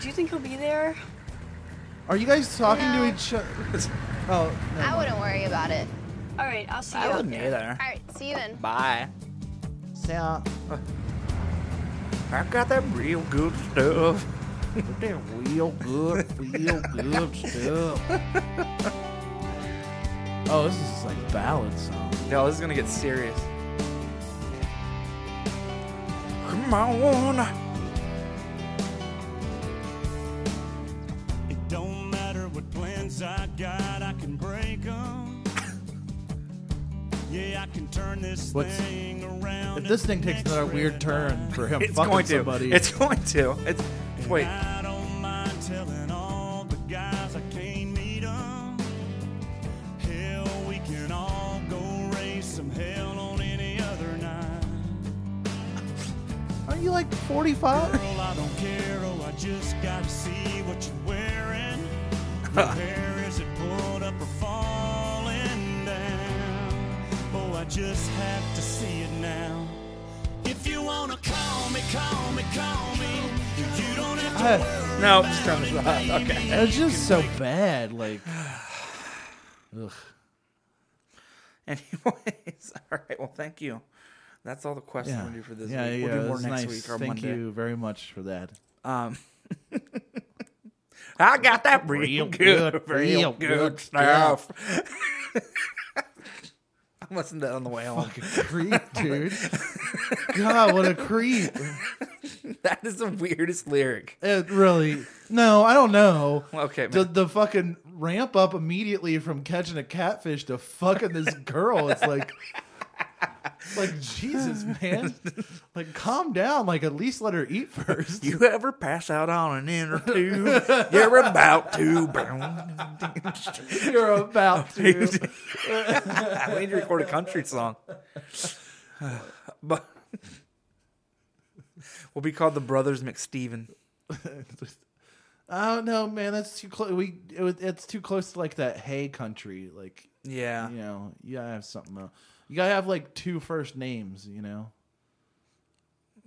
[SPEAKER 7] do you think he'll be there?
[SPEAKER 3] Are you guys talking
[SPEAKER 6] No.
[SPEAKER 3] to each other?
[SPEAKER 2] (laughs)
[SPEAKER 3] Oh, no.
[SPEAKER 6] I wouldn't worry about it.
[SPEAKER 7] All right, I'll see you.
[SPEAKER 2] I
[SPEAKER 7] out
[SPEAKER 2] wouldn't
[SPEAKER 7] there.
[SPEAKER 2] either.
[SPEAKER 6] All right, see you then.
[SPEAKER 2] Bye.
[SPEAKER 3] So,
[SPEAKER 2] I got that real good
[SPEAKER 3] (laughs)
[SPEAKER 2] stuff.
[SPEAKER 3] they're real good, real
[SPEAKER 2] (laughs)
[SPEAKER 3] good stuff. Oh, this is like ballad song.
[SPEAKER 2] Yo, this is gonna get serious. Come on.
[SPEAKER 5] It don't matter what plans I got, I can break 'em. Yeah, I can turn this
[SPEAKER 3] What's-
[SPEAKER 5] thing around.
[SPEAKER 3] If this thing takes another weird turn for him
[SPEAKER 2] It's
[SPEAKER 3] fucking
[SPEAKER 2] going to.
[SPEAKER 3] somebody,
[SPEAKER 2] It's going to. It's wait.
[SPEAKER 5] I don't mind telling all the guys I can't meet 'em. Hell, we can all go raise some hell on any other night.
[SPEAKER 3] are you like 45? (laughs)
[SPEAKER 5] Girl, I don't care, oh, I just got to see what you're wearing. Your hair, is it pulled up or falling down? Oh, I just have to see it now. If you wanna call me, call me, call me. You don't have to
[SPEAKER 3] Ah,
[SPEAKER 2] No, just (laughs) turn this off. Okay.
[SPEAKER 3] it's just so bad. Like, ugh.
[SPEAKER 2] Anyways, (laughs) all right. Well, thank you. That's all the questions
[SPEAKER 3] Yeah,
[SPEAKER 2] we do for this
[SPEAKER 3] yeah,
[SPEAKER 2] week.
[SPEAKER 3] yeah.
[SPEAKER 2] We'll do
[SPEAKER 3] it
[SPEAKER 2] more
[SPEAKER 3] was
[SPEAKER 2] next
[SPEAKER 3] nice.
[SPEAKER 2] week or
[SPEAKER 3] Thank
[SPEAKER 2] Monday.
[SPEAKER 3] you very much
[SPEAKER 2] (laughs)
[SPEAKER 3] for that.
[SPEAKER 2] Um, I got that real,
[SPEAKER 3] Real
[SPEAKER 2] good,
[SPEAKER 3] good,
[SPEAKER 2] real,
[SPEAKER 3] real
[SPEAKER 2] good,
[SPEAKER 3] good
[SPEAKER 2] stuff. (laughs) I'm listening to that on the way home.
[SPEAKER 3] Fucking creep, (laughs) dude. God, what
[SPEAKER 2] (laughs)
[SPEAKER 3] a creep.
[SPEAKER 2] That is the weirdest lyric.
[SPEAKER 3] It really. No, I don't know.
[SPEAKER 2] Okay,
[SPEAKER 3] The,
[SPEAKER 2] man.
[SPEAKER 3] the fucking ramp up immediately from catching a catfish to fucking this girl.
[SPEAKER 2] (laughs)
[SPEAKER 3] It's like, like Jesus, man. Like, calm down. Like, at least let her
[SPEAKER 2] (laughs)
[SPEAKER 3] eat first. (laughs)
[SPEAKER 2] You ever pass out on an inner (laughs) tube? You're about to. (laughs)
[SPEAKER 3] You're about to.
[SPEAKER 2] we need to record a country song. (sighs) but we'll be called the Brothers McSteven.
[SPEAKER 3] I don't know, man. That's too close. We it, was- it's too close to like that hay country. Like,
[SPEAKER 2] Yeah.
[SPEAKER 3] you know, you gotta have something. Else. You gotta have like two first names. You know,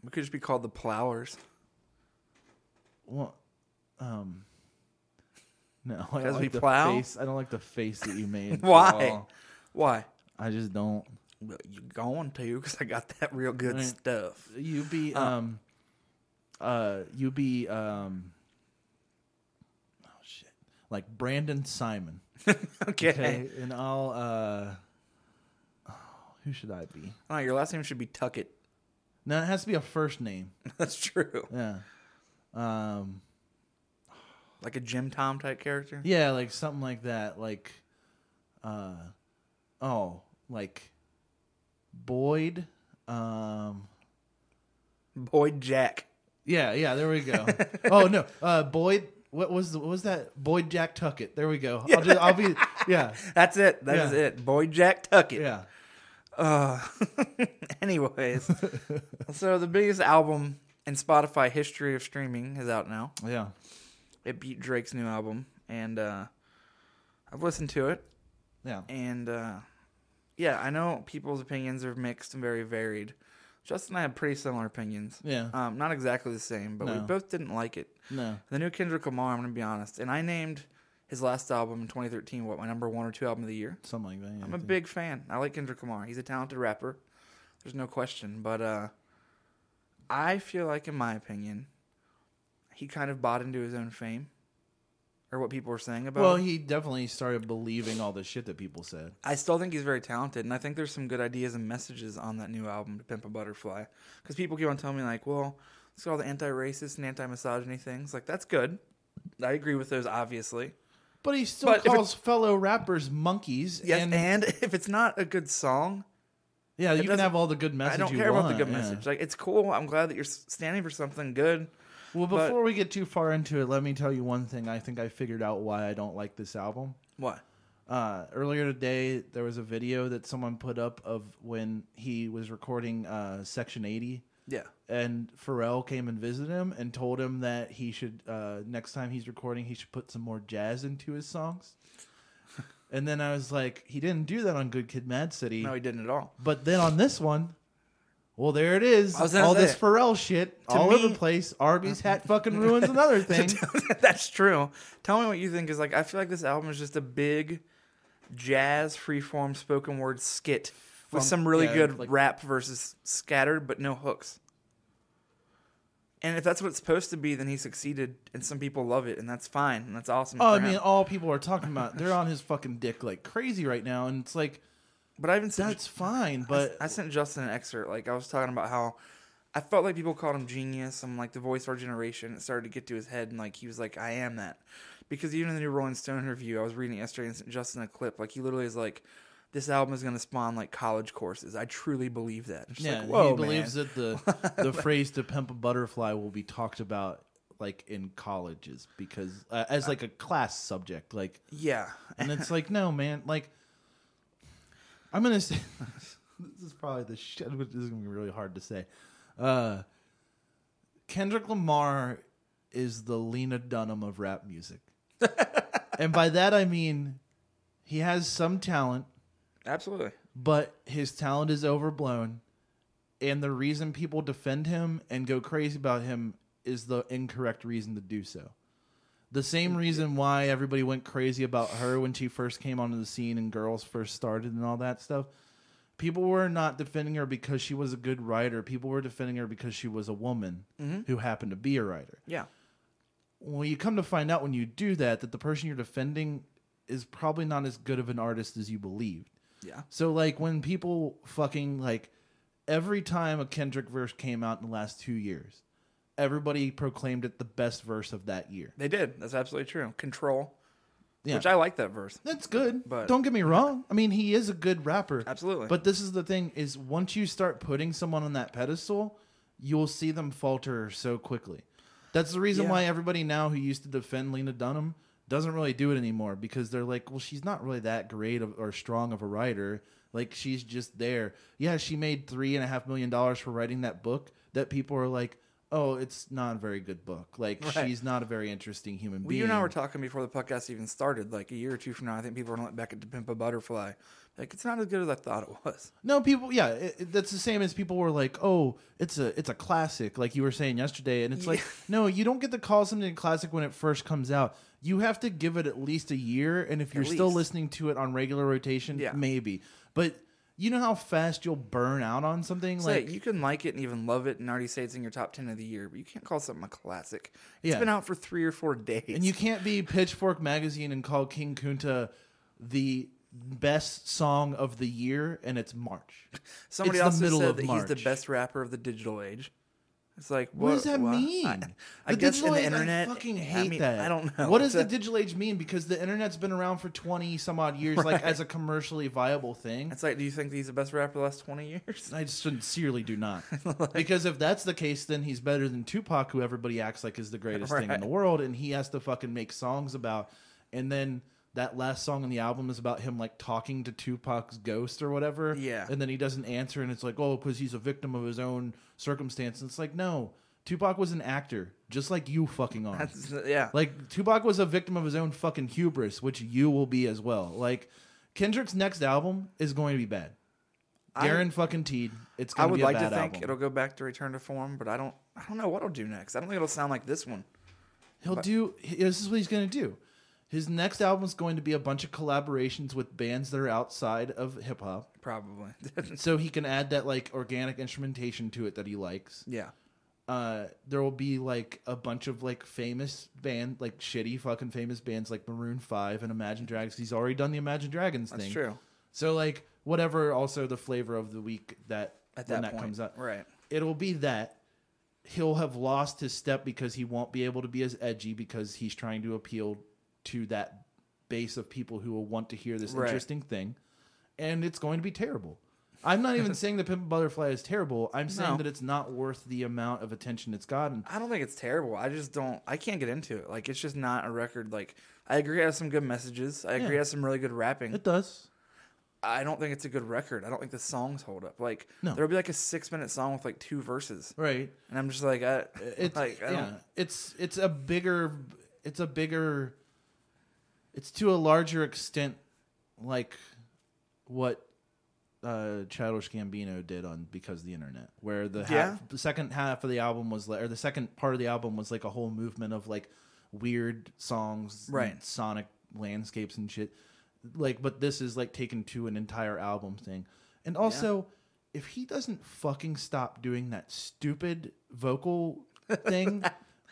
[SPEAKER 2] We could just be called the Plowers.
[SPEAKER 3] well, um, no, I don't
[SPEAKER 2] Because we
[SPEAKER 3] like the
[SPEAKER 2] plow?
[SPEAKER 3] face. I don't like the face that you made.
[SPEAKER 2] (laughs)
[SPEAKER 3] at
[SPEAKER 2] Why?
[SPEAKER 3] all.
[SPEAKER 2] Why?
[SPEAKER 3] I just don't.
[SPEAKER 2] Well, you're going to because I got that real good
[SPEAKER 3] Right.
[SPEAKER 2] stuff.
[SPEAKER 3] You be um, uh, you be um. Oh shit! Like Brandon Simon.
[SPEAKER 2] Okay.
[SPEAKER 3] Okay, and I'll uh, who should I be?
[SPEAKER 2] Oh, your last name should be Tuckett. (laughs)
[SPEAKER 3] No, it has to be a first name.
[SPEAKER 2] That's true.
[SPEAKER 3] Yeah. Um.
[SPEAKER 2] Like a Jim Tom type character.
[SPEAKER 3] Yeah, like something like that. Like, uh, oh, like Boyd. Um.
[SPEAKER 2] Boyd Jack.
[SPEAKER 3] Yeah, yeah. There we
[SPEAKER 2] (laughs)
[SPEAKER 3] go. oh no, uh, Boyd. What was the, what was that? Boyd Jack Tuckett. There we go. I'll, just,
[SPEAKER 2] (laughs)
[SPEAKER 3] I'll be. Yeah,
[SPEAKER 2] That's it. That is
[SPEAKER 3] Yeah.
[SPEAKER 2] it. Boyd Jack Tuckett.
[SPEAKER 3] yeah.
[SPEAKER 2] (laughs) Anyways, (laughs) so the biggest album in Spotify history of streaming is out now.
[SPEAKER 3] Yeah.
[SPEAKER 2] It beat Drake's new album, and uh, I've listened to it.
[SPEAKER 3] Yeah.
[SPEAKER 2] And uh, yeah, I know people's opinions are mixed and very varied. Justin and I have pretty similar opinions.
[SPEAKER 3] Yeah.
[SPEAKER 2] Um, not exactly the same, but we
[SPEAKER 3] No.
[SPEAKER 2] both didn't like it.
[SPEAKER 3] No.
[SPEAKER 2] The new Kendrick Lamar, I'm going to be honest. And I named his last album in 2013, what, my number one or two album of the year?
[SPEAKER 3] Something like that. yeah, I
[SPEAKER 2] I'm a
[SPEAKER 3] think.
[SPEAKER 2] big fan. I like Kendrick Lamar. He's a talented rapper. There's no question. But uh, I feel like, in my opinion, he kind of bought into his own fame or what people were saying about
[SPEAKER 3] Well,
[SPEAKER 2] him.
[SPEAKER 3] he definitely started believing all the shit that people said.
[SPEAKER 2] I still think he's very talented, and I think there's some good ideas and messages on that new album, "To Pimp a Butterfly," because people keep on telling me like, "Well, it's got all the anti-racist and anti-misogyny things." Like, that's good. I agree with those, obviously.
[SPEAKER 3] But he still
[SPEAKER 2] But if
[SPEAKER 3] calls fellow rappers monkeys.
[SPEAKER 2] Yes, and, (laughs)
[SPEAKER 3] and,
[SPEAKER 2] if it's not a good song,
[SPEAKER 3] yeah, you can
[SPEAKER 2] doesn't-
[SPEAKER 3] have all the good message.
[SPEAKER 2] I don't
[SPEAKER 3] you
[SPEAKER 2] care about
[SPEAKER 3] want,
[SPEAKER 2] the good
[SPEAKER 3] yeah.
[SPEAKER 2] message. Like, it's cool. I'm glad that you're s- standing for something good.
[SPEAKER 3] Well,
[SPEAKER 2] but-
[SPEAKER 3] before we get too far into it, let me tell you one thing. I think I figured out why I don't like this album.
[SPEAKER 2] What?
[SPEAKER 3] Uh, earlier today, there was a video that someone put up of when he was recording uh, Section 80,
[SPEAKER 2] Yeah.
[SPEAKER 3] and Pharrell came and visited him and told him that he should, uh, next time he's recording, he should put some more jazz into
[SPEAKER 2] (laughs)
[SPEAKER 3] his songs. and then I was like, he didn't do that on Good Kid, Mad City.
[SPEAKER 2] No, he didn't at all. (laughs)
[SPEAKER 3] But then on this one, well, there it is.
[SPEAKER 2] I was gonna
[SPEAKER 3] All
[SPEAKER 2] say
[SPEAKER 3] this
[SPEAKER 2] it.
[SPEAKER 3] Pharrell shit
[SPEAKER 2] To
[SPEAKER 3] all over
[SPEAKER 2] me-
[SPEAKER 3] the place.
[SPEAKER 2] (laughs)
[SPEAKER 3] Arby's hat fucking ruins another thing.
[SPEAKER 2] That's true. Tell me what you think. Is like, I feel like this album is just a big jazz, freeform, spoken word skit with
[SPEAKER 3] Funk,
[SPEAKER 2] some really
[SPEAKER 3] yeah,
[SPEAKER 2] good
[SPEAKER 3] like-
[SPEAKER 2] rap versus scattered, but no hooks. And if that's what it's supposed to be, then he succeeded, and some people love it, and that's fine, and that's awesome.
[SPEAKER 3] Oh, I
[SPEAKER 2] for
[SPEAKER 3] mean,
[SPEAKER 2] him.
[SPEAKER 3] all people are talking about. They're on his fucking dick like crazy right now, and it's like
[SPEAKER 2] but I even sent,
[SPEAKER 3] that's fine. But
[SPEAKER 2] I sent Justin an excerpt. Like I was talking about how I felt like people called him genius. I'm like the voice of our generation. It started to get to his head, and like he was like, I am that. Because even in the new Rolling Stone review, I was reading it yesterday and sent Justin a clip. Like he literally is like, this album is going to spawn like college courses. I truly believe that. It's just
[SPEAKER 3] Yeah,
[SPEAKER 2] like, whoa,
[SPEAKER 3] he believes
[SPEAKER 2] man.
[SPEAKER 3] that (laughs) the the phrase "to pimp a butterfly" will be talked about like in colleges because uh, as like a class subject, like,
[SPEAKER 2] Yeah.
[SPEAKER 3] and (laughs) it's like, no, man, like, I'm gonna say (laughs) this is probably the shit. Which is gonna be really hard to say. Uh, Kendrick Lamar is the Lena Dunham of rap (laughs) music, and by that I mean he has some talent
[SPEAKER 2] Absolutely.
[SPEAKER 3] but his talent is overblown. And the reason people defend him and go crazy about him is the incorrect reason to do so. The same reason why everybody went crazy about her when she first came onto the scene and girls first started and all that stuff. People were not defending her because she was a good writer. People were defending her because she was a woman who happened to be a writer.
[SPEAKER 2] Yeah.
[SPEAKER 3] Well, you come to find out when you do that that the person you're defending is probably not as good of an artist as you believed.
[SPEAKER 2] Yeah.
[SPEAKER 3] So like when people fucking like every time a Kendrick verse came out in the last two years, everybody proclaimed it the best verse of that year.
[SPEAKER 2] They did. That's absolutely true. Control.
[SPEAKER 3] Yeah.
[SPEAKER 2] Which I like that verse.
[SPEAKER 3] That's good.
[SPEAKER 2] But-
[SPEAKER 3] don't get me wrong. I mean, he is a good rapper.
[SPEAKER 2] Absolutely.
[SPEAKER 3] But this is the thing: is once you start putting someone on that pedestal, you'll see them falter so quickly. That's the reason
[SPEAKER 2] Yeah.
[SPEAKER 3] why everybody now who used to defend Lena Dunham doesn't really do it anymore because they're like, well, she's not really that great of, or strong of a writer. Like she's just there. Yeah, she made three and a half million dollars for writing that book that people are like, oh, it's not a very good book.
[SPEAKER 2] (laughs)
[SPEAKER 3] Like
[SPEAKER 2] Right.
[SPEAKER 3] she's not a very interesting human
[SPEAKER 2] Well,
[SPEAKER 3] being.
[SPEAKER 2] you and I were talking before the podcast even started. Like a year or two from now, I think people are going to look back at To Pimp a Butterfly. Like, it's not as good as I thought it was.
[SPEAKER 3] No, people. Yeah, it, it- that's the same as people were like, "Oh, it's a it's a classic," like you were saying yesterday, and it's like, no, you don't get to call something a classic when it first comes out. You have to give it at least a year, and if you're still
[SPEAKER 2] least.
[SPEAKER 3] listening to it on regular rotation,
[SPEAKER 2] Yeah.
[SPEAKER 3] maybe. But you know how fast you'll burn out on something.
[SPEAKER 2] So,
[SPEAKER 3] like
[SPEAKER 2] yeah, you can like it and even love it and already say it's in your top 10 of the year, but you can't call something a classic. It's
[SPEAKER 3] Yeah.
[SPEAKER 2] been out for three or four days.
[SPEAKER 3] And you can't be Pitchfork magazine and call King Kunta the best song of the year, and it's March.
[SPEAKER 2] Somebody
[SPEAKER 3] it's the
[SPEAKER 2] else
[SPEAKER 3] middle
[SPEAKER 2] said
[SPEAKER 3] of
[SPEAKER 2] that he's
[SPEAKER 3] March.
[SPEAKER 2] the best rapper of the digital age. It's like,
[SPEAKER 3] What, does that
[SPEAKER 2] what?
[SPEAKER 3] mean?
[SPEAKER 2] I, I
[SPEAKER 3] The
[SPEAKER 2] guess in
[SPEAKER 3] digital
[SPEAKER 2] the
[SPEAKER 3] age,
[SPEAKER 2] internet.
[SPEAKER 3] I fucking
[SPEAKER 2] I
[SPEAKER 3] hate
[SPEAKER 2] mean,
[SPEAKER 3] that.
[SPEAKER 2] I don't know.
[SPEAKER 3] What does the
[SPEAKER 2] It's a-
[SPEAKER 3] digital age mean? Because the internet's been around for twenty some
[SPEAKER 2] (laughs)
[SPEAKER 3] odd years, like as a commercially viable
[SPEAKER 2] (laughs)
[SPEAKER 3] thing.
[SPEAKER 2] It's like, do you think he's the best rapper the last 20 years? (laughs)
[SPEAKER 3] I sincerely do not, because if that's the case, then he's better than Tupac, who everybody acts like is the greatest thing in
[SPEAKER 2] Right.
[SPEAKER 3] the world, and he has to fucking make songs about. And then that last song on the album is about him like talking to Tupac's ghost or whatever.
[SPEAKER 2] Yeah.
[SPEAKER 3] and then he doesn't answer, and it's like, oh, because he's a victim of his own circumstance. And it's like, no, Tupac was an actor, just like you fucking are.
[SPEAKER 2] yeah.
[SPEAKER 3] Like Tupac was a victim of his own fucking hubris, which you will be as well. Like Kendrick's next album is going to be bad. Darren fucking teed. It's
[SPEAKER 2] I
[SPEAKER 3] going to
[SPEAKER 2] would
[SPEAKER 3] be a
[SPEAKER 2] like to
[SPEAKER 3] bad
[SPEAKER 2] think
[SPEAKER 3] album.
[SPEAKER 2] it'll go back to return to form, but I don't. I don't know what it'll do next. I don't think it'll sound like this one.
[SPEAKER 3] He'll do. he- This is what he's going to do. His next album is going to be a bunch of collaborations with bands that are outside of hip hop,
[SPEAKER 2] Probably. (laughs)
[SPEAKER 3] so he can add that like organic instrumentation to it that he likes.
[SPEAKER 2] yeah.
[SPEAKER 3] uh, there will be like a bunch of like famous band, like shitty fucking famous bands like Maroon Five and Imagine Dragons. He's already done the Imagine Dragons thing.
[SPEAKER 2] true.
[SPEAKER 3] So like whatever, also the flavor of the week that
[SPEAKER 2] At that
[SPEAKER 3] when that
[SPEAKER 2] point,
[SPEAKER 3] comes up,
[SPEAKER 2] right.
[SPEAKER 3] It'll be that he'll have lost his step because he won't be able to be as edgy because he's trying to appeal to that base of people who will want to hear this
[SPEAKER 2] Right.
[SPEAKER 3] interesting thing, and it's going to be terrible. I'm
[SPEAKER 2] (laughs)
[SPEAKER 3] not even saying that Pimp a Butterfly is terrible. I'm saying
[SPEAKER 2] No.
[SPEAKER 3] that it's not worth the amount of attention it's gotten.
[SPEAKER 2] I don't think it's terrible. I just don't. I can't get into it. Like it's just not a record. Like I agree, it has some good messages. I agree, it
[SPEAKER 3] Yeah.
[SPEAKER 2] has some really good rapping.
[SPEAKER 3] It does.
[SPEAKER 2] I don't think it's a good record. I don't think the songs hold up. Like
[SPEAKER 3] No.
[SPEAKER 2] there'll be like a six minute song with like two verses,
[SPEAKER 3] Right.
[SPEAKER 2] and I'm just like, I,
[SPEAKER 3] It's
[SPEAKER 2] like, I
[SPEAKER 3] yeah.
[SPEAKER 2] don't,
[SPEAKER 3] It's it's a bigger it's a bigger it's to a larger extent like what uh Childish Gambino did on because of the internet where the half,
[SPEAKER 2] Yeah.
[SPEAKER 3] the second half of the album was like or the second part of the album was like a whole movement of like weird songs and
[SPEAKER 2] Right.
[SPEAKER 3] sonic landscapes and shit like but this is like taken to an entire album thing and also if he doesn't fucking stop doing that stupid
[SPEAKER 2] (laughs)
[SPEAKER 3] vocal thing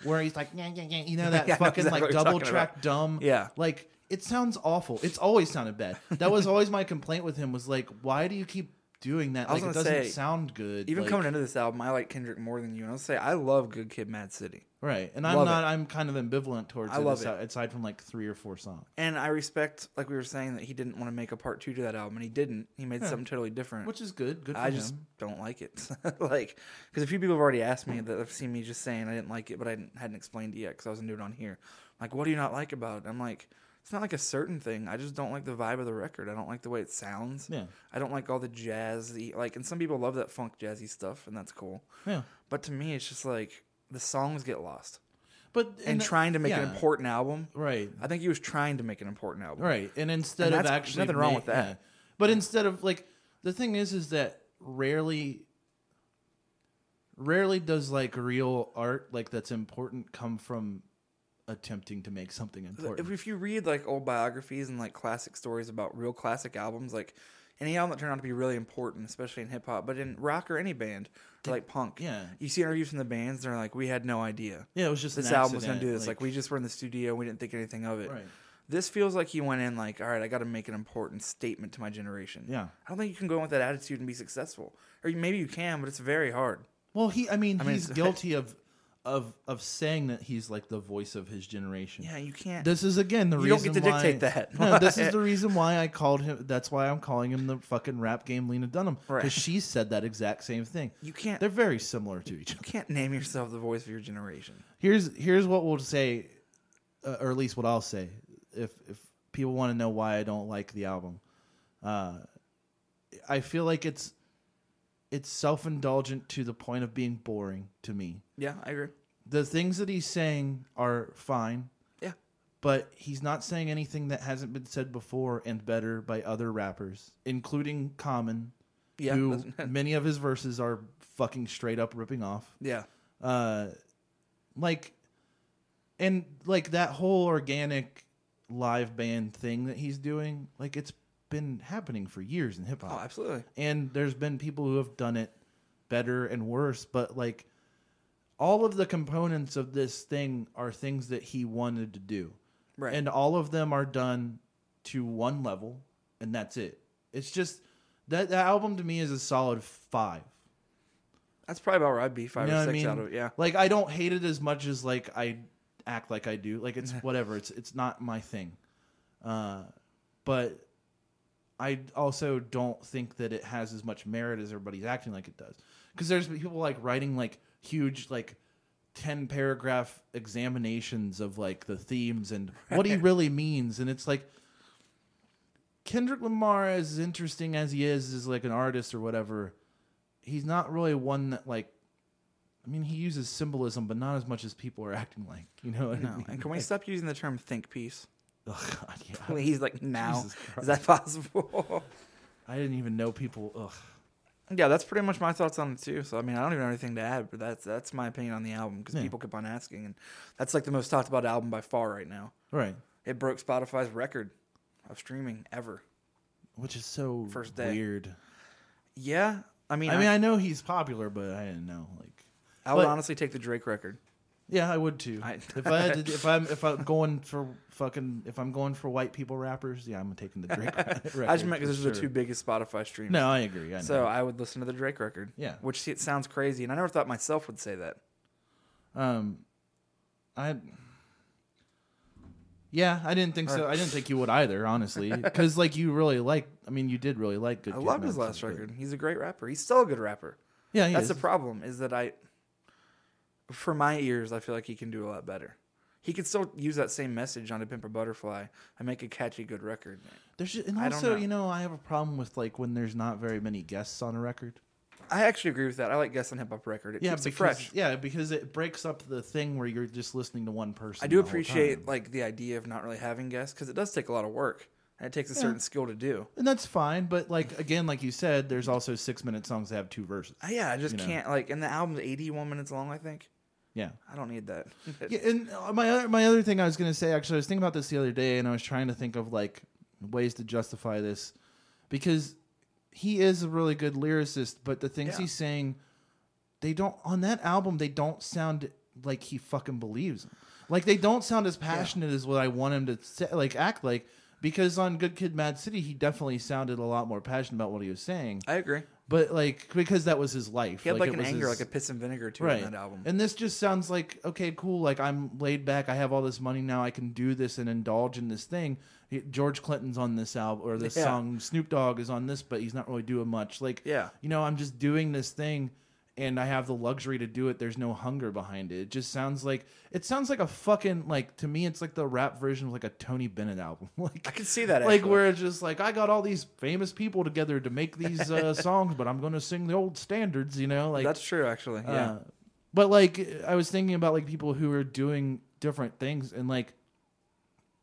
[SPEAKER 3] where he's like yeah yeah yeah you know that
[SPEAKER 2] Yeah, I know
[SPEAKER 3] fucking
[SPEAKER 2] exactly
[SPEAKER 3] like
[SPEAKER 2] what you're
[SPEAKER 3] double
[SPEAKER 2] talking
[SPEAKER 3] track
[SPEAKER 2] about.
[SPEAKER 3] dumb
[SPEAKER 2] Yeah.
[SPEAKER 3] like it sounds awful it's always sounded bad that was always my complaint with him was like why do you keep doing that.
[SPEAKER 2] I was
[SPEAKER 3] like it
[SPEAKER 2] gonna
[SPEAKER 3] doesn't
[SPEAKER 2] say,
[SPEAKER 3] sound good.
[SPEAKER 2] Even
[SPEAKER 3] like-
[SPEAKER 2] coming into this album, I like Kendrick more than you. And I'll say I love Good Kid, Mad City,
[SPEAKER 3] right, and I'm
[SPEAKER 2] Love
[SPEAKER 3] not.
[SPEAKER 2] it.
[SPEAKER 3] I'm kind of ambivalent towards
[SPEAKER 2] I
[SPEAKER 3] it,
[SPEAKER 2] love
[SPEAKER 3] asi-
[SPEAKER 2] it.
[SPEAKER 3] aside from like three or four songs.
[SPEAKER 2] and I respect, like we were saying, that he didn't want to make a part two to that album, and he didn't. He made something totally different,
[SPEAKER 3] which is good. Good. For
[SPEAKER 2] I just
[SPEAKER 3] him.
[SPEAKER 2] don't like it. (laughs) like, because a few people have already asked me that have seen me just saying I didn't like it, but I didn't, hadn't explained it yet because I wasn't doing it on here. Like, what do you not like about it? I'm like, it's not like a certain thing. I just don't like the vibe of the record. I don't like the way it sounds.
[SPEAKER 3] Yeah.
[SPEAKER 2] I don't like all the jazzy, like, and some people love that funk jazzy stuff, and that's cool.
[SPEAKER 3] yeah,
[SPEAKER 2] But to me, it's just like the songs get lost.
[SPEAKER 3] but
[SPEAKER 2] And,
[SPEAKER 3] that-
[SPEAKER 2] trying to make an
[SPEAKER 3] yeah,
[SPEAKER 2] important album,
[SPEAKER 3] right,
[SPEAKER 2] I think he was trying to make an important album.
[SPEAKER 3] right, and instead
[SPEAKER 2] And
[SPEAKER 3] of
[SPEAKER 2] that's-
[SPEAKER 3] actually
[SPEAKER 2] nothing wrong
[SPEAKER 3] ma-
[SPEAKER 2] with that.
[SPEAKER 3] yeah. but instead of like the thing is, is that rarely. Rarely does like real art like that's important come from attempting to make something important.
[SPEAKER 2] If, if you read like old biographies and like classic stories about real classic albums, like any album that turned out to be really important, especially in hip hop, but in rock or any band, or like punk,
[SPEAKER 3] yeah.
[SPEAKER 2] you see interviews from the bands, they're like, "We had no idea
[SPEAKER 3] yeah, it was just
[SPEAKER 2] this
[SPEAKER 3] an
[SPEAKER 2] album was gonna
[SPEAKER 3] accident,
[SPEAKER 2] do this. Like, we just were in the studio, we didn't think anything of it."
[SPEAKER 3] Right.
[SPEAKER 2] This feels like he went in like, "All right, I got to make an important statement to my generation."
[SPEAKER 3] Yeah.
[SPEAKER 2] I don't think you can go in with that attitude and be successful, or you- maybe you can, but it's very hard.
[SPEAKER 3] Well, he. I mean,
[SPEAKER 2] mean,
[SPEAKER 3] he's
[SPEAKER 2] it's- (laughs)
[SPEAKER 3] guilty of, of, of saying that he's like the voice of his generation.
[SPEAKER 2] Yeah, you can't.
[SPEAKER 3] This is again the
[SPEAKER 2] You don't
[SPEAKER 3] reason
[SPEAKER 2] get to
[SPEAKER 3] why,
[SPEAKER 2] dictate that.
[SPEAKER 3] No,
[SPEAKER 2] (laughs)
[SPEAKER 3] this is the reason why I called him. That's why I'm calling him the fucking rap game Lena Dunham because
[SPEAKER 2] Right.
[SPEAKER 3] she said that exact same thing.
[SPEAKER 2] You can't-
[SPEAKER 3] They're very similar to each other.
[SPEAKER 2] you can't name yourself the voice of your generation.
[SPEAKER 3] Here's here's what we'll say, uh, or at least what I'll say, if if people want to know why I don't like the album, uh, I feel like it's it's self indulgent to the point of being boring to me.
[SPEAKER 2] Yeah, I agree.
[SPEAKER 3] The things that he's saying are fine
[SPEAKER 2] Yeah.
[SPEAKER 3] but he's not saying anything that hasn't been said before and better by other rappers, including Common,
[SPEAKER 2] Yeah.
[SPEAKER 3] who
[SPEAKER 2] that's- (laughs)
[SPEAKER 3] many of his verses are fucking straight up ripping off.
[SPEAKER 2] yeah.
[SPEAKER 3] Uh, like, and like that whole organic live band thing that he's doing, like it's been happening for years in hip hop
[SPEAKER 2] Oh, absolutely.
[SPEAKER 3] and there's been people who have done it better and worse but like all of the components of this thing are things that he wanted to do
[SPEAKER 2] Right.
[SPEAKER 3] and all of them are done to one level and that's it it's just that, that album to me is a solid five
[SPEAKER 2] That's probably about where I'd be
[SPEAKER 3] you
[SPEAKER 2] five
[SPEAKER 3] know
[SPEAKER 2] or
[SPEAKER 3] what
[SPEAKER 2] six
[SPEAKER 3] i mean
[SPEAKER 2] out of it.
[SPEAKER 3] (laughs)
[SPEAKER 2] Yeah.
[SPEAKER 3] like i don't hate it as much as like i act like i do
[SPEAKER 2] (laughs)
[SPEAKER 3] like it's whatever it's it's not my thing uh but I also don't think that it has as much merit as everybody's acting like it does. Because there's people like writing like huge like ten paragraph examinations of like the
[SPEAKER 2] (laughs)
[SPEAKER 3] themes and what he really means, and it's like Kendrick Lamar, as interesting as he is, is like an artist or whatever. He's not really one that like. I mean, he uses symbolism, but not as much as people are acting like. You know? What I
[SPEAKER 2] No.
[SPEAKER 3] mean?
[SPEAKER 2] And
[SPEAKER 3] (laughs)
[SPEAKER 2] can we stop using the term think piece?
[SPEAKER 3] Oh God, yeah.
[SPEAKER 2] He's like, now.
[SPEAKER 3] Jesus
[SPEAKER 2] Is that possible? (laughs)
[SPEAKER 3] I didn't even know people. Ugh.
[SPEAKER 2] yeah, that's pretty much my thoughts on it too. So I mean, I don't even have anything to add, but that's that's my opinion on the album because people keep on asking, and that's like the most talked about album by far right now.
[SPEAKER 3] Right.
[SPEAKER 2] It broke Spotify's record of streaming ever.
[SPEAKER 3] Which is so
[SPEAKER 2] First day.
[SPEAKER 3] weird.
[SPEAKER 2] Yeah, I mean,
[SPEAKER 3] I mean, I know he's popular, but I didn't know. Like,
[SPEAKER 2] I would
[SPEAKER 3] but-
[SPEAKER 2] honestly take the Drake record.
[SPEAKER 3] yeah, I would too.
[SPEAKER 2] I-
[SPEAKER 3] if I
[SPEAKER 2] (laughs)
[SPEAKER 3] had to, if I'm if I'm going for fucking if I'm going for white people rappers, yeah, I'm taking the Drake. record
[SPEAKER 2] (laughs) I just meant
[SPEAKER 3] for
[SPEAKER 2] because those are the
[SPEAKER 3] sure.
[SPEAKER 2] two biggest Spotify streams.
[SPEAKER 3] No, I agree. I know.
[SPEAKER 2] So I would listen to the Drake record.
[SPEAKER 3] Yeah.
[SPEAKER 2] Which see, it sounds crazy, and I never thought myself would say that.
[SPEAKER 3] um, I. Yeah, I didn't think so. I didn't think you would either,
[SPEAKER 2] (laughs)
[SPEAKER 3] honestly, because like you really like. I mean, you did really like. Good
[SPEAKER 2] I
[SPEAKER 3] Kid,
[SPEAKER 2] loved his
[SPEAKER 3] Mad
[SPEAKER 2] last
[SPEAKER 3] City, but-
[SPEAKER 2] record. He's a great rapper. He's still a good rapper.
[SPEAKER 3] Yeah, he
[SPEAKER 2] That's
[SPEAKER 3] is.
[SPEAKER 2] the problem is that I, for my ears, I feel like he can do a lot better. He could still use that same message on "To Pimp a Butterfly" and make a catchy, good record.
[SPEAKER 3] There's just, and
[SPEAKER 2] I don't
[SPEAKER 3] also,
[SPEAKER 2] know.
[SPEAKER 3] you know, I have a problem with like when there's not very many guests on a record.
[SPEAKER 2] I actually agree with that. I like Guess on Hip Hop record. It
[SPEAKER 3] yeah,
[SPEAKER 2] keeps
[SPEAKER 3] because,
[SPEAKER 2] it fresh.
[SPEAKER 3] Yeah, because it breaks up the thing where you're just listening to one person.
[SPEAKER 2] I do
[SPEAKER 3] the whole
[SPEAKER 2] appreciate
[SPEAKER 3] time.
[SPEAKER 2] like the idea of not really having guests because it does take a lot of work and it takes a certain skill to do.
[SPEAKER 3] and that's fine. But like again, like you said, there's also six minute songs that have two verses.
[SPEAKER 2] Uh, Yeah, I just
[SPEAKER 3] You know.
[SPEAKER 2] can't like. And the album's eighty-one minutes long. I think
[SPEAKER 3] Yeah.
[SPEAKER 2] I don't need that.
[SPEAKER 3] yeah and uh, my other my other thing I was gonna say actually, I was thinking about this the other day, and I was trying to think of like ways to justify this because he is a really good lyricist, but the things
[SPEAKER 2] Yeah.
[SPEAKER 3] he's saying, they don't on that album they don't sound like he fucking believes. 'em. Like they don't sound as passionate as what I want him to say, like act like. Because on Good Kid, Mad City, he definitely sounded a lot more passionate about what he was saying.
[SPEAKER 2] (laughs) I agree.
[SPEAKER 3] but like because that was his life.
[SPEAKER 2] He had like,
[SPEAKER 3] it
[SPEAKER 2] an
[SPEAKER 3] was
[SPEAKER 2] anger,
[SPEAKER 3] his-
[SPEAKER 2] like a piss and vinegar too
[SPEAKER 3] right.
[SPEAKER 2] on that album.
[SPEAKER 3] And this just sounds like okay, cool. Like I'm laid back. I have all this money now. I can do this and indulge in this thing. He- George Clinton's on this album or this
[SPEAKER 2] Yeah.
[SPEAKER 3] song. Snoop Dogg is on this, but he's not really doing much. Like
[SPEAKER 2] Yeah.
[SPEAKER 3] you know, I'm just doing this thing. And I have the luxury to do it. There's no hunger behind it. It just sounds like it sounds like a fucking like to me. It's like the rap version of like a Tony Bennett album. (laughs) like
[SPEAKER 2] I can see that.
[SPEAKER 3] like
[SPEAKER 2] actually.
[SPEAKER 3] where it's just like I got all these famous people together to make these
[SPEAKER 2] (laughs)
[SPEAKER 3] uh, songs, but I'm going to sing the old standards, you know, like
[SPEAKER 2] that's true, actually.
[SPEAKER 3] uh,
[SPEAKER 2] Yeah,
[SPEAKER 3] But like I was thinking about like people who are doing different things and like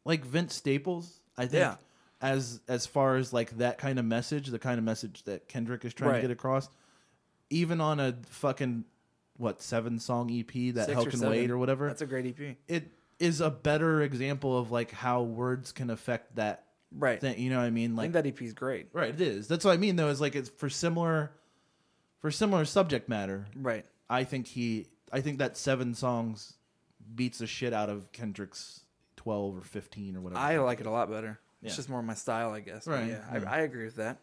[SPEAKER 3] like Vince Staples, I think
[SPEAKER 2] Yeah.
[SPEAKER 3] as as far as like that kind of message, the kind of message that Kendrick is trying
[SPEAKER 2] Right.
[SPEAKER 3] to get across, even on a fucking what seven song EP that
[SPEAKER 2] Six
[SPEAKER 3] Hell Can Wait
[SPEAKER 2] seven.
[SPEAKER 3] or whatever,
[SPEAKER 2] That's a great E EP.
[SPEAKER 3] it is a better example of like how words can affect that
[SPEAKER 2] Right.
[SPEAKER 3] thing. You know what I E mean?
[SPEAKER 2] I
[SPEAKER 3] Like
[SPEAKER 2] think that EP's great.
[SPEAKER 3] right, it is. That's what I mean though. Is like it's for similar, for similar subject matter.
[SPEAKER 2] Right.
[SPEAKER 3] I think he, I think that seven songs beats the shit out of Kendrick's twelve or fifteen or whatever.
[SPEAKER 2] I like it a lot better.
[SPEAKER 3] Yeah.
[SPEAKER 2] It's just more my style, I guess. But
[SPEAKER 3] Right,
[SPEAKER 2] Yeah,
[SPEAKER 3] yeah.
[SPEAKER 2] I, I agree with that.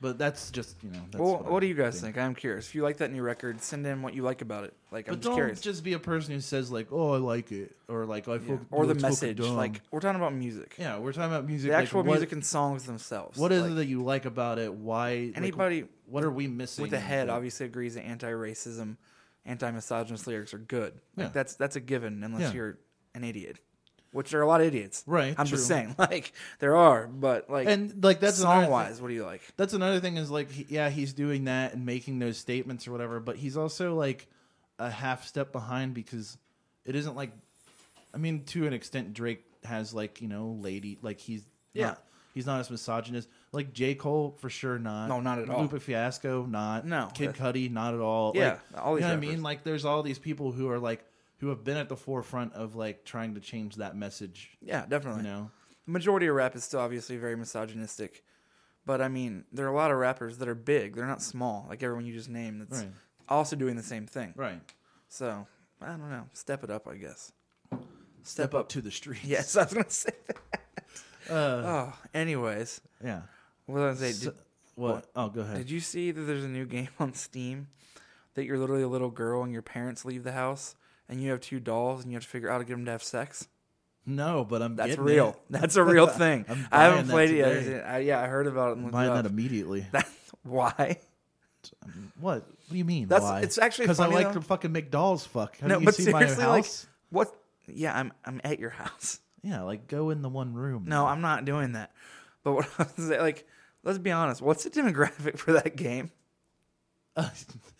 [SPEAKER 3] but that's just you know. That's
[SPEAKER 2] well,
[SPEAKER 3] I
[SPEAKER 2] what, do you guys think? I'm curious. If you like that new record, send in what you like about it. Like, I'm
[SPEAKER 3] But
[SPEAKER 2] just
[SPEAKER 3] don't
[SPEAKER 2] curious.
[SPEAKER 3] just be a person who says like, "Oh, I like it," or like, "I
[SPEAKER 2] Yeah.
[SPEAKER 3] fuck-
[SPEAKER 2] Or the
[SPEAKER 3] it's fucking
[SPEAKER 2] message.
[SPEAKER 3] dumb.
[SPEAKER 2] Like, we're talking about music.
[SPEAKER 3] yeah, we're talking about music.
[SPEAKER 2] The
[SPEAKER 3] like,
[SPEAKER 2] actual
[SPEAKER 3] what-
[SPEAKER 2] music and songs themselves.
[SPEAKER 3] What is
[SPEAKER 2] Like,
[SPEAKER 3] it that you like about it? Why like,
[SPEAKER 2] Anybody
[SPEAKER 3] what are we missing?
[SPEAKER 2] with the head
[SPEAKER 3] Like,
[SPEAKER 2] obviously agrees that anti-racism, anti-misogynist lyrics are good. Like
[SPEAKER 3] Yeah.
[SPEAKER 2] that's that's a given unless
[SPEAKER 3] Yeah.
[SPEAKER 2] you're an idiot, which there are a lot of idiots.
[SPEAKER 3] Right,
[SPEAKER 2] I'm
[SPEAKER 3] true.
[SPEAKER 2] just saying, (laughs) like there are, but like
[SPEAKER 3] And, like, that's another thing.
[SPEAKER 2] song wise, what do you like?
[SPEAKER 3] That's another thing is like, he, yeah, he's doing that and making those statements or whatever, but he's also like a half step behind because it isn't like, I mean, to an extent, Drake has like you know, lady, like he's
[SPEAKER 2] Yeah.
[SPEAKER 3] not, he's not as misogynist. Like J Cole for sure, not
[SPEAKER 2] No, not at all.
[SPEAKER 3] Lupe Fiasco, not
[SPEAKER 2] No.
[SPEAKER 3] Kid Cudi, not at all.
[SPEAKER 2] Yeah,
[SPEAKER 3] like,
[SPEAKER 2] all these
[SPEAKER 3] you know what I
[SPEAKER 2] rappers.
[SPEAKER 3] mean? Like, there's all these people who are like who have been at the forefront of like trying to change that message.
[SPEAKER 2] Yeah, definitely.
[SPEAKER 3] You know,
[SPEAKER 2] The majority of rap is still obviously very misogynistic, but I mean there are a lot of rappers that are big. They're not small, like everyone you just named. That's
[SPEAKER 3] Right.
[SPEAKER 2] also doing the same thing.
[SPEAKER 3] right?
[SPEAKER 2] So I don't know. Step it up, I guess.
[SPEAKER 3] Step up to the streets.
[SPEAKER 2] Yes, I was gonna say that. oh, anyways,
[SPEAKER 3] Yeah.
[SPEAKER 2] what was I gonna say?
[SPEAKER 3] So-
[SPEAKER 2] Did,
[SPEAKER 3] what? Oh, go ahead.
[SPEAKER 2] did you see that there's a new game on Steam that you're literally a little girl and your parents leave the house and you have two dolls and you have to figure out how to get them to have sex?
[SPEAKER 3] No, but I'm
[SPEAKER 2] That's
[SPEAKER 3] getting
[SPEAKER 2] real.
[SPEAKER 3] it.
[SPEAKER 2] That's a real thing.
[SPEAKER 3] (laughs) I'm
[SPEAKER 2] I haven't
[SPEAKER 3] buying that
[SPEAKER 2] played it
[SPEAKER 3] today.
[SPEAKER 2] yet. I, yeah, I heard about it. And looked it
[SPEAKER 3] Buying
[SPEAKER 2] up.
[SPEAKER 3] that immediately.
[SPEAKER 2] That's (laughs) why.
[SPEAKER 3] what? What do you mean?
[SPEAKER 2] That's-
[SPEAKER 3] why?
[SPEAKER 2] it's actually
[SPEAKER 3] because I
[SPEAKER 2] funny,
[SPEAKER 3] like
[SPEAKER 2] though.
[SPEAKER 3] to fucking make dolls. Fuck. Have
[SPEAKER 2] No,
[SPEAKER 3] you
[SPEAKER 2] but
[SPEAKER 3] seen my
[SPEAKER 2] seriously, like,
[SPEAKER 3] house?
[SPEAKER 2] what? Yeah, I'm I'm at your house.
[SPEAKER 3] yeah, like go in the one room.
[SPEAKER 2] No, I'm not doing that. But what (laughs) I was saying, like, let's be honest. What's the demographic for that game? (laughs)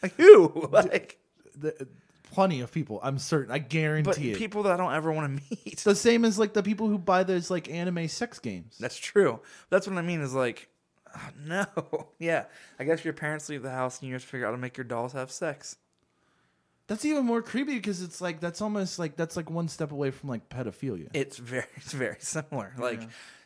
[SPEAKER 2] Like who? (laughs) Like.
[SPEAKER 3] The- (laughs) plenty of people. I'm certain. I
[SPEAKER 2] but
[SPEAKER 3] guarantee it.
[SPEAKER 2] people that I don't ever want to (laughs) meet.
[SPEAKER 3] the same as like the people who buy those like anime sex games.
[SPEAKER 2] That's true. That's what I mean. Is like, ah, no, (laughs) yeah. I guess your parents leave the house and you have to figure out how to make your dolls have sex.
[SPEAKER 3] That's even more creepy because it's like that's almost like that's like one step away from like pedophilia.
[SPEAKER 2] It's (laughs) very, it's very similar. Like,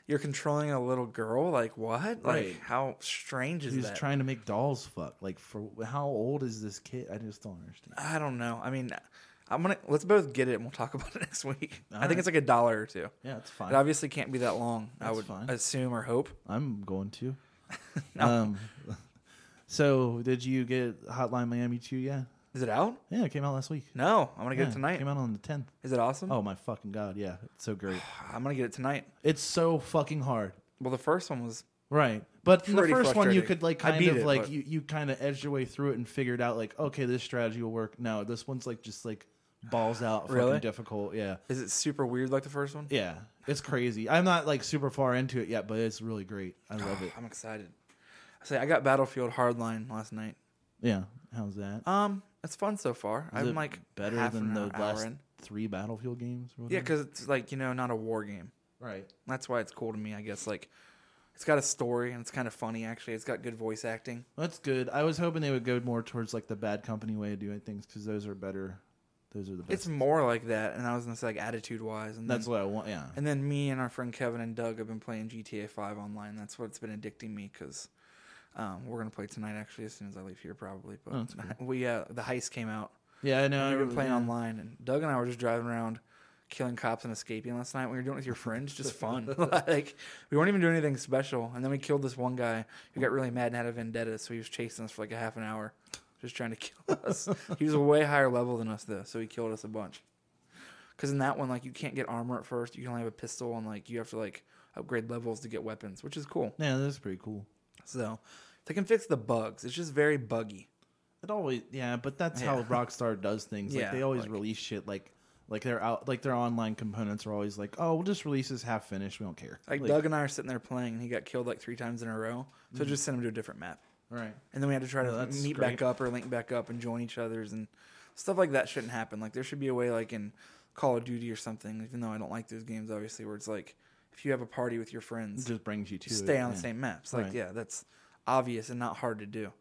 [SPEAKER 2] you're controlling a little girl. Like what? Like
[SPEAKER 3] Right.
[SPEAKER 2] how strange is
[SPEAKER 3] He's
[SPEAKER 2] that?
[SPEAKER 3] trying to make dolls fuck. Like for how old is this kid? I just don't understand.
[SPEAKER 2] I don't know. I mean, I'm gonna let's both get it and we'll talk (laughs) about it next week. I
[SPEAKER 3] right.
[SPEAKER 2] think it's like a dollar or two.
[SPEAKER 3] Yeah, it's
[SPEAKER 2] It
[SPEAKER 3] fine.
[SPEAKER 2] obviously can't be that long. I
[SPEAKER 3] That's
[SPEAKER 2] would
[SPEAKER 3] fine.
[SPEAKER 2] assume or hope.
[SPEAKER 3] I'm
[SPEAKER 2] (laughs)
[SPEAKER 3] going to. Um, (laughs) so did you get Hotline Miami 2 Yeah,
[SPEAKER 2] Is it out?
[SPEAKER 3] Yeah, it came out last week.
[SPEAKER 2] No, I'm gonna get
[SPEAKER 3] Yeah,
[SPEAKER 2] it tonight. Hmm.
[SPEAKER 3] Came out on the 10th.
[SPEAKER 2] Is it awesome?
[SPEAKER 3] Oh my fucking god, yeah. It's
[SPEAKER 2] (sighs)
[SPEAKER 3] so great.
[SPEAKER 2] I'm gonna get it tonight.
[SPEAKER 3] It's so fucking hard.
[SPEAKER 2] Well, the first one was
[SPEAKER 3] Right. But in the
[SPEAKER 2] Pretty
[SPEAKER 3] first one you
[SPEAKER 2] frustrating.
[SPEAKER 3] could like
[SPEAKER 2] I
[SPEAKER 3] kind
[SPEAKER 2] beat
[SPEAKER 3] of
[SPEAKER 2] it,
[SPEAKER 3] like
[SPEAKER 2] but-
[SPEAKER 3] you, you kind of edged your way through it and figured out like okay, this strategy will work. No, this one's like just like balls out
[SPEAKER 2] Really?
[SPEAKER 3] fucking difficult. Yeah.
[SPEAKER 2] Is it super weird like the first one?
[SPEAKER 3] Yeah. It's crazy. I'm not like super far into it yet, but it's really great. I
[SPEAKER 2] (sighs)
[SPEAKER 3] love it.
[SPEAKER 2] I'm excited. I say I got Battlefield Hardline last night.
[SPEAKER 3] Yeah. How's that?
[SPEAKER 2] Um, it's fun so far.
[SPEAKER 3] Is
[SPEAKER 2] I'm
[SPEAKER 3] it
[SPEAKER 2] like
[SPEAKER 3] better
[SPEAKER 2] half
[SPEAKER 3] than
[SPEAKER 2] an
[SPEAKER 3] the
[SPEAKER 2] hour, hour
[SPEAKER 3] last
[SPEAKER 2] in.
[SPEAKER 3] three Battlefield games. Or
[SPEAKER 2] Yeah,
[SPEAKER 3] whatever?
[SPEAKER 2] because it's like you know not a war game.
[SPEAKER 3] right.
[SPEAKER 2] That's why it's cool to me. I guess like it's got a story and it's kind of funny actually. It's got good voice acting.
[SPEAKER 3] That's good. I was hoping they would go more towards like the bad company way of doing things because those are better. Those are the best.
[SPEAKER 2] It's more like that. And I was gonna say like attitude wise. And
[SPEAKER 3] That's
[SPEAKER 2] then,
[SPEAKER 3] what I want. Yeah.
[SPEAKER 2] And then me and our friend Kevin and Doug have been playing GTA Five online. That's what's been addicting me because. Um, we're gonna play tonight actually as soon as I leave here probably. But (laughs) we uh, the heist came out.
[SPEAKER 3] Yeah, I know.
[SPEAKER 2] we were playing
[SPEAKER 3] yeah.
[SPEAKER 2] online, and Doug and I were just driving around killing cops and escaping last night when you're doing it with your friends just fun like we weren't even doing anything special and then we killed this one guy who got really mad and had a vendetta so he was chasing us for like a half an hour just trying to (laughs) kill us he was a way higher level than us though so he killed us a bunch because in that one like you can't get armor at first you can only have a pistol and like you have to like upgrade levels to get weapons which is cool
[SPEAKER 3] Yeah, that's pretty cool.
[SPEAKER 2] so they can fix the bugs it's just very buggy
[SPEAKER 3] It always yeah, but that's how
[SPEAKER 2] Yeah. (laughs)
[SPEAKER 3] Rockstar does things.
[SPEAKER 2] Yeah,
[SPEAKER 3] like they always
[SPEAKER 2] like-
[SPEAKER 3] release shit like like their out like their online components are always like, oh, we'll just release this half finished. We don't care.
[SPEAKER 2] Like, Doug and I are sitting there playing, and he got killed like three times in a row. So I just sent him to a different map,
[SPEAKER 3] right?
[SPEAKER 2] and then we had to try to
[SPEAKER 3] Oh, Mm. that's
[SPEAKER 2] meet
[SPEAKER 3] great.
[SPEAKER 2] back up or link back up and join each other's and stuff like that shouldn't happen. Like there should be a way, like in Call of Duty or something. Even though I don't like those games, obviously, where it's like if you have a party with your
[SPEAKER 3] It
[SPEAKER 2] friends,
[SPEAKER 3] just brings you to it,
[SPEAKER 2] stay on the
[SPEAKER 3] yeah.
[SPEAKER 2] same maps. Like
[SPEAKER 3] Right.
[SPEAKER 2] yeah, that's obvious and not hard to do.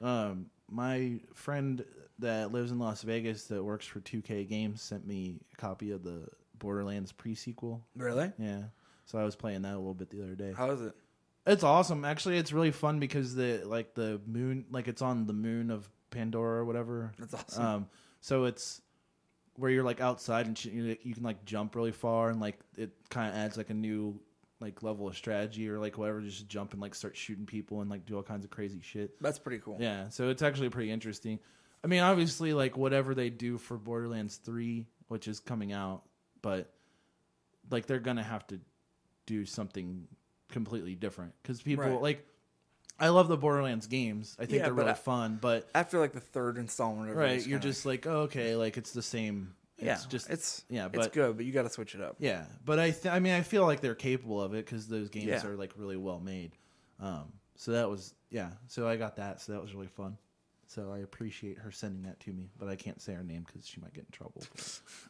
[SPEAKER 3] Um, my friend that lives in Las Vegas that works for 2K Games sent me a copy of the Borderlands prequel.
[SPEAKER 2] Really?
[SPEAKER 3] Yeah, so I was playing that a little bit the other day.
[SPEAKER 2] How is it?
[SPEAKER 3] It's awesome. Actually, it's really fun because the like the moon, like it's on the moon of Pandora or whatever.
[SPEAKER 2] That's awesome.
[SPEAKER 3] Um, so it's where you're like outside and shit, you, you can like jump really far and like it kind of adds like a new like level of strategy or like whatever. Just jump and like start shooting people and like do all kinds of crazy shit.
[SPEAKER 2] That's pretty cool.
[SPEAKER 3] Yeah, so it's actually pretty interesting. I mean, obviously, like whatever they do for Borderlands Three, which is coming out, but like they're gonna have to do something completely different because people
[SPEAKER 2] Right.
[SPEAKER 3] like. I love the Borderlands games. I think
[SPEAKER 2] Yeah,
[SPEAKER 3] they're
[SPEAKER 2] but
[SPEAKER 3] really
[SPEAKER 2] I-
[SPEAKER 3] fun, but
[SPEAKER 2] After like the third installment, or whatever,
[SPEAKER 3] right,
[SPEAKER 2] it's
[SPEAKER 3] you're
[SPEAKER 2] kinda
[SPEAKER 3] just like, oh, okay, like it's the same.
[SPEAKER 2] like, yeah,
[SPEAKER 3] it's just
[SPEAKER 2] it's
[SPEAKER 3] yeah,
[SPEAKER 2] it's
[SPEAKER 3] but
[SPEAKER 2] good, but you got to switch it up.
[SPEAKER 3] yeah, but I th- I mean I feel like they're capable of it because those games
[SPEAKER 2] Yeah.
[SPEAKER 3] are like really well made. Um, so that was yeah. So I got that. So that was really fun. So I appreciate her sending that to me, but I can't say her name because she might get in trouble.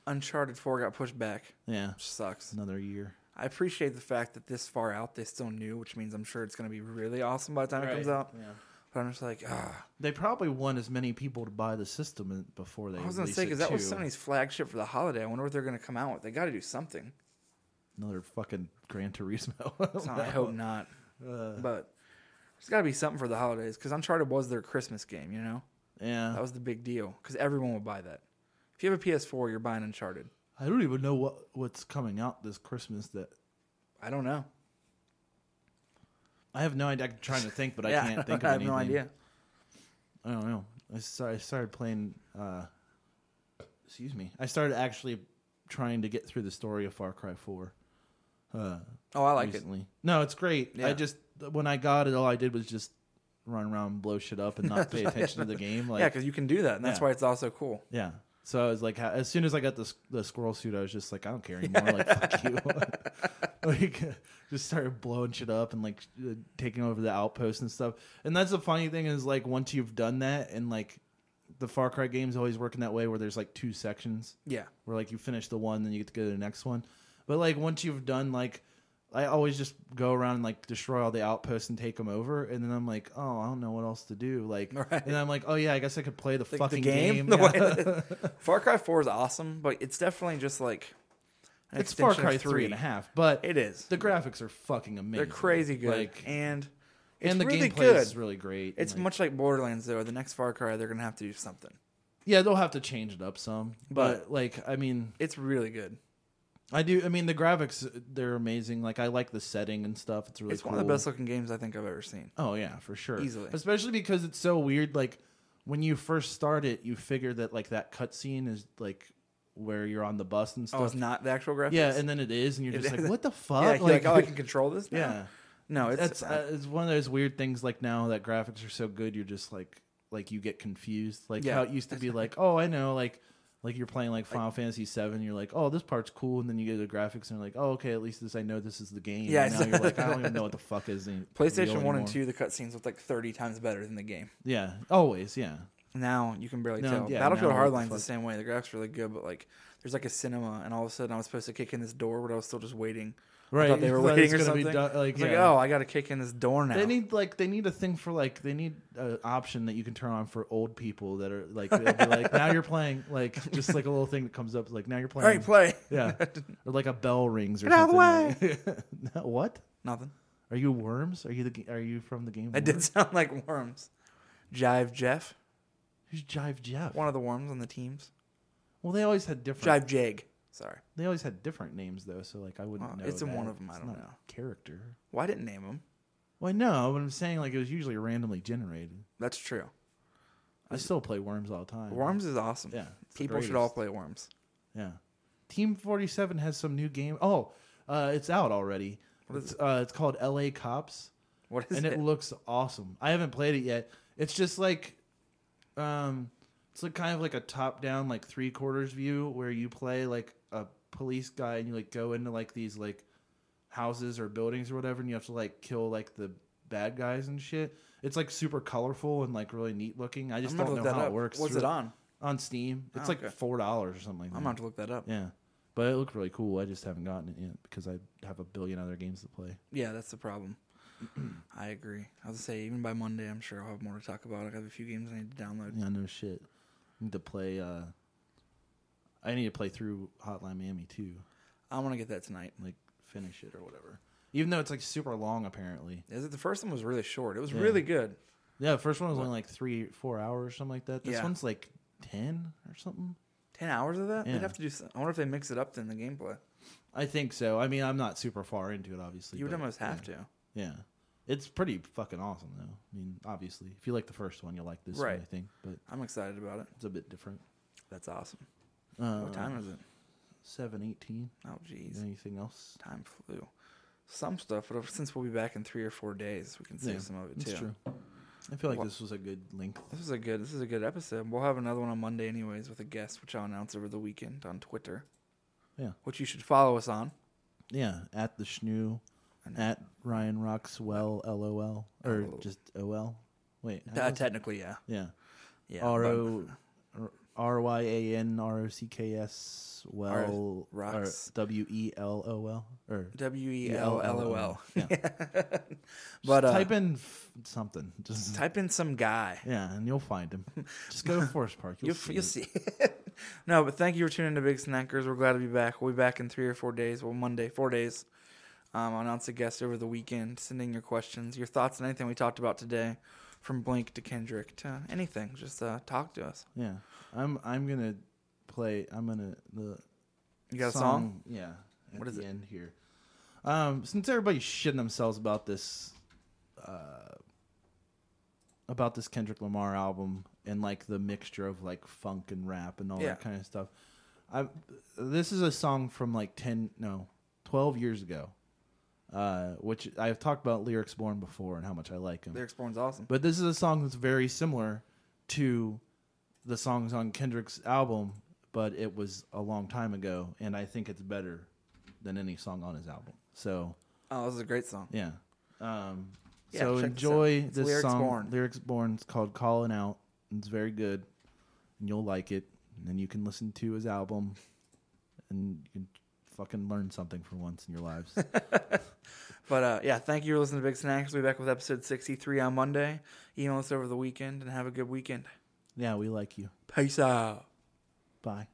[SPEAKER 2] Uncharted Four got pushed back,
[SPEAKER 3] yeah,
[SPEAKER 2] which sucks.
[SPEAKER 3] another year.
[SPEAKER 2] I appreciate the fact that this far out they still knew, which means I'm sure it's going to be really awesome by the time it comes out.
[SPEAKER 3] Yeah.
[SPEAKER 2] But I'm just like, ah.
[SPEAKER 3] They probably want as many people to buy the system in- before they.
[SPEAKER 2] I was going to
[SPEAKER 3] release
[SPEAKER 2] say
[SPEAKER 3] it,
[SPEAKER 2] because that was
[SPEAKER 3] too.
[SPEAKER 2] Sony's flagship for the holiday. I wonder what they're going to come out with. They got to do something.
[SPEAKER 3] Another fucking Gran
[SPEAKER 2] (laughs)
[SPEAKER 3] Turismo.
[SPEAKER 2] So I hope not.
[SPEAKER 3] Uh.
[SPEAKER 2] but there's got to be something for the holidays because Uncharted was their Christmas game. You know,
[SPEAKER 3] (laughs) yeah.
[SPEAKER 2] that was the big deal because everyone would buy that. If you have a PS4, you're buying Uncharted.
[SPEAKER 3] I don't even know what what's coming out this Christmas that
[SPEAKER 2] I don't know.
[SPEAKER 3] I have no idea. I'm trying to think, but I
[SPEAKER 2] Yeah, (laughs)
[SPEAKER 3] can't think of
[SPEAKER 2] I have
[SPEAKER 3] anything.
[SPEAKER 2] no idea.
[SPEAKER 3] I don't know. I started, I started playing. Uh, excuse me. I started actually trying to get through the story of Far Cry Four. Uh,
[SPEAKER 2] Oh, I like
[SPEAKER 3] recently. No, it's great.
[SPEAKER 2] Yeah.
[SPEAKER 3] I just when I got it, all I did was just run around, and blow shit up, and
[SPEAKER 2] (laughs)
[SPEAKER 3] not pay attention to the game.
[SPEAKER 2] it.
[SPEAKER 3] Like,
[SPEAKER 2] Yeah, because you can do that, and that's
[SPEAKER 3] Yeah.
[SPEAKER 2] why it's also cool.
[SPEAKER 3] yeah. So I was like, ha- as soon as I got the s- the squirrel suit, I was just like, I don't care anymore. Like, fuck you. (laughs) like, just started blowing shit up and like uh, taking over the outpost and stuff. And that's the funny thing is like once you've done that and like the Far Cry games always work in that way where there's like two sections
[SPEAKER 2] Yeah,
[SPEAKER 3] where like you finish the one, then you get to go to the next one. But like once you've done like, I always just go around and like destroy all the outposts and take them over, and then I'm like, oh, I don't know what else to do. Like,
[SPEAKER 2] (laughs) Right.
[SPEAKER 3] and then I'm like, oh yeah, I guess I could play the
[SPEAKER 2] Like,
[SPEAKER 3] fucking
[SPEAKER 2] the game. (laughs)
[SPEAKER 3] game.
[SPEAKER 2] The
[SPEAKER 3] Yeah.
[SPEAKER 2] way that- (laughs) Far Cry Four is awesome, but it's definitely just like an
[SPEAKER 3] it's Far
[SPEAKER 2] extension of
[SPEAKER 3] Cry three and a half, but
[SPEAKER 2] It is.
[SPEAKER 3] The graphics are fucking amazing.
[SPEAKER 2] They're crazy good,
[SPEAKER 3] Like, and,
[SPEAKER 2] and
[SPEAKER 3] the
[SPEAKER 2] really
[SPEAKER 3] gameplay
[SPEAKER 2] good.
[SPEAKER 3] is really great.
[SPEAKER 2] It's
[SPEAKER 3] Like,
[SPEAKER 2] much like Borderlands, though. The next Far Cry, they're gonna have to do something.
[SPEAKER 3] yeah. They'll have to change it up some,
[SPEAKER 2] But-
[SPEAKER 3] but like, I mean,
[SPEAKER 2] It's really good.
[SPEAKER 3] I do. I mean, the graphics they're amazing. Like, I like the setting and stuff. It's really
[SPEAKER 2] It's
[SPEAKER 3] cool.
[SPEAKER 2] one of the best looking games I think I've ever seen.
[SPEAKER 3] Oh yeah, for sure.
[SPEAKER 2] Easily.
[SPEAKER 3] Especially because it's so weird. Like when you first start it, you figure that like that cutscene is like where you're on the bus and stuff.
[SPEAKER 2] Oh, it's not the actual graphics.
[SPEAKER 3] yeah, and then it is, and you're just
[SPEAKER 2] is.
[SPEAKER 3] like, what the fuck?
[SPEAKER 2] yeah, you're like,
[SPEAKER 3] (laughs)
[SPEAKER 2] oh, I can control this. Now?
[SPEAKER 3] yeah.
[SPEAKER 2] no, it's
[SPEAKER 3] That's uh, it's one of those weird things. Like now that graphics are so good, you're just like like you get confused. Like
[SPEAKER 2] Yeah.
[SPEAKER 3] how it used to be like, oh, I know, like. Like you're playing like Final Fantasy Seven, you're like, oh, this part's cool, and then you get the graphics, and you're like, oh, okay, at least this I know this is the game.
[SPEAKER 2] Yeah,
[SPEAKER 3] and now
[SPEAKER 2] it's-
[SPEAKER 3] you're like, I don't even know what the fuck is the real
[SPEAKER 2] (laughs) PlayStation One
[SPEAKER 3] anymore.
[SPEAKER 2] and Two. The cutscenes looked like thirty times better than the game.
[SPEAKER 3] Yeah, always, yeah.
[SPEAKER 2] Now you can barely
[SPEAKER 3] No,
[SPEAKER 2] tell.
[SPEAKER 3] yeah,
[SPEAKER 2] Battlefield
[SPEAKER 3] now what the
[SPEAKER 2] Hardline's the
[SPEAKER 3] fuck.
[SPEAKER 2] same way. The graphics are really good, but like there's like a cinema, and all of a sudden I was supposed to kick in this door, but I was still just waiting. I
[SPEAKER 3] Right,
[SPEAKER 2] thought they
[SPEAKER 3] (laughs) you
[SPEAKER 2] were
[SPEAKER 3] thought
[SPEAKER 2] waiting or
[SPEAKER 3] it's gonna
[SPEAKER 2] something.
[SPEAKER 3] be done-
[SPEAKER 2] like,
[SPEAKER 3] like,
[SPEAKER 2] like,
[SPEAKER 3] yeah.
[SPEAKER 2] oh, I got to kick in this door now.
[SPEAKER 3] They need like they need a thing for like they need an option that you can turn on for old people that are like they'll
[SPEAKER 2] (laughs)
[SPEAKER 3] be like now you're playing like just like a little thing that comes up like now you're
[SPEAKER 2] all
[SPEAKER 3] playing
[SPEAKER 2] right,
[SPEAKER 3] (laughs)
[SPEAKER 2] play. (laughs)
[SPEAKER 3] yeah or like a bell rings or
[SPEAKER 2] Get out of
[SPEAKER 3] something.
[SPEAKER 2] the
[SPEAKER 3] like- (laughs) No, what
[SPEAKER 2] Nothing.
[SPEAKER 3] are you worms are you the g- are you from the game
[SPEAKER 2] That did
[SPEAKER 3] Worms?
[SPEAKER 2] sound like worms. Jive Jeff,
[SPEAKER 3] who's Jive Jeff
[SPEAKER 2] one of the worms on the teams.
[SPEAKER 3] well they always had different
[SPEAKER 2] Jive Jag. Sorry.
[SPEAKER 3] They always had different names though, so like I wouldn't
[SPEAKER 2] Well,
[SPEAKER 3] know.
[SPEAKER 2] it's in one
[SPEAKER 3] that.
[SPEAKER 2] of 'em, I
[SPEAKER 3] It's
[SPEAKER 2] don't
[SPEAKER 3] not a
[SPEAKER 2] know.
[SPEAKER 3] Character.
[SPEAKER 2] Why didn't name him?
[SPEAKER 3] Well, I know, but I'm saying like it was usually randomly generated.
[SPEAKER 2] That's true.
[SPEAKER 3] I still play Worms all the time.
[SPEAKER 2] Worms is awesome.
[SPEAKER 3] Yeah, it's the
[SPEAKER 2] People should all
[SPEAKER 3] greatest.
[SPEAKER 2] play Worms.
[SPEAKER 3] Yeah. Team 47 has some new game. Oh, uh, it's out already. it's, uh, it's called LA Cops,
[SPEAKER 2] What is
[SPEAKER 3] and
[SPEAKER 2] it?
[SPEAKER 3] it looks awesome. I haven't played it yet. It's just like, um, it's like kind of like a top-down, like three quarters view where you play like a police guy and you like go into like these like houses or buildings or whatever, and you have to like kill like the bad guys and shit. It's like super colorful and like really neat looking. I just
[SPEAKER 2] I'm gonna
[SPEAKER 3] don't know
[SPEAKER 2] look that
[SPEAKER 3] how
[SPEAKER 2] up.
[SPEAKER 3] it works.
[SPEAKER 2] What's
[SPEAKER 3] through-
[SPEAKER 2] it on?
[SPEAKER 3] On Steam. It's
[SPEAKER 2] Oh,
[SPEAKER 3] like
[SPEAKER 2] okay.
[SPEAKER 3] four dollars or something. Like
[SPEAKER 2] I'm
[SPEAKER 3] that.
[SPEAKER 2] about to look that up. Yeah,
[SPEAKER 3] Yeah, but it looked really cool. I just haven't gotten it yet because I have a billion other games to play.
[SPEAKER 2] that's the problem. I agree. I was gonna say even by Monday, I'm sure I'll have more to talk about. I have a few games I need to download.
[SPEAKER 3] Yeah, no shit. I need to play. uh I need to play through Hotline Miami too,
[SPEAKER 2] I want to get that tonight.
[SPEAKER 3] like finish it or whatever. Even though it's like super long, apparently.
[SPEAKER 2] Is it the first one was really short? It was really good.
[SPEAKER 3] Yeah, the first one was only like three, four hours, something like that. This
[SPEAKER 2] Yeah.
[SPEAKER 3] one's like ten or something.
[SPEAKER 2] Ten hours of that?
[SPEAKER 3] Yeah.
[SPEAKER 2] They'd have to do. Some, I wonder if they mix it up in the gameplay.
[SPEAKER 3] I think so. I mean, I'm not super far into it, obviously.
[SPEAKER 2] You would
[SPEAKER 3] but,
[SPEAKER 2] almost have to.
[SPEAKER 3] Yeah, it's pretty fucking awesome though. I mean, obviously, if you like the first one, you'll like this
[SPEAKER 2] Right.
[SPEAKER 3] one. I think, but
[SPEAKER 2] I'm excited about it.
[SPEAKER 3] it's a bit different.
[SPEAKER 2] That's awesome.
[SPEAKER 3] Uh,
[SPEAKER 2] What time is it?
[SPEAKER 3] Seven eighteen.
[SPEAKER 2] Oh, jeez.
[SPEAKER 3] Anything else?
[SPEAKER 2] Time flew. Some stuff, but since we'll be back in three or four days, we can save some of it too.
[SPEAKER 3] That's true. I feel like this was a good length.
[SPEAKER 2] This is a good. This is a good episode. We'll have another one on Monday, anyways, with a guest, which I'll announce over the weekend on Twitter.
[SPEAKER 3] Yeah.
[SPEAKER 2] Which you should follow us on.
[SPEAKER 3] Yeah, at the Schnoo, at Ryan Roxwell, LOL, or
[SPEAKER 2] Oh.
[SPEAKER 3] just OL. Wait, how
[SPEAKER 2] Uh,
[SPEAKER 3] was-
[SPEAKER 2] technically, yeah.
[SPEAKER 3] yeah,
[SPEAKER 2] Yeah.
[SPEAKER 3] R O R Y A N R O C K S well or
[SPEAKER 2] Rox.
[SPEAKER 3] W E L O L or
[SPEAKER 2] W e
[SPEAKER 3] E
[SPEAKER 2] l l o l.
[SPEAKER 3] Yeah,
[SPEAKER 2] (laughs) But uh,
[SPEAKER 3] type in f- something. Just
[SPEAKER 2] type in some guy.
[SPEAKER 3] yeah, and you'll find
[SPEAKER 2] (laughs)
[SPEAKER 3] him. Just go to Forest Park. You'll,
[SPEAKER 2] You'll,
[SPEAKER 3] see
[SPEAKER 2] you'll see.
[SPEAKER 3] it.
[SPEAKER 2] (laughs) no, but thank you for tuning in to Big Snackers. We're glad to be back. We'll be back in three or four days. Well, Monday, four days. Um, I'll announce a guest over the weekend. Send in your questions, your thoughts on anything we talked about today, from Blink to Kendrick to anything. Just uh, talk to us.
[SPEAKER 3] Yeah, I'm. I'm gonna play. I'm gonna the
[SPEAKER 2] You got a song?
[SPEAKER 3] Yeah. At
[SPEAKER 2] What is
[SPEAKER 3] the
[SPEAKER 2] it?
[SPEAKER 3] end here? Um, since everybody's shitting themselves about this, uh, about this Kendrick Lamar album and like the mixture of like funk and rap and all
[SPEAKER 2] Yeah.
[SPEAKER 3] that kind of stuff, I this is a song from like ten no twelve years ago, uh, which I've talked about lyrics born before and how much I like him.
[SPEAKER 2] Lyrics Born's awesome.
[SPEAKER 3] But this is a song that's very similar to the songs on Kendrick's album, but it was a long time ago, and I think it's better than any song on his album. So
[SPEAKER 2] Oh, this is a great song.
[SPEAKER 3] yeah. Um,
[SPEAKER 2] Yeah,
[SPEAKER 3] so
[SPEAKER 2] check this
[SPEAKER 3] enjoy
[SPEAKER 2] out. It's
[SPEAKER 3] this
[SPEAKER 2] Lyrics
[SPEAKER 3] song.
[SPEAKER 2] Born.
[SPEAKER 3] Lyrics Born. It's called Calling Out. It's very good, and you'll like it. And then you can listen to his album, and you can fucking learn something for once in
[SPEAKER 2] (laughs)
[SPEAKER 3] your lives.
[SPEAKER 2] But uh, yeah, thank you for listening to Big Snacks. We'll be back with episode 63 on Monday. Email us over the weekend and have a good weekend.
[SPEAKER 3] yeah, we like you.
[SPEAKER 2] Peace out.
[SPEAKER 3] Bye.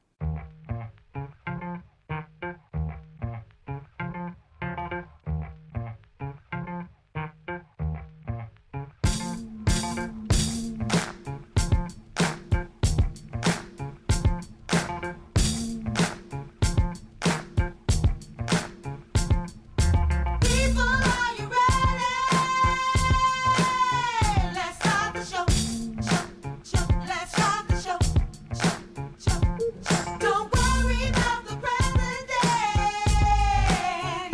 [SPEAKER 8] People, are you ready? Let's start the show, show, show. Let's start the show, show, show, show. Don't worry about the president.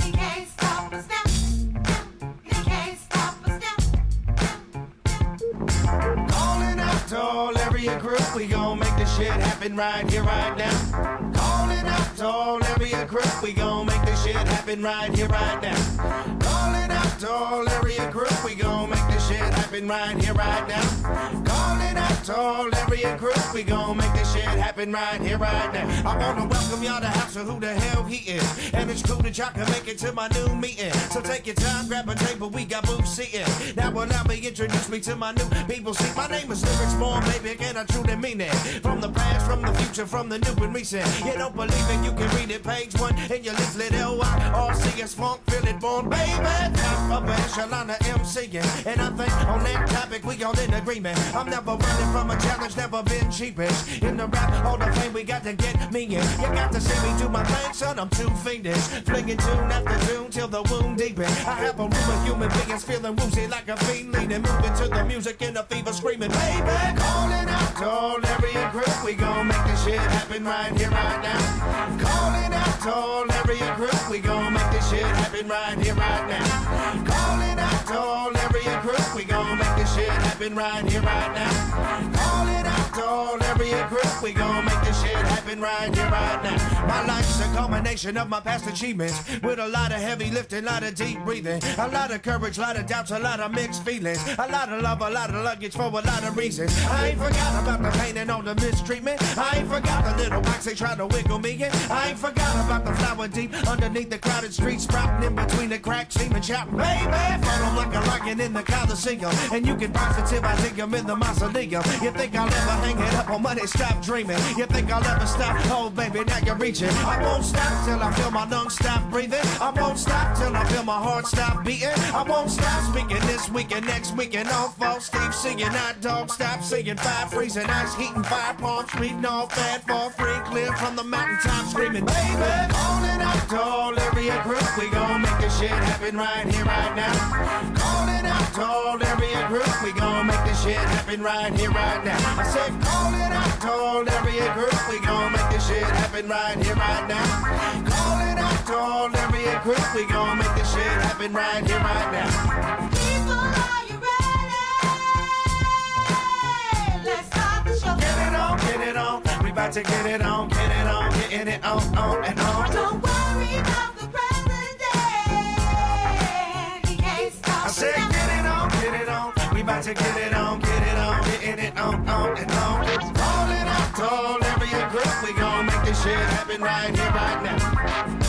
[SPEAKER 8] He can't stop us now, now. He can't stop us now, now, now.
[SPEAKER 9] Calling out to all every crew, we gon' make this shit happen right here, right now. Calling out to all every crew, we gon' make this shit happen right here, right now. Calling out to all every crew, we gon' make this shit happen right here, right now. Calling out to all every crew, we gon' make this shit happen right here, right now. I wanna welcome y'all to house of who the hell he is, and it's cool that y'all can make it to my new meeting. So take your time, grab a table, we got booth seating. Now will now be introduced me to my new people. See, my name is Lyrics Born, baby, and I truly mean it. From the past, from the future subscription from the new and recent. You don't believe it, you can read it, page one in your leaflet. L-Y-R-C-S funk, feel it born, baby. Top of echelon of MCing. And I think on that topic, we all in agreement. I'm never running from a challenge, never been sheepish. In the rap, all the fame, we got to get me in. You got to see me do my thing, son, I'm too fiendish. Flinging tune after tune till the wound deepens. I have a room of human beings feeling woozy like a fiend leaning. Moving to the music in a fever screaming, baby. Calling out to all area group, we gon' make this shit happen right here, right now. Calling out to all area group, we gon' make this shit happen right here, right now. Calling out to all area group, we gon' make this shit happen right here, right now. Calling out to all area group, we gon' make this shit happen right here, right now. My life's a culmination of my past achievements with a lot of heavy lifting, a lot of deep breathing, a lot of courage, a lot of doubts, a lot of mixed feelings, a lot of love, a lot of luggage for a lot of reasons. I ain't forgot about the pain and all the mistreatment. I ain't forgot the little box they tried to wiggle me in. I ain't forgot about the flower deep underneath the crowded streets, sprouting in between the cracks, seeming chop, baby. Photo like a rocket in the Coliseum, and you can positive I think I'm in the mausoleum. You think I'll ever hang it up on money? Stop dreaming. You think I'll ever stop? Oh, baby, now you're reaching. I won't stop till I feel my lungs stop breathing. I won't stop till I feel my heart stop beating. I won't stop speaking this week and next week and all false Steve singing. I dog stop singing. Fire freezing, ice heating, fire palm treating all fat fall free, clear from the mountaintop screaming, baby. Calling out to all area group, we gon' make this shit happen right here, right now. Calling out to all area group, we gon' make this shit happen right here, right now. I said, calling out to all area group, we gon' make this shit happen right here, right now. Calling out to all area group, we gon' make this shit happen right here, right now.
[SPEAKER 8] People, are you ready? Let's start the show.
[SPEAKER 9] Get it on, get it on, we bout to get it on, get it on, getting it on, on and on.
[SPEAKER 8] Don't worry about the present day. He can't stop
[SPEAKER 9] I said,
[SPEAKER 8] us.
[SPEAKER 9] get it on, get it on. We about to get it on, get it on, getting it on, on and on. All it up, all every group, we gon' make this shit happen right here, right now.